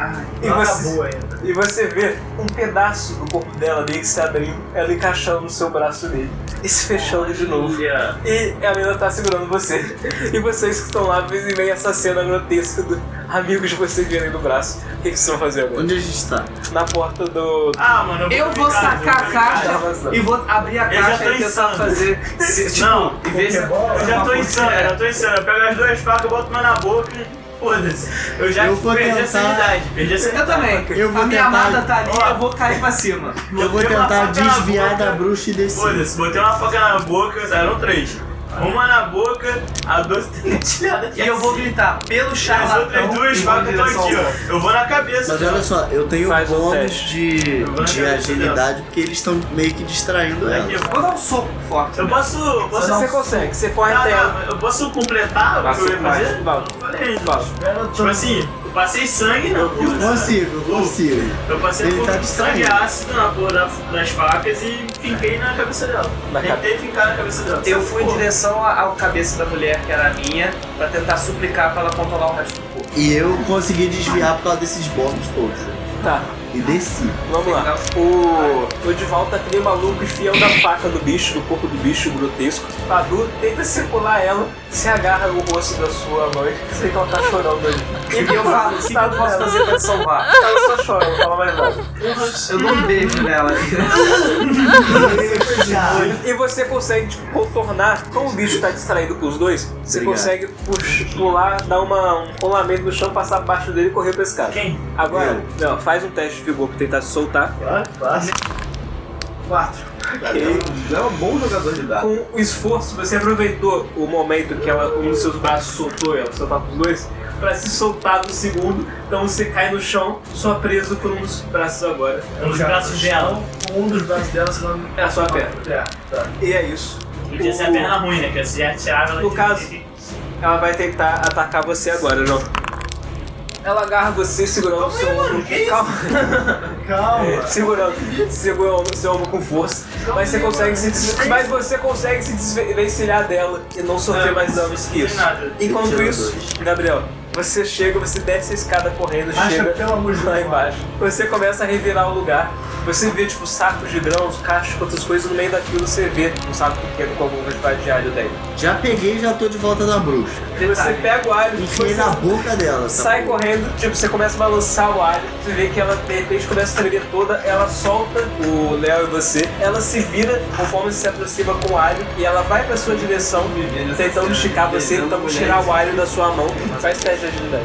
Ah, então
Isso. E
Não
você,
acabou ainda.
e você vê um pedaço do corpo dela meio que se abrindo, ela encaixando no seu braço dele e se fechando de novo.
Olha,
E ela ainda tá segurando você. E vocês que estão lá, vez e vem essa cena grotesca do amigos de vocês virem do braço. O que que vocês vão fazer agora?
Onde a gente tá?
Na porta do.
Ah, mano, eu vou,
Eu vou
em casa,
sacar
eu
a
vou em casa.
caixa
um
e vou abrir a
Eu já
caixa
tô
e tentar
insano.
fazer. se- tipo,
Não, é
e ver se.
Eu já tô insano, eu já tô insano. Eu pego as duas facas, eu boto uma na boca e foda-se. Eu já
Eu vou
perdi a
tentar-
sanidade. Perdi a
Eu
sanidade.
também.
Eu vou
a minha
tentar-
amada tá ali,
Ó.
eu vou cair pra cima.
Eu vou
Botei uma
tentar
faca na
desviar
boca.
da bruxa e descer.
Foda-se, botei uma faca na boca, eram três. Uma na boca, a doce tá entilhada.
E eu vou gritar pelo
E assim. as
charlatão.
outras duas
e vou em
facas estão
direção
aqui,
ao
ó. Eu vou na cabeça.
Mas olha só, eu tenho
Faz um
bônus
teste.
de,
Eu vou na
de
cabeça
agilidade porque eles estão meio que distraindo ela.
Aqui, ó.
Vou dar um soco forte.
Eu posso. eu posso
Você consegue, você corre
Ah,
até ela.
não, eu posso
Tá,
completar o que eu ia fazer?
Val,
Eu falei,
Val.
Tipo assim, eu passei sangue na porra.
Eu consigo, eu consigo.
Eu passei
Ele
por
tá
sangue
distraído.
ácido na porra da- das facas e finquei na cabeça dela.
Na
Tentei fincar na cabeça dela.
Eu fui em
Porra.
direção à- ao cabeça da mulher, que era a minha, pra tentar suplicar pra ela controlar o resto do corpo.
E eu consegui desviar por causa desses bônus todos.
Tá.
E desci.
Vamos lá. O, o Dival tá que nem maluco enfiando a faca do bicho, do corpo do bicho grotesco. Padu tenta circular ela, se agarra no rosto da sua mãe. Sei que ela tá chorando ali.
E eu falo, o que que eu posso fazer pra te salvar?
Ela só chora, não fala mais nada.
Eu dou um beijo nela.
E você consegue tipo, contornar, como o bicho tá distraído com os dois, você
Obrigado.
consegue pux- pular, dar uma, um rolamento no chão, passar abaixo dele e correr pra esse cara.
Quem?
Agora, não, faz um teste de vigor pra tentar se soltar.
Já é um bom jogador de dados.
Com o esforço, você aproveitou o momento que ela, um dos seus braços soltou ela, só tá com os dois, pra se soltar no segundo. Então você cai no chão, só preso por um dos braços agora.
Nos braços dela.
Um dos braços dela, se não
É a sua perna.
É, tá.
E é isso.
Podia ser a perna ruim, né? Que você já tirava ela
No
de-
caso. Ela vai tentar atacar você agora, João. Ela agarra você segurando o seu ombro. Calma.
Calma.
segurando, segurando o seu ombro com força. Mas você consegue se des- mas você consegue se desvencilhar dela e não sofrer
Não,
mais danos que isso.
não tem nada.
Enquanto isso, Gabriel, você chega, você desce a escada correndo,
Acha,
chega
pelo amor de
lá
Deus.
embaixo. Você começa a revirar o lugar. Você vê, tipo, sacos de grãos, caixas, outras coisas. No meio daquilo, você vê um saco pequeno com algumas varas de alho dentro.
Já peguei e já tô de volta da bruxa.
E Você pega o alho,
Enfiei
você
na boca dela. essa
sai
porra.
correndo, tipo, você começa a balançar o alho, você vê que ela de repente começa a tremer toda, ela solta o Léo e você, ela se vira conforme você se aproxima com o alho e ela vai pra sua direção, tentando esticar você, tentando tirar o alho da sua mão, faz teste de agilidade.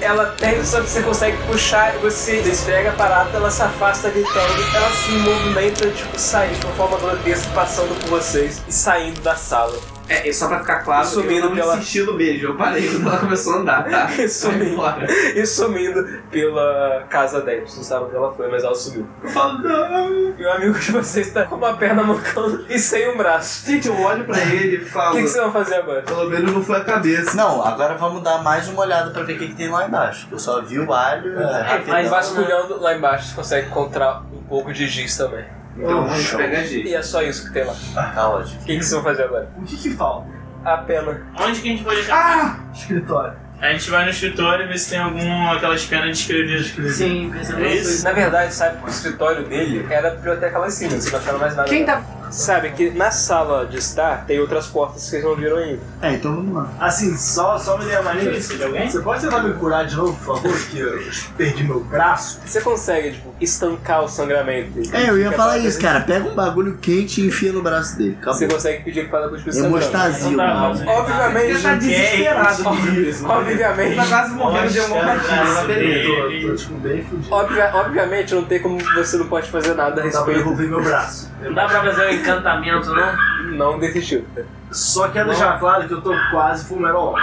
Ela tem, só que você consegue puxar e você esfrega a parada, ela se afasta gritando, ela se movimenta, tipo, saindo de uma forma grotesca, passando por vocês e saindo da sala.
É, e só pra ficar claro,
Subindo
eu não
pela-
insisti no beijo. Eu parei quando ela começou a andar, tá?
Subindo.
Vai embora.
e sumindo pela casa dela. Vocês não sabem onde ela foi, mas ela sumiu.
Eu falo, não.
E o amigo de vocês tá com uma perna mancando e sem um braço.
Gente, eu olho pra ele e
O
falo...
que, que vocês vão fazer agora?
Pelo menos não foi a cabeça.
Não, agora vamos dar mais uma olhada pra ver o que, que tem lá embaixo. Eu só vi o alho. É,
Mas
rapidão.
vasculhando lá embaixo, você consegue encontrar um pouco de giz também.
Então vamos
show.
pegar jeito.
E é só isso que tem lá.
Tá ótimo.
O que, que vocês vão fazer agora?
O que que falta?
A pena.
Onde que a gente pode achar?
Ah! Escritório.
A gente vai no escritório e vê se tem alguma aquelas penas descrevidas que eles-
sim, pensa
É isso?
Na verdade, sabe que o escritório dele era a biblioteca lá em cima, você não acharam mais nada. né?
Quem tá
Sabe que na sala de estar tem outras portas que vocês não viram ainda.
É, então vamos lá.
Assim, só, só me dê a maneira. Você pode tentar me curar de novo, por favor? Que eu perdi meu braço.
Você consegue, tipo, estancar o sangramento.
É, eu ia
Fica
falar
pra-
isso, cara. Pega um bagulho quente e enfia no braço dele.
Você
Acabou.
consegue pedir para cuspir o sangrando.
Hemostazio,
né?
mano.
Obviamente,
Você tá desesperado, Rodrigo.
obviamente,
Tá quase morrendo de hemorragia na beleza.
Eu tô, tipo, bem fudido.
obvia- obviamente não tem como você não pode fazer nada a
Não dá pra
respeito.
devolver meu braço.
Não dá pra fazer um encantamento, não?
Não desistiu.
Só quero deixar claro que eu tô quase fumerol.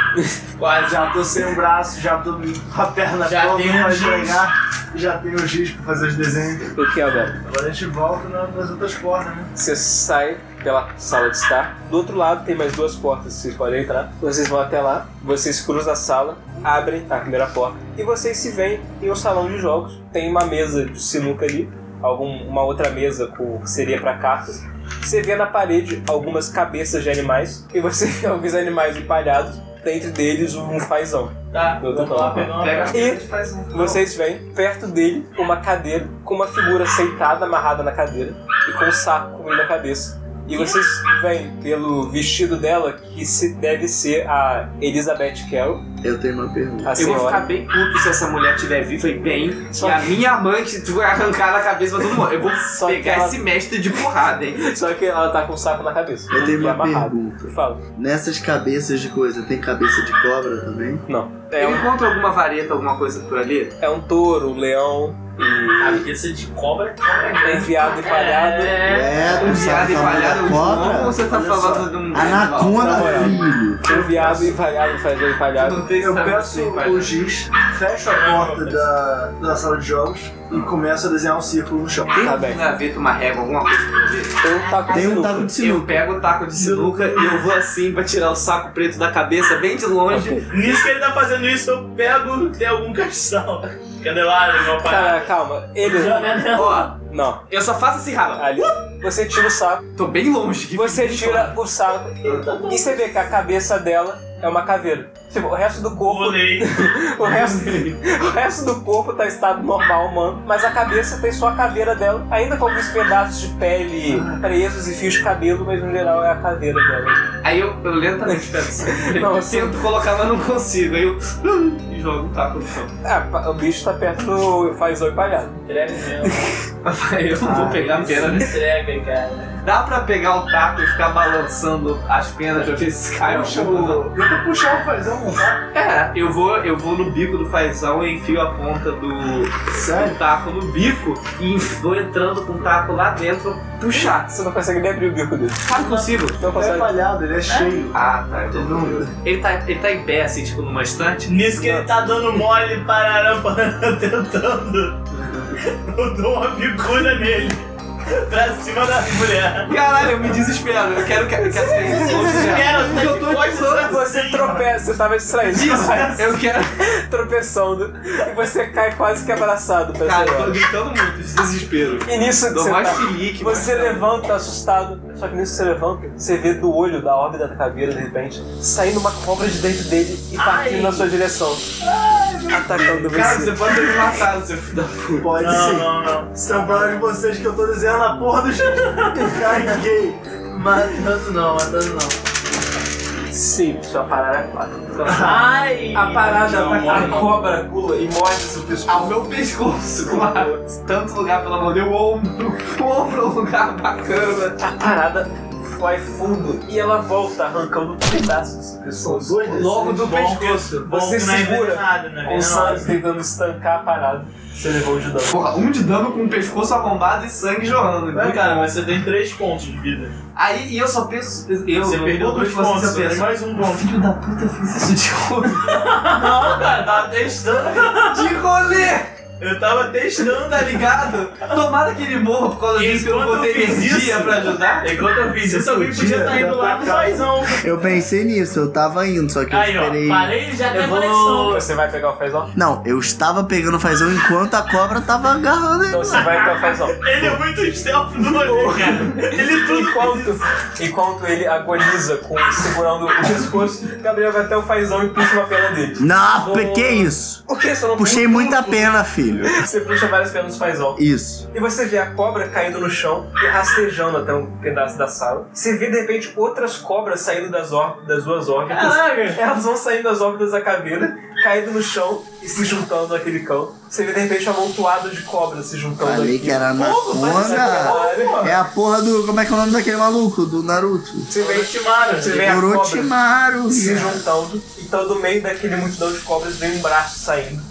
Quase.
Já tô sem o braço, já tô com a perna
Já
toda
tem um
pra
giz.
jogar. Já tenho o giz pra fazer os desenhos.
O que é, velho?
Agora a gente volta na- nas outras portas, né?
Você sai pela sala de estar. Do outro lado tem mais duas portas que vocês podem entrar. Vocês vão até lá, vocês cruzam a sala, abrem a primeira porta e vocês se veem em um salão de jogos. Tem uma mesa de sinuca ali, algum, uma outra mesa com, que seria para cartas. Você vê na parede algumas cabeças de animais e você vê alguns animais empalhados. Dentre deles um fazão.
Tá,
Do outro
vamos lá
lado.
pegar uma
Pega a
E
e faz um.
Vocês veem perto dele uma cadeira com uma figura sentada amarrada na cadeira e com um saco comendo a cabeça. E vocês veem pelo vestido dela que se deve ser a Elizabeth Carroll,
Eu tenho uma pergunta.
a
Eu vou
senhora.
ficar bem puto se essa mulher estiver viva e bem.
Só-
E a minha amante vai arrancar da cabeça do mundo. Eu vou
Só que
pegar
ela-
esse mestre de porrada, hein?
Só que ela tá com um saco na cabeça.
Eu
e
tenho uma
amarrado.
pergunta.
Fala.
Nessas cabeças de coisa, tem cabeça de cobra também?
É
Eu
um,
encontro alguma vareta, alguma coisa por ali?
é um touro, um leão
A
e
cabeça de cobra
enviado e palhado.
É,
Um
não
viado
sabe o tamanho
empalhado,
da
um
cobra?
joão, ou você tá
Olha
falando
só.
de um.
Anaconda,
Não, não.
filho.
Um viado e palhado, fazendo palhado.
Não tem
Eu
esse tamanho
peço
assim, palhado.
o giz, fecho a porta da, da sala de jogos e começo a desenhar um círculo no chão.
Tá
Tem
bem.
um graveto, uma régua, alguma coisa por ali?
Tem um taco de
Tem um
sinuca.
taco de
Eu
sinuca.
pego o taco de sinuca e eu vou assim pra tirar o saco preto da cabeça bem de longe.
Nisso que ele tá fazendo isso, eu pego tem algum castiçal. Candelabro, meu pai.
Cara, calma. Ele.
Ó,
Não.
eu só faço assim, rala.
Ali. Você tira o saco.
Tô bem longe. que
Você
fica
tira o saco e você vê que a cabeça dela é uma caveira. Tipo, o resto do corpo.
Pulei.
O resto, o resto do corpo tá em estado normal, humano. Mas a cabeça tem só a caveira dela. Ainda com alguns pedaços de pele presos e fios de cabelo, mas no geral é a caveira dela.
Aí eu, eu lentamente pego assim.
Não,
eu
assim-
tento colocar, mas não consigo. Aí eu. E jogo o taco no chão.
Ah, pa- o bicho tá perto do fazão empalhado.
Entrega mesmo.
Aí eu não vou pegar a pena. né?
Entrega, cara.
Dá pra pegar o taco e ficar balançando as penas pra ver se cai no chão ou não.
Tenta puxar o fazão, não tá?
É, eu vou, eu vou no bico do fazão e enfio a ponta do, do taco no bico e vou entrando com o taco lá dentro puxar.
Você não consegue nem abrir o bico dele.
Cara, não consigo.
Não
Ele é
consegue.
palhado, ele é cheio.
Ah, tá.
Ele
então-
não-
Ele tá, ele tá em pé, assim, tipo, numa estante.
Nisso que ele tá dando mole, parará, parará, tentando. Eu dou uma bicuda nele. Pra cima da mulher.
Caralho, eu me desespero. Eu quero que né? eu quero que ele fosse já.
Cara, você
Eu tô de boa.
Você tropeça, você tava distraído.
né? Isso, né? eu quero.
tropeçando. E você cai quase que abraçado pra
Cara, eu tô
senhora.
gritando muito de desespero.
E nisso que
Dou
você
mais
tá-
chilique.
Você
mas-
levanta assustado, só que nisso que você levanta, você vê do olho da órbita da caveira, de repente, saindo uma cobra de dentro dele e partindo na sua direção. atacando
Cara,
você.
você pode ter me matado, seu filho da puta.
Pode
Não,
ser.
não, não.
São palavras de vocês que eu tô desenhando a porra do chão. Caguei.
Matando não, matando não.
Sim, sua parada é quatro.
Ai!
A parada,
Não,
tá
a- a,
morre não.
cobra pula e morde seu
Ao
pescoço.
Ah, meu pescoço, claro. Tanto lugar, pelo amor de Deus. O ombro. O ombro é um lugar bacana.
A parada vai fundo e ela volta arrancando pedaços. do
São
pescoço.
dois
Logo do
Bom que-
pescoço.
bom
Você
que não é
segura
envenenado, né?
Com o sangue um tentando estancar a parada. Você levou o de dano.
Porra, um de dano com o pescoço arrombado e sangue jorrando.
Não,
né?
Cara, mas você tem 3 pontos de vida.
Aí e eu só penso. Eu,
Você
eu
perdeu
todos
2 pontos,
vocês,
você
eu
tem
penso.
mais um ponto.
Filho da puta, eu fiz isso de rolê.
Não, cara,
tá
tava testando.
De rolê,
Eu tava testando.
tá ligado? Tomara que ele morra por causa disso que eu não
Enquanto
botei
eu fiz
energia
isso-
pra ajudar.
tá
Enquanto eu fiz isso, alguém podia estar indo lá no fazão.
Eu pensei nisso, eu tava indo, só que eu
Aí, ó,
esperei.
parei e já tem
Eu vou-
conexão.
Você vai pegar o fezão?
Não, eu estava pegando o fazão enquanto a cobra tava agarrando ele.
Então você vai pegar o fezão.
Ele é muito stealth no rolê, cara. Ele tudo.
Enquanto, enquanto ele agoniza com segurando o pescoço, Gabriel vai até o fazão e puxa uma pena dele.
Não, pe- que isso?
O que? Você não
Puxei
puxa?
muita pena, filho.
Você puxa várias penas do fazão.
Isso.
E você vê a cobra caindo no chão e rastejando até um pedaço da sala. Você vê de repente outras cobras saindo das, ór- das duas órbitas. Elas vão saindo das órbitas da caveira, caindo no chão e se juntando naquele cão. Você vê de repente um amontoado de cobras se juntando
Falei
aqui.
que era
Você
anaconda. É a porra do. Como é que é o nome daquele maluco? Do Naruto.
Você vê, você vê a cobra
Orochimaru.
se
viado.
juntando. Então, do meio daquele multidão de cobras, vem um braço saindo,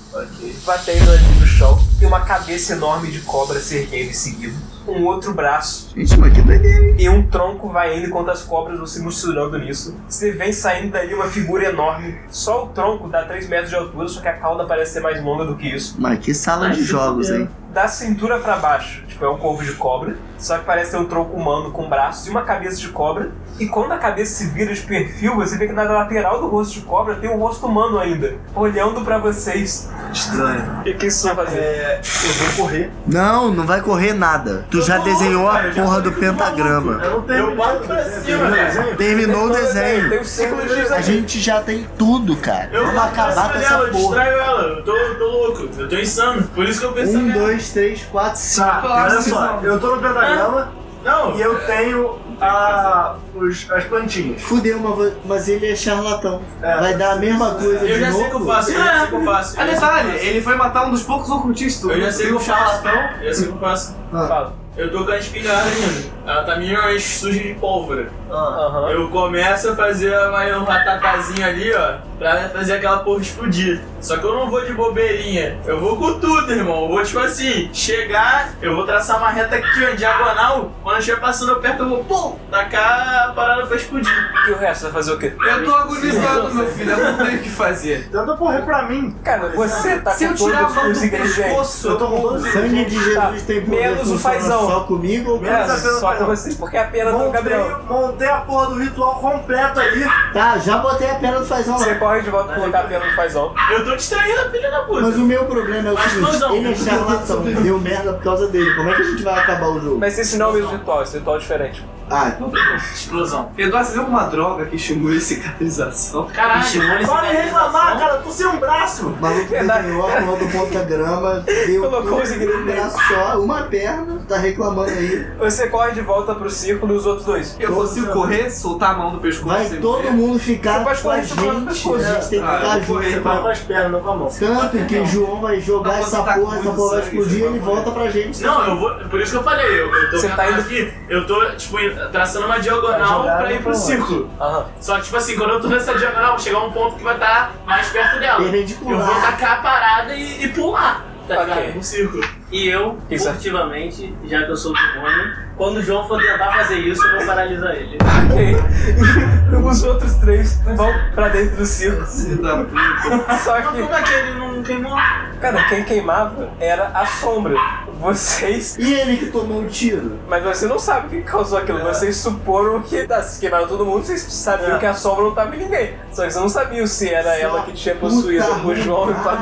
batendo ali no chão, e uma cabeça enorme de cobra se erguendo em seguida. Um outro braço
Gente, mas que doideira.
e um tronco vai indo enquanto as cobras vão se misturando nisso. Você vem saindo dali uma figura enorme. Só o tronco dá 3 metros de altura, só que a cauda parece ser mais longa do que isso.
Mas que sala de jogos, hein?
Da cintura pra baixo, tipo, é um corpo de cobra, só que parece ser um tronco humano com braços e uma cabeça de cobra. E quando a cabeça se vira de perfil, você vê que na lateral do rosto de cobra tem um rosto humano ainda, olhando pra vocês.
Estranho.
O que, que isso vai fazer?
É.
Eu vou correr.
Não, não vai correr nada. Tu já desenhou a porra do pentagrama.
Eu não tenho. Eu bato pra
né?
cima, velho.
Terminou o desenho.
Tem um círculo de
A gente já tem tudo, cara. Vamos acabar com essa
eu
porra.
distraio ela. Eu tô, eu tô louco. Eu tô insano. Por isso que eu pensei
Um,
nela.
dois, três, quatro, cinco.
Tá, olha só. Eu tô no pentagrama
Não.
e eu tenho a, os, as plantinhas.
Fudeu, mas vo- mas ele é charlatão. Vai dar a mesma coisa
Eu
de
já sei o que eu
novo.
faço. Eu já sei o que eu faço.
Ah,
eu já sei o que eu
detalhe,
faço.
ele foi matar um dos poucos ocultistas.
Eu já sei o que eu faço.
então.
Eu já sei o que eu faço.
Ah.
Fala.
Eu tô com a espingarda ainda. Ela tá minimamente suja de pólvora.
Ah.
Aham.
Eu começo a fazer mais um ratatazinho ali, ó, pra fazer aquela porra explodir. Só que eu não vou de bobeirinha. Eu vou com tudo, irmão. Eu vou, tipo assim, chegar, eu vou traçar uma reta aqui, ó, em diagonal. Quando eu estiver passando perto, eu vou, pum, tacar a parada pra explodir.
E o resto vai fazer o quê?
Eu tô agonizando, meu filho. Eu não tenho o que fazer.
Tenta correr pra mim.
Cara, você tá
Se
com
eu tirar a
todos
mão
os
do
ingredientes.
pescoço,
Eu tô com todos os
Sangue de Jesus tem poder
Menos o
funciona
fazão.
só comigo ou
É,
Menos a pena
só
do
com
Gabriel.
você, porque é a pena do
Montei,
Gabriel.
montei a porra do ritual completo ali.
Tá, já botei a perna do fazão
Você
lá.
corre de volta pra colocar a pena no fazão.
Eu tô distraindo a filha da puta.
Mas o meu problema é o
Mas
seguinte,
não, não.
ele é charlatão, deu merda por causa dele. Como é que a gente vai acabar o jogo?
Mas esse não é o mesmo ritual, esse ritual é diferente.
Ah, então
Explosão.
Eduardo, você tem alguma droga que estimule cicatrização?
Caralho.
Para de reclamar, cara. Eu tô sem um braço.
o maluco
Verdade.
desenhou a porra do pontagrama, deu
Colocou os
um
ingredientes.
braço só, uma perna, tá reclamando aí.
Você corre de volta pro círculo e os outros dois.
Eu consigo correr, soltar a mão do pescoço.
Vai
sem
todo
morrer?
mundo
Você
ficar
pode
com a
correr, você pode
gente,
correr.
a gente tem que
Ah, eu
ficar
vou correr,
junto.
então.
Vai com as pernas, não com a mão.
Tanto que o João vai jogar
Mas
essa
você tá
porra,
com
essa
muito
porra vai
sangue,
explodir e
você
ele
vai
volta pra gente.
Não, eu vou. Por isso que eu falei, eu, eu tô.
Você tá indo- Tá
aqui. Eu tô, tipo, traçando uma diagonal
jogar
pra ir pro
pra onde?
círculo.
Aham.
Só que, tipo assim, quando eu tô nessa diagonal, vou chegar um ponto que vai estar mais perto dela. Eu vou
Perpendicular.
tacar a parada e, e pular, tá
Ok.
ligado? Um círculo.
E eu,
Isso.
furtivamente, já que eu sou demônio, quando o João for tentar fazer isso, eu vou paralisar ele.
Ok. os outros três vão pra dentro do círculo.
Filho da puta.
Só que,
Como é que ele não queimou?
cara, quem queimava era a sombra. Vocês.
E ele que tomou um tiro?
Mas você não sabe o que causou
É.
aquilo. Vocês suporam que. Ah, se queimaram todo mundo, vocês sabiam que a sombra não tava em ninguém. Só que vocês não sabiam se era ela que tinha possuído
Puta
o João tá e o
arrancada.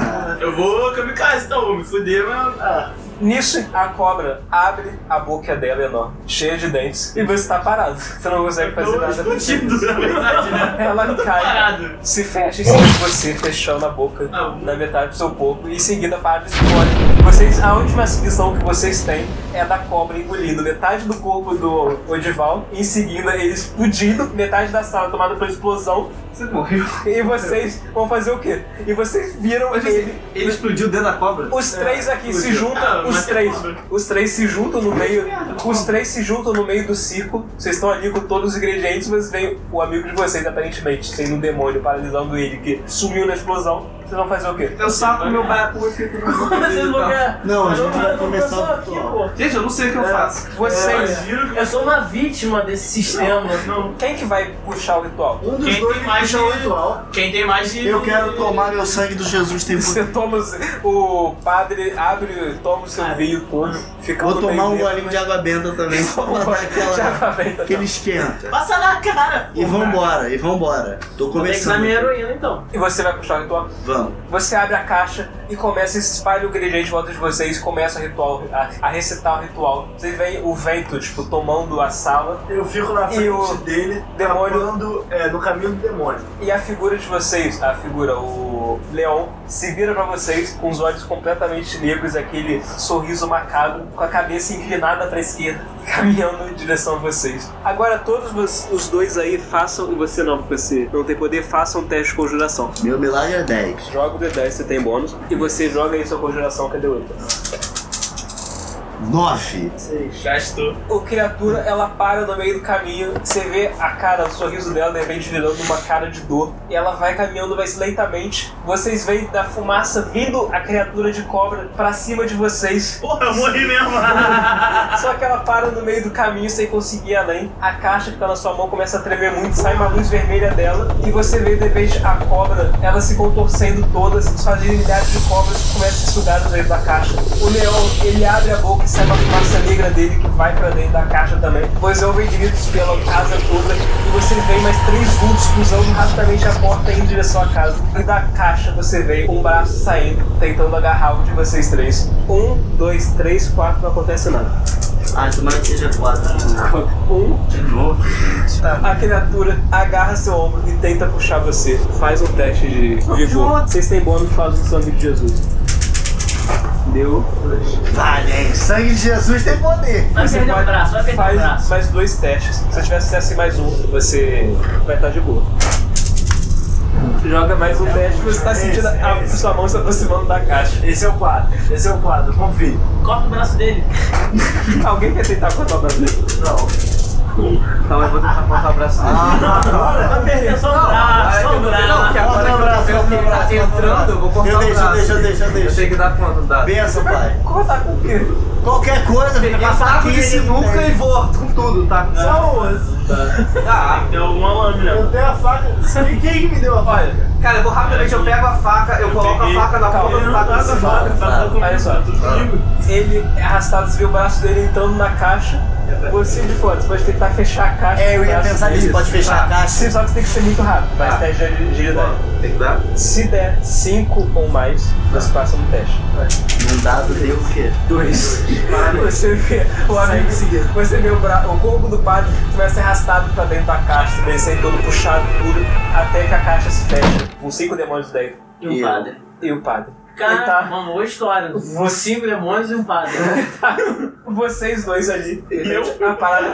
Paduano.
Eu vou kamikaze, então, vou me fuder, mas. Ah.
Nisso, a cobra abre a boca dela enorme, cheia de dentes, e você tá parado. Você não consegue fazer
Tô
nada.
Então, explodindo, na verdade, né?
Ela cai.
Parado.
se fecha em cima de você, fechando a boca
Ah,
na metade do seu corpo e em seguida para de explode. Vocês, a última visão que vocês têm é da cobra engolindo metade do corpo do Odival, e em seguida ele explodindo, metade da sala tomada pela explosão,
Você morreu.
e vocês vão fazer o quê? E vocês viram
Mas
ele.
ele, ele explodiu dentro da cobra?
Os três aqui se
explodiu.
juntam,
Ah,
os
mas é
três,
cobra.
os três se juntam no meio, os três se juntam no meio do circo. Vocês estão ali com todos os ingredientes, mas vem o amigo de vocês aparentemente sendo um demônio paralisando ele que sumiu na explosão. Vocês vão fazer o quê?
Eu saco meu baiacu e fico com
Vocês vão ganhar.
Não, a gente vai
eu tô
começar
aqui,
o
pô.
Gente, eu não sei o que
É.
eu faço. É,
Vocês,
Giro
Eu sou uma vítima desse sistema.
não.
quem que vai puxar o ritual?
Um dos
Quem
dois
tem
que
mais
puxa o
de-
ritual.
Quem tem mais de. um.
Eu quero tomar meu sangue do Jesus tem poder.
Você toma os- o padre abre, toma o seu vinho todo,
Vou tomar um golinho de água benta também, só pra dar aquela, aquele esquenta.
Passa na cara!
E vambora, e vambora. Tô
Vou ter que usar minha
começando.
heroína então.
E você vai puxar o ritual?
Vamos.
Você abre a caixa e começa, espalha o ingrediente em volta de vocês e começa o ritual, a, a recitar o ritual. Você vê o vento, tipo, tomando a sala
Eu fico na
E
frente
o
dele,
demônio-
tapando, é, no caminho do demônio.
e a figura de vocês, a figura, o Leon, se vira pra vocês com os olhos completamente negros, aquele sorriso macabro, com a cabeça inclinada pra esquerda, caminhando em direção a vocês. Agora todos vo- os dois aí façam, e você não, porque você não tem poder, façam um teste de conjuração.
Meu milagre é 10.
Joga o D10, você tem bônus, e você joga aí sua conjuração, cadê o item?
9.
Gastou.
O criatura, ela para no meio do caminho, você vê a cara, o sorriso dela, de repente virando uma cara de dor, e ela vai caminhando mas lentamente. Vocês veem da fumaça vindo a criatura de cobra pra cima de vocês,
Porra, eu morri mesmo.
só que ela para no meio do caminho sem conseguir ir além. A caixa que tá na sua mão começa a tremer muito, sai uma luz vermelha dela, e você vê de repente a cobra, ela se contorcendo toda, se desfazendo em milhares de cobras que começam a se sugar no meio da caixa. O leão, ele abre a boca e sai uma fumaça negra dele que vai pra dentro da caixa também. Pois ouvem gritos pela casa toda, e você vê mais três vultos cruzando rapidamente a porta em direção à casa. E da caixa você vê um braço saindo, tentando agarrar um de vocês três. Um, dois, três, quatro, não acontece nada.
Ah, tomara que seja 4.
Um. De novo, gente. A criatura agarra seu ombro e tenta puxar você. Faz um teste de vigor. Vocês têm bônus faz o sangue de Jesus. Deu.
Vale, hein? Sangue de Jesus tem poder.
Vai perder o braço, vai perder o
Faz
braço.
mais dois testes. Se você tiver sucesso em mais um, você vai estar de boa. Joga mais um teste, você tá sentindo a sua mão se aproximando da caixa.
Esse é o quadro, esse é o quadro, confio.
Corta o braço dele.
Alguém quer tentar cortar o braço dele?
Então eu vou tentar cortar o braço dele.
Ah,
Vai perder só o
um
braço, só o
Não, que
braço.
agora que eu tô vendo que ele tá entrando, eu vou cortar
Eu
o
deixo, eu
braço.
deixo, eu deixo, eu
Eu
deixo.
tenho que dar quanto? Dá.
Benção, pai.
tá
Cortar com o quê?
Qualquer coisa, fica
Eu
passar
saco
aqui.
de
né?
sinuca e vou com tudo, tá?
Só 11.
Tá.
Deu alguma lâmina.
É. Eu tenho a faca. Quem, quem me deu a faca?
Cara, eu vou rapidamente,
É,
eu pego a faca, eu coloco a faca na ponta do taco de
faca,
sinuca.
faca comigo,
Olha só.
tá tudo comigo.
Ele é arrastado, você vê o braço dele entrando na caixa. Você de fora, você pode tentar fechar a caixa.
É,
com
eu ia
o braço
pensar
dele.
nisso. Pode fechar a caixa.
Sim, só que você tem que ser muito rápido. Faz
Tá.
teste de agilidade.
Tem que dar?
Se der 5 ou mais, você
Tá.
passa no teste.
Num dado deu o quê?
Dois. Você vê o amigo Você vê o, bra... o corpo do padre começa a ser arrastado pra dentro da caixa, você vê isso aí todo puxado, duro, até que a caixa se fecha. Com cinco demônios dentro.
E um padre.
E o padre.
Cara,
Ele tá-
uma boa história. Cinco demônios e um padre.
Vocês dois ali. A parada.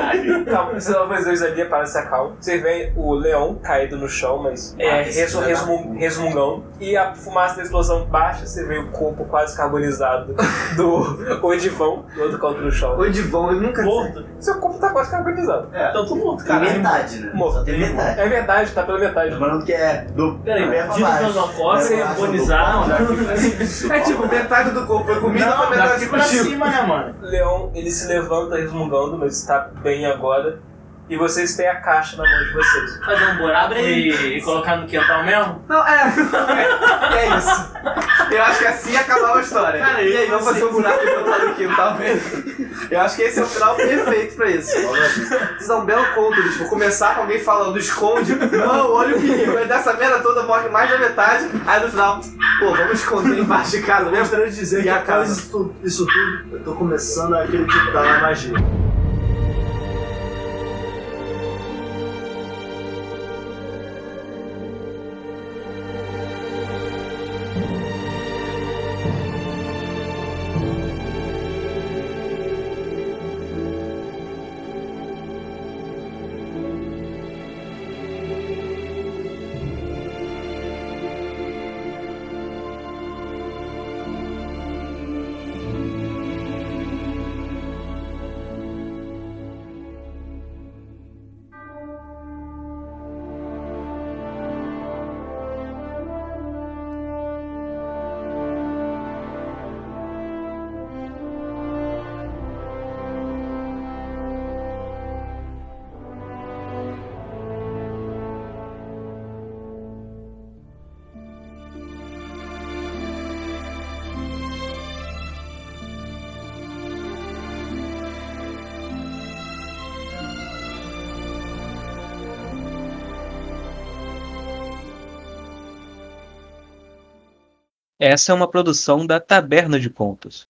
Calma, vocês não, vocês dois ali, a parada se acalma. Você vê o leão caído no chão, mas
Ah,
é, resu, resmu- resmungão. E a fumaça da explosão baixa, você vê o corpo quase carbonizado do Odivão, do outro canto do chão.
Oi, Divão, eu nunca
Morto.
Seu corpo tá quase carbonizado.
Então tô morto,
Tem
caralho.
metade, né?
Morto.
Só tem metade.
É verdade, tá pela metade.
Lembrando que é do.
Peraí,
Vai pra
bandido
baixo.
clandocópio,
Vai pra baixo do
carbonizado.
pau, já que-
É tipo, metade do corpo foi comida, outra metade
pra
tipo.
contigo.
cima, né, mano?
Leão, ele se levanta resmungando, mas tá bem agora. E vocês têm a caixa na mão de vocês.
Fazer um buraco e, e colocar no quintal mesmo?
Não, é. É isso. Eu acho que assim acabava a história.
Cara,
e aí,
eu não
vamos fazer um buraco e botar no quintal tá vendo? Eu acho que esse é o final perfeito pra isso. Isso é um belo conto, bicho. Vou começar com alguém falando, esconde. Não, olha o perigo. Mas dessa merda toda morre mais da metade. Aí no final, pô, vamos esconder embaixo de casa mesmo.
Gostaria de dizer
E
que
a
após
casa?
isso tudo, isso tudo, eu tô começando a acreditar na magia.
Essa é uma produção da Taberna de Contos.